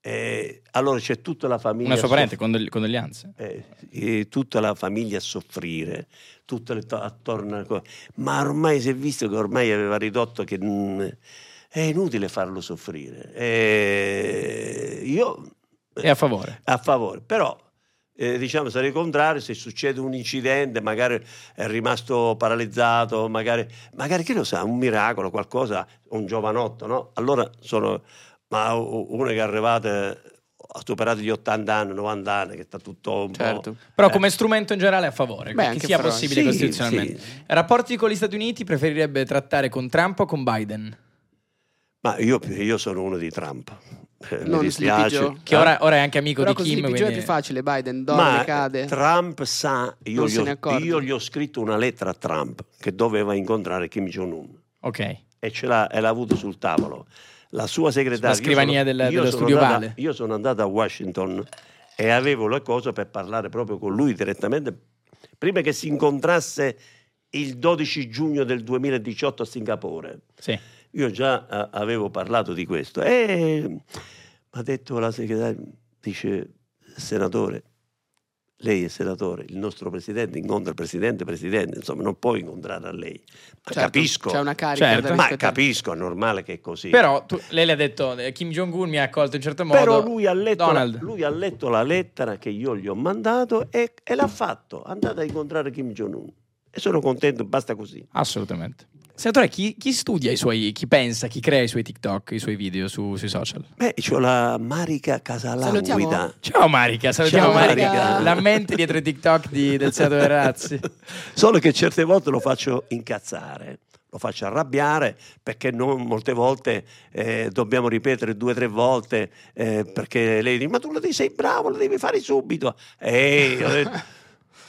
Speaker 2: eh, allora c'è tutta la famiglia...
Speaker 1: Una sua parente,
Speaker 2: soff-
Speaker 1: condol- condoglianze.
Speaker 2: eh, eh, tutta la famiglia a soffrire, tutte le to- attorno alla co- ma ormai si è visto che ormai aveva ridotto che mm, è inutile farlo soffrire. Eh, io eh,
Speaker 1: È a favore.
Speaker 2: a favore, però eh, diciamo sarei contrario se succede un incidente, magari è rimasto paralizzato, magari, magari che lo sa, un miracolo, qualcosa, un giovanotto, no? Allora sono, ma u- uno che è arrivato, eh, ha superato gli 80 anni, 90 anni, che sta tutto un
Speaker 4: Certo.
Speaker 1: Però
Speaker 2: Eh.
Speaker 1: come strumento in generale è a favore,
Speaker 4: Beh,
Speaker 1: che
Speaker 4: anche
Speaker 1: sia
Speaker 4: fra-
Speaker 2: po'...
Speaker 1: possibile
Speaker 2: Sì,
Speaker 1: costituzionalmente.
Speaker 2: sì.
Speaker 1: Rapporti con gli Stati Uniti preferirebbe trattare con Trump o con Biden?
Speaker 2: Ma io, io sono uno di Trump, Eh, mi
Speaker 4: Non
Speaker 2: dispiace.
Speaker 4: litigio.
Speaker 1: Che
Speaker 2: Eh?
Speaker 1: ora, ora è anche amico
Speaker 4: Però
Speaker 1: di
Speaker 4: così
Speaker 1: Kim.
Speaker 4: l'IPG è
Speaker 1: quindi-
Speaker 4: più facile, Biden dorme,
Speaker 2: Ma eh,
Speaker 4: cade.
Speaker 2: Trump sa, io
Speaker 4: Non
Speaker 2: gli,
Speaker 4: se ne
Speaker 2: ho,
Speaker 4: accorge.
Speaker 2: io gli ho scritto una lettera a Trump che doveva incontrare Kim Jong-un.
Speaker 1: Ok.
Speaker 2: e ce l'ha, e l'ha avuto sul tavolo. La sua segretaria...
Speaker 1: Sulla scrivania
Speaker 2: io sono-
Speaker 1: del-
Speaker 2: io
Speaker 1: dello
Speaker 2: sono
Speaker 1: studio
Speaker 2: andata-
Speaker 1: Vale.
Speaker 2: Io sono andato a Washington e avevo la cosa per parlare proprio con lui direttamente, prima che si incontrasse il 12 giugno del 2018 a Singapore.
Speaker 1: Sì.
Speaker 2: Io già eh, avevo parlato di questo e mi ha detto la segretaria, dice senatore, lei è senatore, il nostro presidente incontra il presidente, presidente, insomma non può incontrare a lei. Ma
Speaker 4: Certo,
Speaker 2: capisco,
Speaker 4: C'è una carica
Speaker 1: Certo.
Speaker 4: da
Speaker 2: ma
Speaker 4: rispettare.
Speaker 2: capisco, è normale che è così.
Speaker 1: Però tu- lei le ha detto, eh, Kim Jong-un mi ha accolto in certo modo.
Speaker 2: Però lui ha, letto la,
Speaker 1: Donald.
Speaker 2: lui ha letto la lettera che io gli ho mandato e, e l'ha fatto, è andato a incontrare Kim Jong-un. E sono contento, basta così.
Speaker 1: Assolutamente. Senatore, chi, chi studia i suoi, chi pensa, chi crea i suoi TikTok, i suoi video su- sui social?
Speaker 2: Beh, c'ho la Marica Casalanguida.
Speaker 4: Salutiamo?
Speaker 1: Ciao Marica, salutiamo
Speaker 2: Ciao,
Speaker 1: Marica.
Speaker 2: Marica.
Speaker 1: La mente dietro i TikTok di- del senatore Razzi.
Speaker 2: Solo che certe volte lo faccio incazzare, lo faccio arrabbiare perché non- molte volte eh, dobbiamo ripetere due o tre volte eh, perché lei dice ma tu lo devi, sei bravo, lo devi fare subito. E io ho detto,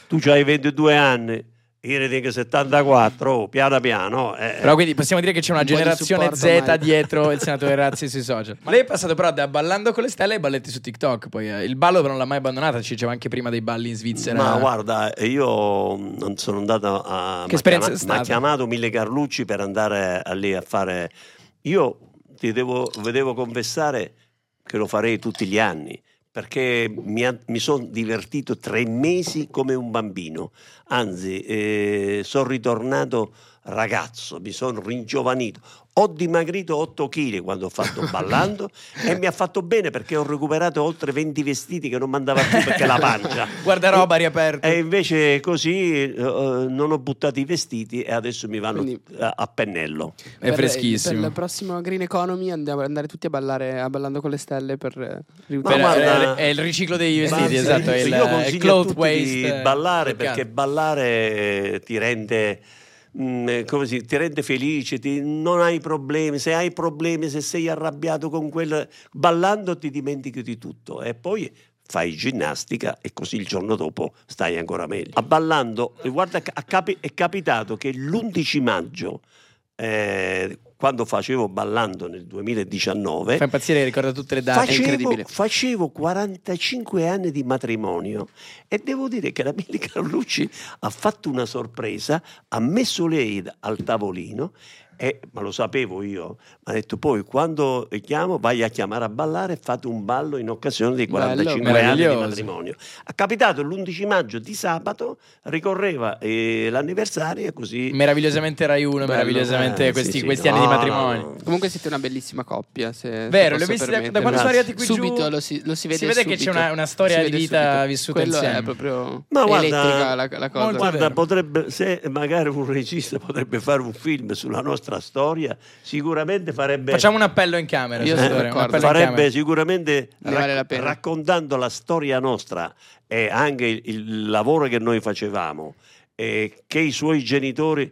Speaker 2: tu hai 22 anni, io ne tengo 74, oh, piano piano. eh.
Speaker 1: Però quindi possiamo dire che c'è una
Speaker 4: Un po' di
Speaker 1: generazione Z
Speaker 4: supporto, Marica.
Speaker 1: dietro il senatore Razzi sui social. Ma lei è passato però da ballando con le stelle ai balletti su TikTok. Poi eh, il ballo però non l'ha mai abbandonata, ci diceva anche prima dei balli in Svizzera.
Speaker 2: Ma guarda, io mm, non sono andato a...
Speaker 1: Che esperienza
Speaker 2: mi ha
Speaker 1: è
Speaker 2: chiama- Mi ha
Speaker 1: stata?
Speaker 2: chiamato Mille Carlucci per andare a lì a fare... Io ti devo, vi devo confessare che lo farei tutti gli anni, perché mi, ha- mi sono divertito tre mesi come un bambino. Anzi, eh, sono ritornato ragazzo, mi sono ringiovanito. Ho dimagrito 8 kg quando ho fatto ballando e mi ha fatto bene perché ho recuperato oltre 20 vestiti che non mandava più perché la pancia.
Speaker 1: Guardaroba riaperto.
Speaker 2: E invece così eh, non ho buttato i vestiti e adesso mi vanno
Speaker 4: Quindi-
Speaker 2: a, a pennello.
Speaker 1: È
Speaker 4: Per-
Speaker 1: freschissimo.
Speaker 4: Per il prossimo Green Economy andiamo ad andare tutti a ballare a Ballando con le Stelle per eh,
Speaker 2: Ma
Speaker 1: Per-
Speaker 4: riutilizzare.
Speaker 2: guarda-
Speaker 1: è, è il riciclo dei vestiti,
Speaker 2: Ma sì,
Speaker 1: esatto. è
Speaker 2: sì,
Speaker 1: il,
Speaker 2: io
Speaker 1: il
Speaker 2: consiglio a
Speaker 1: cloth
Speaker 2: tutti
Speaker 1: waste.
Speaker 2: di
Speaker 1: eh,
Speaker 2: ballare
Speaker 1: mercato.
Speaker 2: perché ballare eh, ti rende mm, come si, ti rende felice, ti- non hai problemi, se hai problemi, se sei arrabbiato con quel ballando ti dimentichi di tutto e poi fai ginnastica e così il giorno dopo stai ancora meglio. A ballando, e guarda, a capi- è capitato che l'11 maggio eh, quando facevo ballando nel 2019
Speaker 1: Fa impazzire, ricorda tutte le date.
Speaker 4: Facci-
Speaker 1: è
Speaker 2: Facevo,
Speaker 1: incredibile.
Speaker 2: facevo 45 anni di matrimonio e devo dire che la Milly Carlucci ha fatto una sorpresa, ha messo lei d- al tavolino, e- ma lo sapevo io, ha detto poi quando chiamo vai a chiamare a ballare e fate un ballo in occasione dei 45 anni di
Speaker 1: meraviglioso.
Speaker 2: matrimonio. Ha capitato l'11 maggio di sabato, ricorreva eh, l'anniversario e così...
Speaker 1: Meravigliosamente Rai 1,
Speaker 4: Bello,
Speaker 1: meravigliosamente
Speaker 2: eh,
Speaker 1: questi,
Speaker 2: sì, sì,
Speaker 1: questi anni
Speaker 2: no,
Speaker 1: di
Speaker 2: no,
Speaker 1: matrimonio.
Speaker 2: no.
Speaker 4: eh, Comunque siete una bellissima coppia. Se, se
Speaker 1: Vero, le ho
Speaker 4: posso
Speaker 1: viste da- da,
Speaker 4: permettermi.
Speaker 1: quando sono
Speaker 2: Grazie.
Speaker 1: arrivati qui
Speaker 4: subito
Speaker 1: giù.
Speaker 4: lo si, lo si vede
Speaker 1: si vede che
Speaker 4: subito.
Speaker 1: c'è una, una storia
Speaker 4: Si
Speaker 1: di
Speaker 4: vede
Speaker 1: vita
Speaker 4: subito.
Speaker 1: vissuta
Speaker 4: Quello
Speaker 1: insieme.
Speaker 4: è proprio
Speaker 2: Ma guarda-
Speaker 4: elettrica la, la cosa.
Speaker 1: Molto
Speaker 2: Guarda,
Speaker 1: vero.
Speaker 2: potrebbe, se magari un regista potrebbe fare un film sulla nostra storia, sicuramente farebbe,
Speaker 1: Facciamo un appello in camera. Io
Speaker 4: Io sono
Speaker 1: un
Speaker 4: d'accordo.
Speaker 1: appello in
Speaker 2: farebbe
Speaker 1: camera.
Speaker 2: sicuramente
Speaker 4: Ne
Speaker 2: rac-
Speaker 4: vale la pena.
Speaker 2: raccontando la storia nostra e anche il, il lavoro che noi facevamo e che i suoi genitori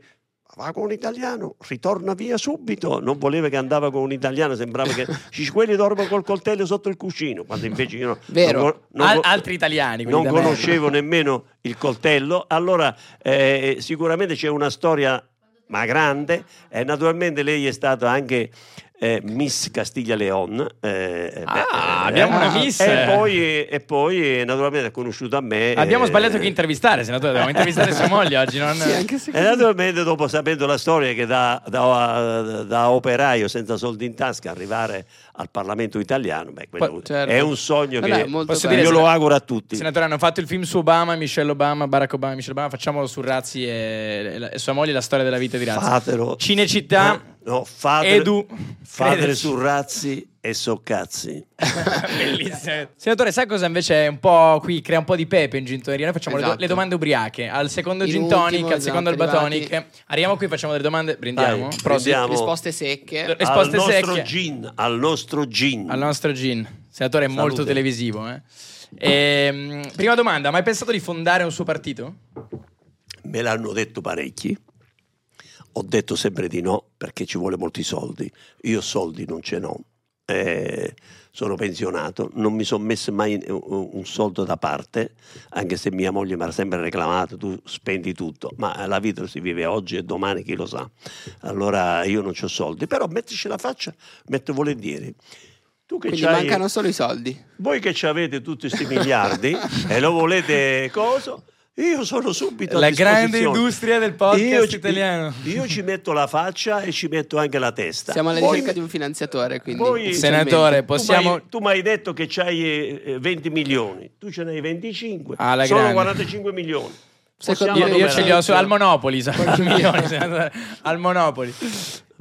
Speaker 2: va con un italiano, ritorna via subito. Non voleva che andava con un italiano, sembrava che ci- quelli dormono col coltello sotto il cuscino, quando invece io no-
Speaker 4: Vero.
Speaker 2: non, non-
Speaker 1: Al- altri italiani. quelli
Speaker 2: non
Speaker 1: da me.
Speaker 2: conoscevo nemmeno il coltello, allora eh, sicuramente c'è una storia ma grande e naturalmente lei è stata anche eh, Miss Castiglia Leon. eh,
Speaker 1: Ah, abbiamo
Speaker 4: una
Speaker 1: Miss.
Speaker 2: E poi, e poi, eh, naturalmente ha conosciuto a me.
Speaker 1: Abbiamo
Speaker 2: eh,
Speaker 1: sbagliato chi intervistare, senatore. Dobbiamo intervistare sua moglie oggi. Non...
Speaker 4: Sì, anche se
Speaker 2: E naturalmente dopo sapendo la storia che da, da- da operaio senza soldi in tasca arrivare al Parlamento italiano, beh, quello
Speaker 1: Poi,
Speaker 4: certo.
Speaker 2: è un sogno
Speaker 4: Vabbè,
Speaker 2: che
Speaker 4: molto
Speaker 1: Posso
Speaker 4: bello.
Speaker 1: dire-
Speaker 2: io lo auguro a tutti.
Speaker 1: Senatore, hanno fatto il film su Obama, Michelle Obama, Barack Obama, Michelle Obama. Facciamo su Razzi e, e la- e sua moglie la storia della vita di Razzi.
Speaker 2: Fatelo. Eh,
Speaker 1: Cinecittà,
Speaker 2: No, no, fatelo.
Speaker 1: Edu,
Speaker 2: Padre
Speaker 1: Crederci.
Speaker 2: su razzi e soccazzi.
Speaker 1: Bellissimo. Senatore, sai cosa invece è un po' qui crea un po' di pepe in gintoneria? Noi facciamo le do-
Speaker 4: Esatto.
Speaker 1: le domande ubriache al secondo
Speaker 4: In
Speaker 1: gin tonic,
Speaker 4: ultimo,
Speaker 1: al secondo
Speaker 4: esatto,
Speaker 1: alba
Speaker 4: arrivati.
Speaker 1: tonic. Arriviamo qui, facciamo delle domande, prendiamo
Speaker 2: Dai,
Speaker 1: Prosit.
Speaker 2: prendiamo.
Speaker 4: risposte secche.
Speaker 1: Eh, Risposte
Speaker 2: al nostro
Speaker 1: secche.
Speaker 2: gin, al nostro gin.
Speaker 1: al nostro gin. Senatore è molto
Speaker 2: Salute.
Speaker 1: televisivo, eh. Ehm, prima domanda, mai pensato di fondare un suo partito?
Speaker 2: Me l'hanno detto parecchi. Ho detto sempre di no perché ci vuole molti soldi. Io soldi non ce n'ho. eh, sono pensionato, non mi sono messo mai in- un un soldo da parte, anche se mia moglie mi ha sempre reclamato, tu spendi tutto, ma la vita si vive oggi e domani chi lo sa. Allora io non ho soldi, però mettici la faccia, metto volentieri. Tu che
Speaker 4: Quindi
Speaker 2: c'hai-
Speaker 4: mancano solo i soldi.
Speaker 2: voi che ci avete tutti questi miliardi e lo volete coso, io sono subito a
Speaker 1: La grande
Speaker 2: disposizione.
Speaker 1: industria del podcast
Speaker 2: ci-
Speaker 1: italiano.
Speaker 2: Io ci metto la faccia e ci metto anche la testa.
Speaker 4: Siamo alla
Speaker 2: Voi-
Speaker 4: ricerca di un finanziatore, quindi.
Speaker 2: voi-
Speaker 4: ufficialmente.
Speaker 1: Senatore, possiamo...
Speaker 2: Tu m'hai- Tu mi hai detto che c'hai eh, eh, 20 milioni, tu ce n'hai 25,
Speaker 1: Alla
Speaker 2: sono
Speaker 1: grande.
Speaker 2: 45 milioni.
Speaker 4: Secondo
Speaker 2: Possiamo
Speaker 1: Io, io ce li ho
Speaker 2: numerare.
Speaker 1: su- al Monopoli, sa, qualche milione, senatore. al Monopoli.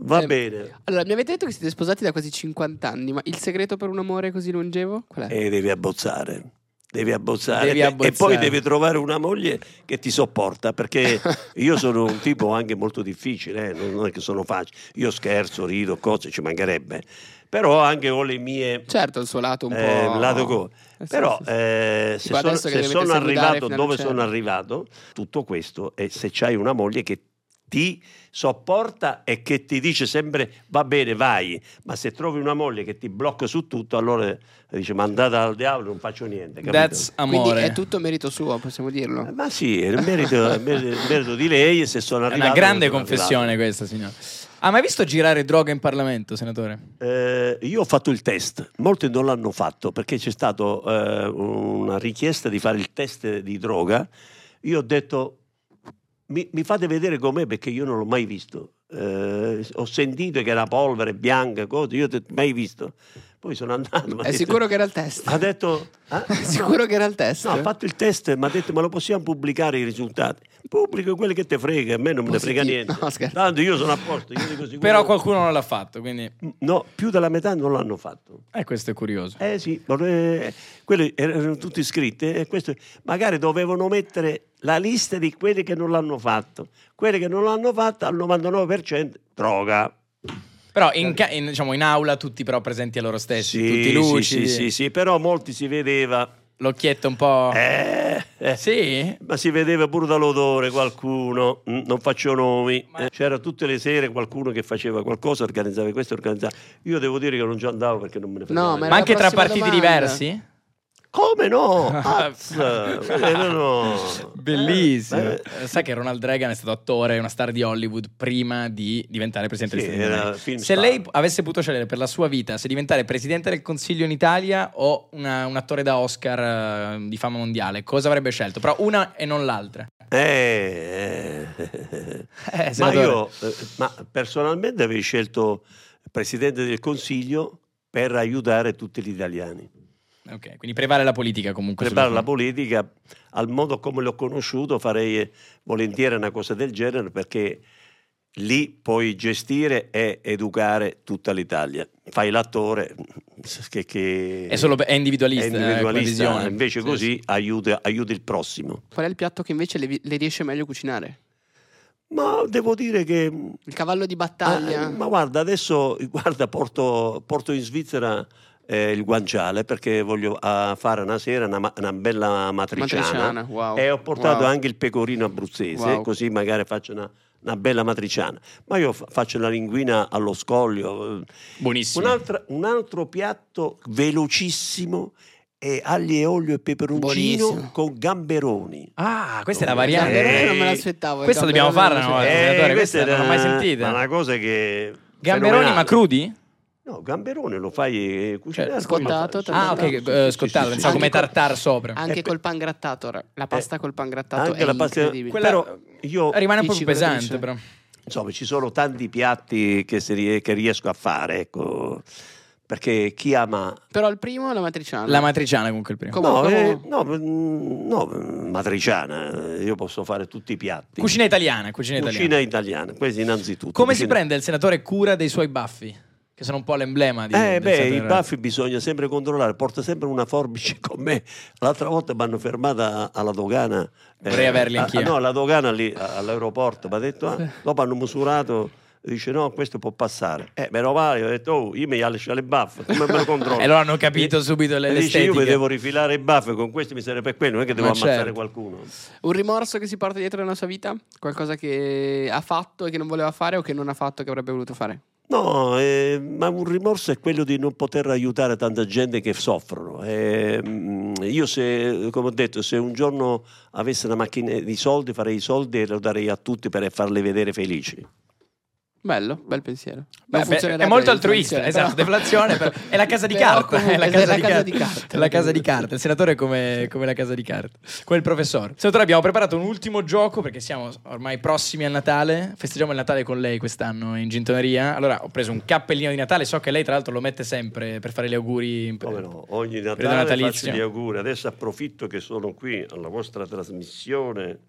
Speaker 2: Va
Speaker 4: Eh,
Speaker 2: bene.
Speaker 4: Allora, mi avete detto che siete sposati da quasi 50 anni, ma il segreto per un amore così longevo qual è?
Speaker 2: E devi abbozzare. Devi abbozzare,
Speaker 1: Devi
Speaker 2: e-
Speaker 1: abbozzare.
Speaker 2: e poi devi trovare una moglie che ti sopporta perché io sono un tipo anche molto difficile, eh, non non è che sono facile. Io scherzo, rido, cose ci mancherebbe, però anche ho le mie
Speaker 4: Certo, il suo lato un po'.
Speaker 2: eh, lato co-
Speaker 4: Eh, sì,
Speaker 2: Però
Speaker 4: sì, sì.
Speaker 2: eh,
Speaker 4: Tipo
Speaker 2: se sono,
Speaker 4: adesso che
Speaker 2: se
Speaker 4: deve
Speaker 2: sono
Speaker 4: mettersi a guidare
Speaker 2: arrivato
Speaker 4: fino
Speaker 2: dove
Speaker 4: all'oceano.
Speaker 2: sono arrivato, tutto questo è se c'hai una moglie che ti sopporta e che ti dice sempre va bene, vai, ma se trovi una moglie che ti blocca su tutto, allora dice ma andate al diavolo, non faccio niente. capito?
Speaker 1: That's
Speaker 4: Quindi
Speaker 1: amore.
Speaker 4: è tutto merito suo, possiamo dirlo.
Speaker 2: Eh, Ma sì, è il merito, il merito- il merito di lei e se sono
Speaker 1: È
Speaker 2: arrivato...
Speaker 1: una grande
Speaker 2: dove sono
Speaker 1: confessione questa, signore. Ha mai visto girare droga in Parlamento, senatore?
Speaker 2: Eh, io ho fatto il test, molti non l'hanno fatto perché c'è stata una richiesta di fare il test di droga. Io ho detto, mi, mi fate vedere com'è perché io non l'ho mai visto. Eh, ho sentito che era polvere bianca, cose, io ho detto, mai visto. Poi sono andato. mi ha
Speaker 4: È
Speaker 2: detto-
Speaker 4: sicuro che era il test?
Speaker 2: Ha detto... "Ah?"
Speaker 4: È sicuro che era il test?
Speaker 2: No, ha fatto il test e mi ha detto ma lo possiamo pubblicare i risultati? Pubblico quelli che te frega, a me non me ne frega
Speaker 4: Positivo.
Speaker 2: niente.
Speaker 4: No, scherzo.
Speaker 2: Tanto io sono a posto, io dico sicuro-
Speaker 1: Però qualcuno non l'ha fatto, quindi...
Speaker 2: No, più della metà non l'hanno fatto.
Speaker 1: Eh, questo è curioso.
Speaker 2: Eh sì, ma, eh, quelle erano tutte iscritte e questo, magari dovevano mettere la lista di quelli che non l'hanno fatto. Quelli che non l'hanno fatto al 99% droga.
Speaker 1: Però in, ca- in- diciamo, in aula tutti però presenti a loro stessi, tutti
Speaker 2: sì,
Speaker 1: lucidi,
Speaker 2: sì, sì, sì, però molti si vedeva.
Speaker 1: l'occhietto un po'...
Speaker 2: Eh, eh,
Speaker 1: Oh. Sì?
Speaker 2: Ma si vedeva pure dall'odore qualcuno, mm, non faccio nomi. Eh, C'era tutte le sere qualcuno che faceva qualcosa, organizzava questo, organizzava. Io devo dire che non ci andavo perché non me ne fregava.
Speaker 4: No,
Speaker 2: niente.
Speaker 4: era
Speaker 1: Ma anche
Speaker 4: la
Speaker 1: tra
Speaker 4: prossima
Speaker 1: partiti
Speaker 4: domanda.
Speaker 1: diversi?
Speaker 2: Come no? Azz, eh, no, no.
Speaker 1: Bellissimo.
Speaker 2: Eh,
Speaker 1: Eh, Sai che Ronald Reagan è stato attore, una star di Hollywood prima di diventare presidente
Speaker 2: Sì,
Speaker 1: degli Stati
Speaker 2: era
Speaker 1: Uniti.
Speaker 2: film
Speaker 1: Se
Speaker 2: star.
Speaker 1: lei p- avesse potuto scegliere per la sua vita se diventare presidente del Consiglio in Italia o una- un attore da Oscar eh, di fama mondiale, cosa avrebbe scelto? Però una e non l'altra.
Speaker 2: eh, eh.
Speaker 1: Eh,
Speaker 2: ma
Speaker 1: senatore.
Speaker 2: io eh, ma personalmente avevo scelto presidente del consiglio per aiutare tutti gli italiani.
Speaker 1: Ok, quindi prevale la politica comunque.
Speaker 2: Preparare
Speaker 1: sulla-
Speaker 2: la politica al modo come l'ho conosciuto, farei eh, volentieri una cosa del genere perché lì puoi gestire e educare tutta l'Italia. Fai l'attore che, che
Speaker 1: È solo pe- è individualista,
Speaker 2: è
Speaker 1: eh, come
Speaker 2: individualista,
Speaker 1: visione.
Speaker 2: invece
Speaker 1: Sì,
Speaker 2: così Aiuta, aiuta il prossimo.
Speaker 4: Qual è il piatto che invece le, vi- le riesce meglio cucinare?
Speaker 2: Ma devo dire che
Speaker 4: Il cavallo di battaglia.
Speaker 2: Ah, ma guarda, adesso guarda, porto, porto in Svizzera eh, il guanciale perché voglio ah, fare una sera una, ma- una bella matriciana.
Speaker 4: Matriciana, wow.
Speaker 2: E ho portato
Speaker 4: Wow.
Speaker 2: anche il pecorino abruzzese,
Speaker 4: Wow.
Speaker 2: così magari faccio una, una bella matriciana. Ma io fa- faccio la linguina allo scoglio. eh.
Speaker 1: Buonissimo.
Speaker 2: Un, altra- un altro piatto velocissimo è aglio e olio e peperoncino
Speaker 4: Buonissimo.
Speaker 2: con gamberoni.
Speaker 1: Ah, questa è la
Speaker 4: Il
Speaker 1: variante.
Speaker 4: gamberone
Speaker 2: Eh,
Speaker 4: non me l'aspettavo. il
Speaker 1: questa dobbiamo
Speaker 4: gamberone non
Speaker 1: farla
Speaker 4: me
Speaker 1: una volta. senatore, eh,
Speaker 4: l'aspettavo.
Speaker 1: questa
Speaker 2: era
Speaker 1: non l'ho mai sentita.
Speaker 2: ma Una cosa che...
Speaker 1: Gamberoni ma
Speaker 2: fenomenale.
Speaker 1: crudi?
Speaker 2: No, gamberone lo fai eh, cucinare.
Speaker 1: Cioè,
Speaker 2: poi lo
Speaker 4: scottato,
Speaker 2: fai-
Speaker 1: Ah, ok,
Speaker 4: Sì,
Speaker 1: eh, scottato, pensavo
Speaker 4: sì. Ah,
Speaker 1: come
Speaker 4: Anche col-
Speaker 1: tartar sopra.
Speaker 4: Anche
Speaker 2: Eh,
Speaker 4: col pan grattato, ra- la pasta
Speaker 2: eh,
Speaker 4: col pan grattato
Speaker 2: Anche
Speaker 4: è
Speaker 2: la pasta-
Speaker 4: incredibile.
Speaker 1: Quella-
Speaker 2: Però io,
Speaker 1: Rimane un po'
Speaker 4: Dici quello che
Speaker 1: pesante
Speaker 4: dice.
Speaker 1: però.
Speaker 2: insomma, ci sono tanti piatti che, si rie- che riesco a fare, ecco, perché chi ama...
Speaker 4: Però il primo è la matriciana.
Speaker 1: La matriciana comunque il primo.
Speaker 4: Com-
Speaker 2: No,
Speaker 4: come-
Speaker 2: eh, no, mm, no, mm, matriciana, eh, io posso fare tutti i piatti.
Speaker 1: Cucina italiana, cucina italiana.
Speaker 2: Cucina italiana, questo innanzitutto.
Speaker 1: Come si
Speaker 2: Cucina-
Speaker 1: prende il senatore cura dei suoi baffi? Che sono un po' l'emblema di...
Speaker 2: Eh
Speaker 1: del
Speaker 2: beh,
Speaker 1: saper-
Speaker 2: i baffi bisogna sempre controllare, porta sempre una forbice con me. L'altra volta mi hanno fermata alla dogana. eh,
Speaker 1: Vorrei averli
Speaker 2: a-
Speaker 1: anch'io.
Speaker 2: no, alla dogana lì a- all'aeroporto, mi ha detto, ah, dopo hanno misurato, dice no, questo può passare. Eh, meno male, ho detto, oh, io mi lascio le baffe, come me lo controllo?
Speaker 1: E loro hanno capito subito le-
Speaker 2: E dice, io mi
Speaker 1: l'estetica.
Speaker 2: devo rifilare i baffi, con questo mi serve per quello, non è che devo
Speaker 1: Ma
Speaker 2: ammazzare
Speaker 1: certo.
Speaker 2: qualcuno.
Speaker 4: Un rimorso che si porta dietro nella sua vita? Qualcosa che ha fatto e che non voleva fare o che non ha fatto e che avrebbe voluto fare?
Speaker 2: No, eh, ma un rimorso è quello di non poter aiutare tanta gente che soffrono. Eh, mm, io, se, come ho detto, se un giorno avessi una macchina di soldi, farei i soldi e lo darei a tutti per farli vedere felici.
Speaker 4: Bello, bel pensiero.
Speaker 1: Beh,
Speaker 4: Non
Speaker 1: beh,
Speaker 4: funzionerebbe
Speaker 1: è molto
Speaker 4: la
Speaker 1: altruista,
Speaker 4: deflazione,
Speaker 1: esatto,
Speaker 4: però-
Speaker 1: deflazione, però- è la casa di
Speaker 4: Però
Speaker 1: carta,
Speaker 4: comunque-
Speaker 1: è la casa, di, carta. È la
Speaker 4: comunque.
Speaker 1: casa di carta, il senatore è come, come la casa di carta, come il professore. Senatore, abbiamo preparato un ultimo gioco perché siamo ormai prossimi a Natale, festeggiamo il Natale con lei quest'anno in gintoneria. Allora, ho preso un cappellino di Natale, so che lei tra l'altro lo mette sempre per fare gli auguri. in-
Speaker 2: Come no? Ogni
Speaker 1: periodo
Speaker 2: Natale faccio
Speaker 1: natalizio.
Speaker 2: gli auguri. Adesso approfitto che sono qui alla vostra trasmissione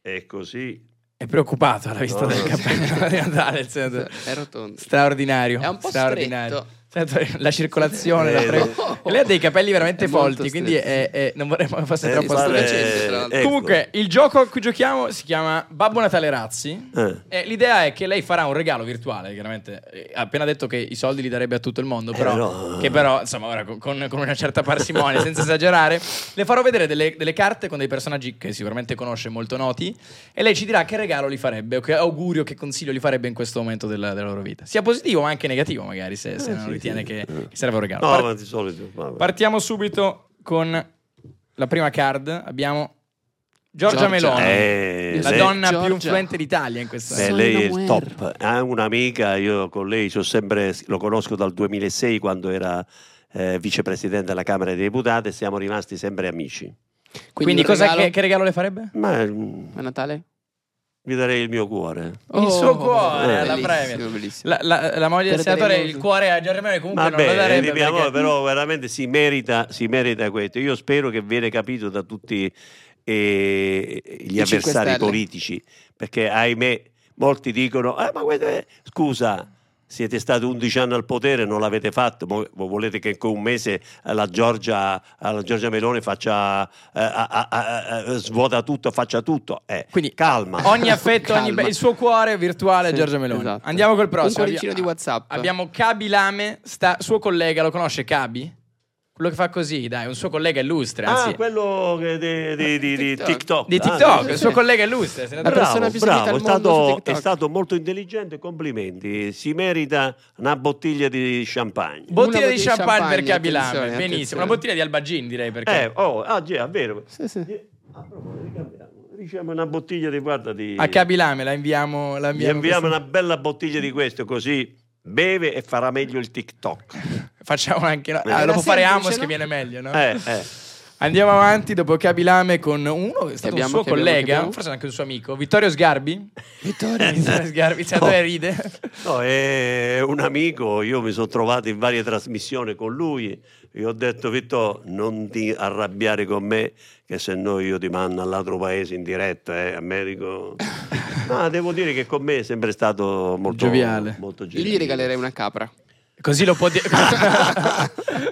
Speaker 2: e così.
Speaker 1: È preoccupato alla vista
Speaker 2: No,
Speaker 1: del
Speaker 2: no.
Speaker 1: cappellino di Natale, il senatore.
Speaker 4: È rotondo.
Speaker 1: Straordinario.
Speaker 4: È un po'
Speaker 1: straordinario.
Speaker 4: stretto.
Speaker 1: Senatore, La circolazione, la
Speaker 2: Eh,
Speaker 1: prego.
Speaker 4: no.
Speaker 1: E Lei ha dei capelli veramente
Speaker 4: È molto
Speaker 1: folti, quindi
Speaker 4: stretto.
Speaker 1: è- è- non vorremmo che fosse
Speaker 2: Eh,
Speaker 1: troppo
Speaker 2: fare-
Speaker 4: fare-
Speaker 1: stretto.
Speaker 4: stretto, tra l'altro.
Speaker 2: ecco.
Speaker 1: Comunque, il gioco a cui giochiamo si chiama Babbo Natale Razzi.
Speaker 2: Eh.
Speaker 1: E l'idea è che lei farà un regalo virtuale, chiaramente. Eh, Ha appena detto che i soldi li darebbe a tutto il mondo,
Speaker 2: Eh,
Speaker 1: però,
Speaker 2: però-
Speaker 1: che però, insomma, ora con, con- con una certa parsimonia, senza esagerare, le farò vedere delle, delle carte con dei personaggi che sicuramente conosce molto noti e lei ci dirà che regalo li farebbe, o che augurio, che consiglio li farebbe in questo momento della, della loro vita. Sia positivo, ma anche negativo, magari, se, se
Speaker 2: Eh,
Speaker 1: non
Speaker 2: sì,
Speaker 1: ritiene
Speaker 2: sì.
Speaker 1: Che,
Speaker 2: Eh.
Speaker 1: che serve un regalo.
Speaker 2: No,
Speaker 1: Par-
Speaker 2: ma di solito. vabbè.
Speaker 1: Partiamo subito con la prima card. Abbiamo Giorgia,
Speaker 4: Giorgia.
Speaker 1: Meloni,
Speaker 2: Eh,
Speaker 1: la
Speaker 2: lei-
Speaker 1: donna più
Speaker 4: Giorgia.
Speaker 1: influente d'Italia in questa.
Speaker 2: Beh,
Speaker 4: Sono
Speaker 2: lei è il
Speaker 4: Noel.
Speaker 2: top, ha un'amica, io con lei sono sempre, lo conosco dal 2006 quando era eh, vicepresidente della Camera dei Deputati e siamo rimasti sempre amici.
Speaker 1: Quindi,
Speaker 4: un
Speaker 1: cosa,
Speaker 4: regalo
Speaker 1: Che, che regalo le farebbe?
Speaker 2: Ma mm,
Speaker 4: a Natale? Oh,
Speaker 2: vi darei il mio cuore.
Speaker 1: Il suo cuore,
Speaker 2: alla
Speaker 4: bellissimo,
Speaker 1: Premier.
Speaker 4: bellissimo.
Speaker 1: La, la- la moglie del
Speaker 4: Per
Speaker 1: senatore,
Speaker 4: Terreno.
Speaker 1: il cuore a Giorgia Meloni comunque non lo
Speaker 2: Vabbè,
Speaker 1: darebbe.
Speaker 2: eh, mia
Speaker 1: perché-
Speaker 2: moglie, però veramente si merita, si merita questo. Io spero che viene capito da tutti eh, gli
Speaker 4: I Cinque
Speaker 2: avversari
Speaker 4: Stelle.
Speaker 2: politici, perché ahimè molti dicono, "Ah, ma questo è- scusa, siete stati 11 anni al potere, non l'avete fatto, mo- mo volete che con un mese la Giorgia, la Giorgia Meloni faccia, eh, a- a- a- a- svuota tutto, faccia tutto? Eh,
Speaker 1: Quindi,
Speaker 2: calma.
Speaker 1: Ogni affetto, ogni
Speaker 4: Calma.
Speaker 1: be- il suo cuore virtuale a
Speaker 4: Sì,
Speaker 1: Giorgia Meloni.
Speaker 4: esatto.
Speaker 1: Andiamo col prossimo.
Speaker 4: Un cuoricino
Speaker 1: Abbi-
Speaker 4: di WhatsApp.
Speaker 1: Abbiamo Cabi Lame, sta- suo collega, lo conosce Cabi? Quello che fa così, dai, un suo collega illustre, anzi,
Speaker 2: Ah, quello che di, di- di- di
Speaker 4: TikTok.
Speaker 2: TikTok.
Speaker 1: di
Speaker 2: Ah,
Speaker 1: TikTok,
Speaker 4: sì,
Speaker 1: il
Speaker 4: sì.
Speaker 1: suo collega illustre,
Speaker 4: La
Speaker 1: senatore.
Speaker 4: persona
Speaker 2: Bravo,
Speaker 4: più seguita
Speaker 2: bravo, è
Speaker 4: al mondo su
Speaker 2: stato,
Speaker 4: TikTok.
Speaker 2: è stato molto intelligente, complimenti. Si merita una bottiglia di champagne.
Speaker 1: Bottiglia, di
Speaker 4: bottiglia di
Speaker 1: champagne, per
Speaker 4: champagne,
Speaker 1: Cabilame,
Speaker 4: attenzione,
Speaker 1: benissimo.
Speaker 4: attenzione.
Speaker 1: Una bottiglia di Albagin, direi perché.
Speaker 2: Eh, oh, ah, già, è vero.
Speaker 4: Sì, sì.
Speaker 2: Eh, A proposito, ricambiamo. Diciamo una bottiglia di guarda di
Speaker 4: Ah,
Speaker 1: A Cabilame la inviamo. La
Speaker 2: Gli
Speaker 1: inviamo
Speaker 2: inviamo
Speaker 1: questa-
Speaker 2: una bella bottiglia di questo così beve e farà meglio il TikTok.
Speaker 1: Facciamo anche. no? Ah,
Speaker 4: Era
Speaker 1: lo può fare
Speaker 4: semplice,
Speaker 1: Amos,
Speaker 4: no?
Speaker 1: che viene meglio, no?
Speaker 2: Eh, eh.
Speaker 1: Andiamo avanti dopo Cabilame con uno che è stato
Speaker 4: abbiamo,
Speaker 1: un suo
Speaker 4: che abbiamo, che
Speaker 1: collega,
Speaker 4: abbiamo?
Speaker 1: forse anche un suo amico, Vittorio Sgarbi.
Speaker 4: Vittorio.
Speaker 1: Vittorio Sgarbi, il senatore
Speaker 2: No.
Speaker 1: ride.
Speaker 2: No, è un amico, io mi sono trovato in varie trasmissioni con lui, gli ho detto Vitto non ti arrabbiare con me che se no io ti mando all'altro paese in diretta, eh, Americo. Ma devo dire che con me è sempre stato molto
Speaker 1: Gioviale.
Speaker 2: Molto
Speaker 4: Io
Speaker 2: gentile.
Speaker 4: gli regalerei una capra.
Speaker 1: Così lo può dire.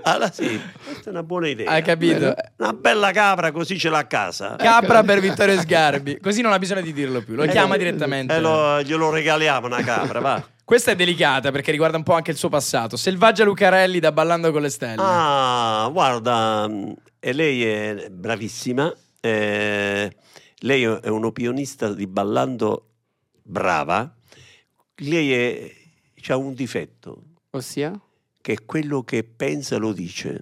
Speaker 2: Allora Ah, sì, questa è una buona idea.
Speaker 1: Hai capito?
Speaker 2: Una bella capra così ce l'ha a casa.
Speaker 1: Capra per Vittorio Sgarbi. Così non ha bisogno di dirlo più, lo
Speaker 2: Ecco. Eh,
Speaker 1: chiama
Speaker 2: lo-
Speaker 1: direttamente.
Speaker 2: eh, lo- glielo regaliamo una capra, va.
Speaker 1: Questa è delicata perché riguarda un po' anche il suo passato. Selvaggia Lucarelli da Ballando con le Stelle.
Speaker 2: Ah, guarda, mh, e lei è bravissima. eh, lei è un'opinionista di ballando brava. Lei ha un difetto,
Speaker 4: Ossia?
Speaker 2: che è quello che pensa lo dice.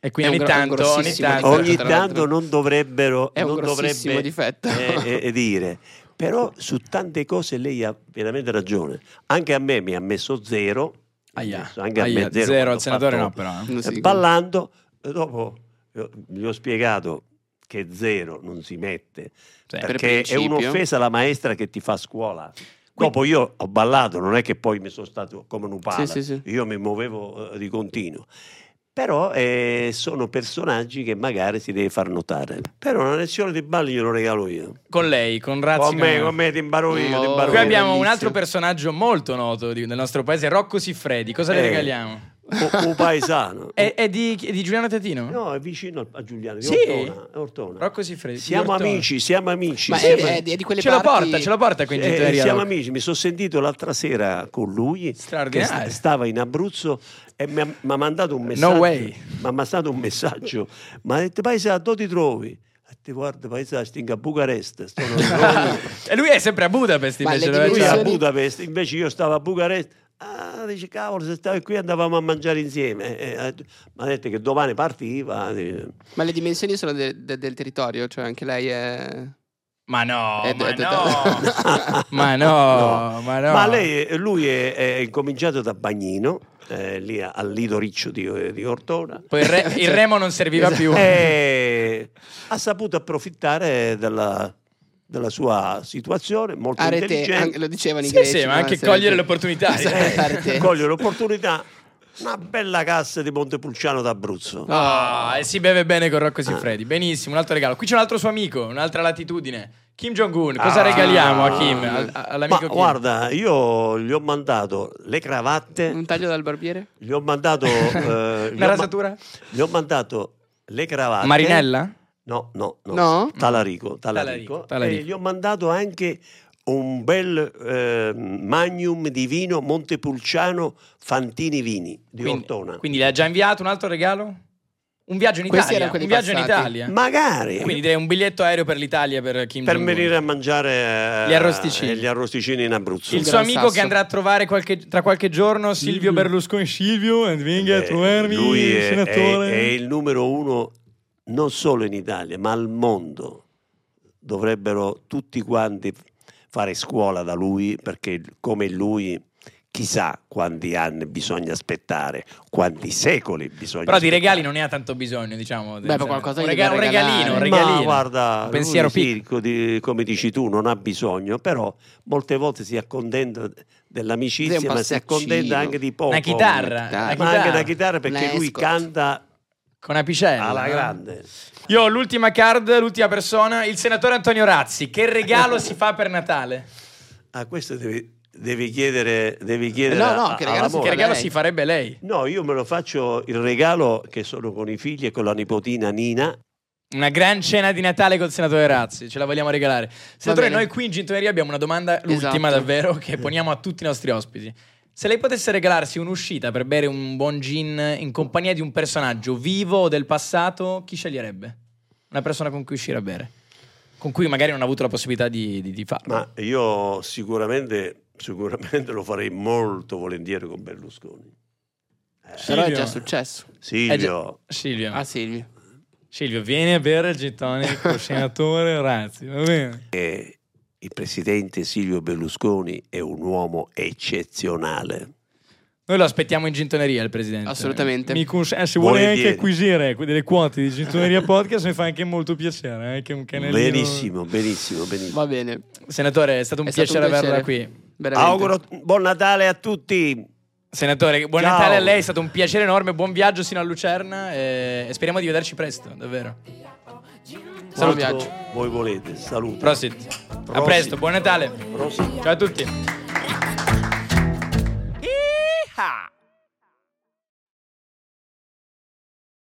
Speaker 1: E quindi
Speaker 4: È
Speaker 1: ogni
Speaker 4: un gro-
Speaker 1: tanto, ogni
Speaker 4: grossissimo
Speaker 1: tanto.
Speaker 4: difetto.
Speaker 2: Ogni
Speaker 4: Ah, certo, tra l'altro.
Speaker 2: tanto non dovrebbero...
Speaker 4: È un
Speaker 2: non
Speaker 4: grossissimo
Speaker 2: dovrebbe,
Speaker 4: difetto.
Speaker 2: eh, eh, dire. Però su tante cose lei ha veramente ragione. Anche a me mi ha messo zero.
Speaker 1: Aia,
Speaker 2: Adesso anche a
Speaker 1: aia,
Speaker 2: me
Speaker 1: zero,
Speaker 2: quando ho
Speaker 1: al senatore no
Speaker 2: fatto-
Speaker 1: però. eh.
Speaker 4: Non si
Speaker 2: Eh,
Speaker 4: dice.
Speaker 2: ballando, eh, dopo eh, gli ho spiegato che zero non si mette
Speaker 1: Sì.
Speaker 4: Per
Speaker 2: perché è
Speaker 4: principio.
Speaker 2: un'offesa alla maestra che ti fa a scuola. Dopo io ho ballato, non è che poi mi sono stato come un palo,
Speaker 4: Sì, sì, sì.
Speaker 2: io mi muovevo eh, di continuo. Però eh, sono personaggi che magari si deve far notare. Però una lezione di ballo glielo regalo io.
Speaker 1: Con lei, con Razzi.
Speaker 2: Con me,
Speaker 1: Manano.
Speaker 2: con me ti imbaro io, ti
Speaker 4: Oh.
Speaker 2: imbaro
Speaker 1: Qui
Speaker 2: io.
Speaker 1: abbiamo un
Speaker 4: Bellissimo.
Speaker 1: altro personaggio molto noto di- del nostro paese, Rocco Siffredi. Cosa le
Speaker 2: Eh.
Speaker 1: regaliamo?
Speaker 2: Un- un paesano.
Speaker 1: È, è di, è di Giuliano Tatino?
Speaker 2: No, è vicino al- a Giuliano, di
Speaker 1: Sì.
Speaker 2: Ortona, è Ortona.
Speaker 1: Rocco Siffredi. di
Speaker 2: Siamo
Speaker 1: Ortona.
Speaker 2: amici, siamo amici.
Speaker 4: Ma
Speaker 2: Sì,
Speaker 4: è,
Speaker 2: ma-
Speaker 4: è di- è di quelle
Speaker 1: Ce
Speaker 4: parti...
Speaker 1: la porta, ce la porta qui in
Speaker 2: Eh,
Speaker 1: gintoneria,
Speaker 2: siamo
Speaker 1: Rocco.
Speaker 2: amici, mi sono sentito l'altra sera con lui che
Speaker 1: Straordinario.
Speaker 2: st- stava in Abruzzo e mi ha, mi ha mandato un messaggio.
Speaker 1: way.
Speaker 2: Mi ha mandato un messaggio. Mi ha detto paesaggio, dove ti trovi? Ha detto guarda paesaggio, stingo a Bucarest. sto non trovo".
Speaker 1: e lui è sempre a Budapest
Speaker 4: Ma le
Speaker 1: invece. dove-
Speaker 2: lui è a
Speaker 4: dimensioni-
Speaker 2: Budapest, invece io stavo a Bucarest. Ah, Allora dice, cavolo, se stavi qui andavamo a mangiare insieme. Eh, eh, Ma ha detto che domani partiva. eh.
Speaker 4: Ma le dimensioni sono de- de- del territorio, cioè anche lei è...
Speaker 1: Ma no,
Speaker 4: Eh,
Speaker 1: ma
Speaker 4: eh,
Speaker 1: no, ma
Speaker 2: No.
Speaker 1: no, ma no.
Speaker 2: Ma lei, lui è, è incominciato da Bagnino, eh, lì a- al Lido Riccio di, di Ortona.
Speaker 1: Poi il, re- il remo non serviva
Speaker 2: Eh.
Speaker 1: più.
Speaker 2: E ha saputo approfittare della, della sua situazione, molto
Speaker 4: A rete, anche-
Speaker 2: intelligente,
Speaker 4: lo dicevano i
Speaker 1: Sì,
Speaker 4: greci.
Speaker 1: sì, ma
Speaker 4: no?
Speaker 1: anche
Speaker 4: Essere-
Speaker 1: cogliere l'opportunità.
Speaker 4: Esatto, a rete.
Speaker 2: eh, coglie l'opportunità. Una bella cassa di Montepulciano d'Abruzzo.
Speaker 1: Ah, e si beve bene con
Speaker 2: Ah.
Speaker 1: Rocco Siffredi. Benissimo, un altro regalo. Qui c'è un altro suo amico, un'altra latitudine. Kim Jong-un, cosa
Speaker 2: Ah.
Speaker 1: regaliamo a Kim? Al- a-
Speaker 2: Ma
Speaker 1: all'amico Kim?
Speaker 2: guarda, io gli ho mandato le cravatte,
Speaker 4: Un taglio dal barbiere?
Speaker 2: gli ho mandato... eh, gli ho
Speaker 1: Una
Speaker 2: ma-
Speaker 1: rasatura?
Speaker 2: gli ho mandato le cravatte.
Speaker 1: Marinella?
Speaker 2: No, no, no.
Speaker 4: No?
Speaker 1: Mm.
Speaker 2: Talarico, Talarico.
Speaker 1: Talarico, Talarico.
Speaker 2: E gli ho mandato anche un bel eh, magnum di vino Montepulciano Fantini Vini di Ortona.
Speaker 1: quindi le ha già inviato un altro regalo? Un viaggio in
Speaker 4: Questi
Speaker 1: Italia.
Speaker 4: erano quelli
Speaker 1: Un viaggio in
Speaker 4: passati.
Speaker 1: Italia.
Speaker 2: Magari
Speaker 1: eh. Quindi direi un biglietto aereo per l'Italia per Kim
Speaker 2: per
Speaker 1: Jong-un.
Speaker 2: venire a mangiare eh,
Speaker 1: Gli arrosticini.
Speaker 2: eh, gli arrosticini in Abruzzo.
Speaker 1: Il
Speaker 4: Sul
Speaker 1: suo
Speaker 4: Gran
Speaker 1: amico
Speaker 4: Sasso.
Speaker 1: che andrà a trovare qualche- tra qualche giorno Silvio Berlusconi. Silvio, venga a
Speaker 2: Eh,
Speaker 1: trovarmi,
Speaker 2: lui è,
Speaker 1: senatore.
Speaker 2: è- è il numero uno non solo in Italia, ma al mondo. Dovrebbero tutti quanti fare scuola da lui perché come lui chissà quanti anni bisogna aspettare, quanti secoli bisogna
Speaker 1: Però di
Speaker 2: aspettare.
Speaker 1: regali non ne ha tanto bisogno, diciamo.
Speaker 4: Beh, per qualcosa
Speaker 1: un,
Speaker 4: gli
Speaker 1: rega-
Speaker 4: da
Speaker 1: un
Speaker 4: regalare.
Speaker 1: regalino, un
Speaker 4: Ma
Speaker 1: regalino.
Speaker 2: Ma guarda,
Speaker 1: Un
Speaker 2: lui
Speaker 1: pensiero
Speaker 2: sì,
Speaker 1: piccolo.
Speaker 2: co- di- come dici tu, non ha bisogno, però molte volte si accontenta
Speaker 4: Sì, un
Speaker 2: dell'amicizia, ma si
Speaker 4: passaccino.
Speaker 2: accontenta anche di poco.
Speaker 1: Una chitarra,
Speaker 4: una chitarra.
Speaker 1: una
Speaker 2: ma anche
Speaker 1: chitarra,
Speaker 2: la chitarra perché
Speaker 4: Una
Speaker 2: lui
Speaker 4: escort.
Speaker 2: canta
Speaker 1: con una piscella.
Speaker 2: alla
Speaker 4: eh?
Speaker 1: no?
Speaker 2: grande.
Speaker 1: Io ho l'ultima card, l'ultima persona, il senatore Antonio Razzi. Che regalo si fa per Natale?
Speaker 2: Ah, questo devi, devi chiedere, devi chiedere
Speaker 4: No, no,
Speaker 2: a-
Speaker 4: che
Speaker 2: alla
Speaker 4: regalo si-
Speaker 1: Che
Speaker 2: moglie.
Speaker 4: Ora
Speaker 1: regalo
Speaker 4: lei.
Speaker 1: si farebbe lei?
Speaker 2: No, io me lo faccio il regalo che sono con i figli e con la nipotina Nina.
Speaker 1: Una gran cena di Natale col senatore Razzi, ce la vogliamo regalare. Senatore,
Speaker 4: bene.
Speaker 1: noi qui in Gintoneria abbiamo una domanda, l'ultima
Speaker 4: Esatto.
Speaker 1: davvero, che poniamo a tutti i nostri ospiti. Se lei potesse regalarsi un'uscita per bere un buon gin in compagnia di un personaggio vivo o del passato, chi sceglierebbe? Una persona con cui uscire a bere? Con cui magari non ha avuto la possibilità di, di- di farlo.
Speaker 2: Ma io sicuramente, sicuramente lo farei molto volentieri con Berlusconi.
Speaker 4: eh, Però è
Speaker 1: Silvio.
Speaker 4: già successo.
Speaker 1: Eh già-
Speaker 2: Silvio,
Speaker 1: Silvio.
Speaker 4: Ah, Silvio.
Speaker 1: Silvio, vieni a bere il gin tonic, senatore Razzi, va bene?
Speaker 2: eh, il presidente Silvio Berlusconi è un uomo eccezionale.
Speaker 1: Noi lo aspettiamo in gintoneria il presidente.
Speaker 4: Assolutamente.
Speaker 1: Mi cons- eh, se vuole
Speaker 2: Volentieri.
Speaker 1: anche acquisire que- delle quote di gintoneria podcast, mi fa anche molto piacere. Anche un canalino.
Speaker 2: Benissimo, benissimo, benissimo.
Speaker 4: Va bene.
Speaker 1: Senatore, è stato un
Speaker 4: È stato
Speaker 1: piacere
Speaker 4: un
Speaker 1: averla
Speaker 4: piacere.
Speaker 1: qui.
Speaker 4: Veramente.
Speaker 2: Auguro buon Natale a tutti.
Speaker 1: Senatore, buon
Speaker 2: Ciao.
Speaker 1: Natale a lei, è stato un piacere enorme. Buon viaggio sino a Lucerna e, e speriamo di vederci presto, davvero.
Speaker 4: Buon
Speaker 2: Quanto
Speaker 4: viaggio.
Speaker 2: Voi volete, saluto.
Speaker 1: Prosit. A
Speaker 2: Prosit.
Speaker 1: presto, buon Natale.
Speaker 2: Prosit.
Speaker 1: Ciao a tutti.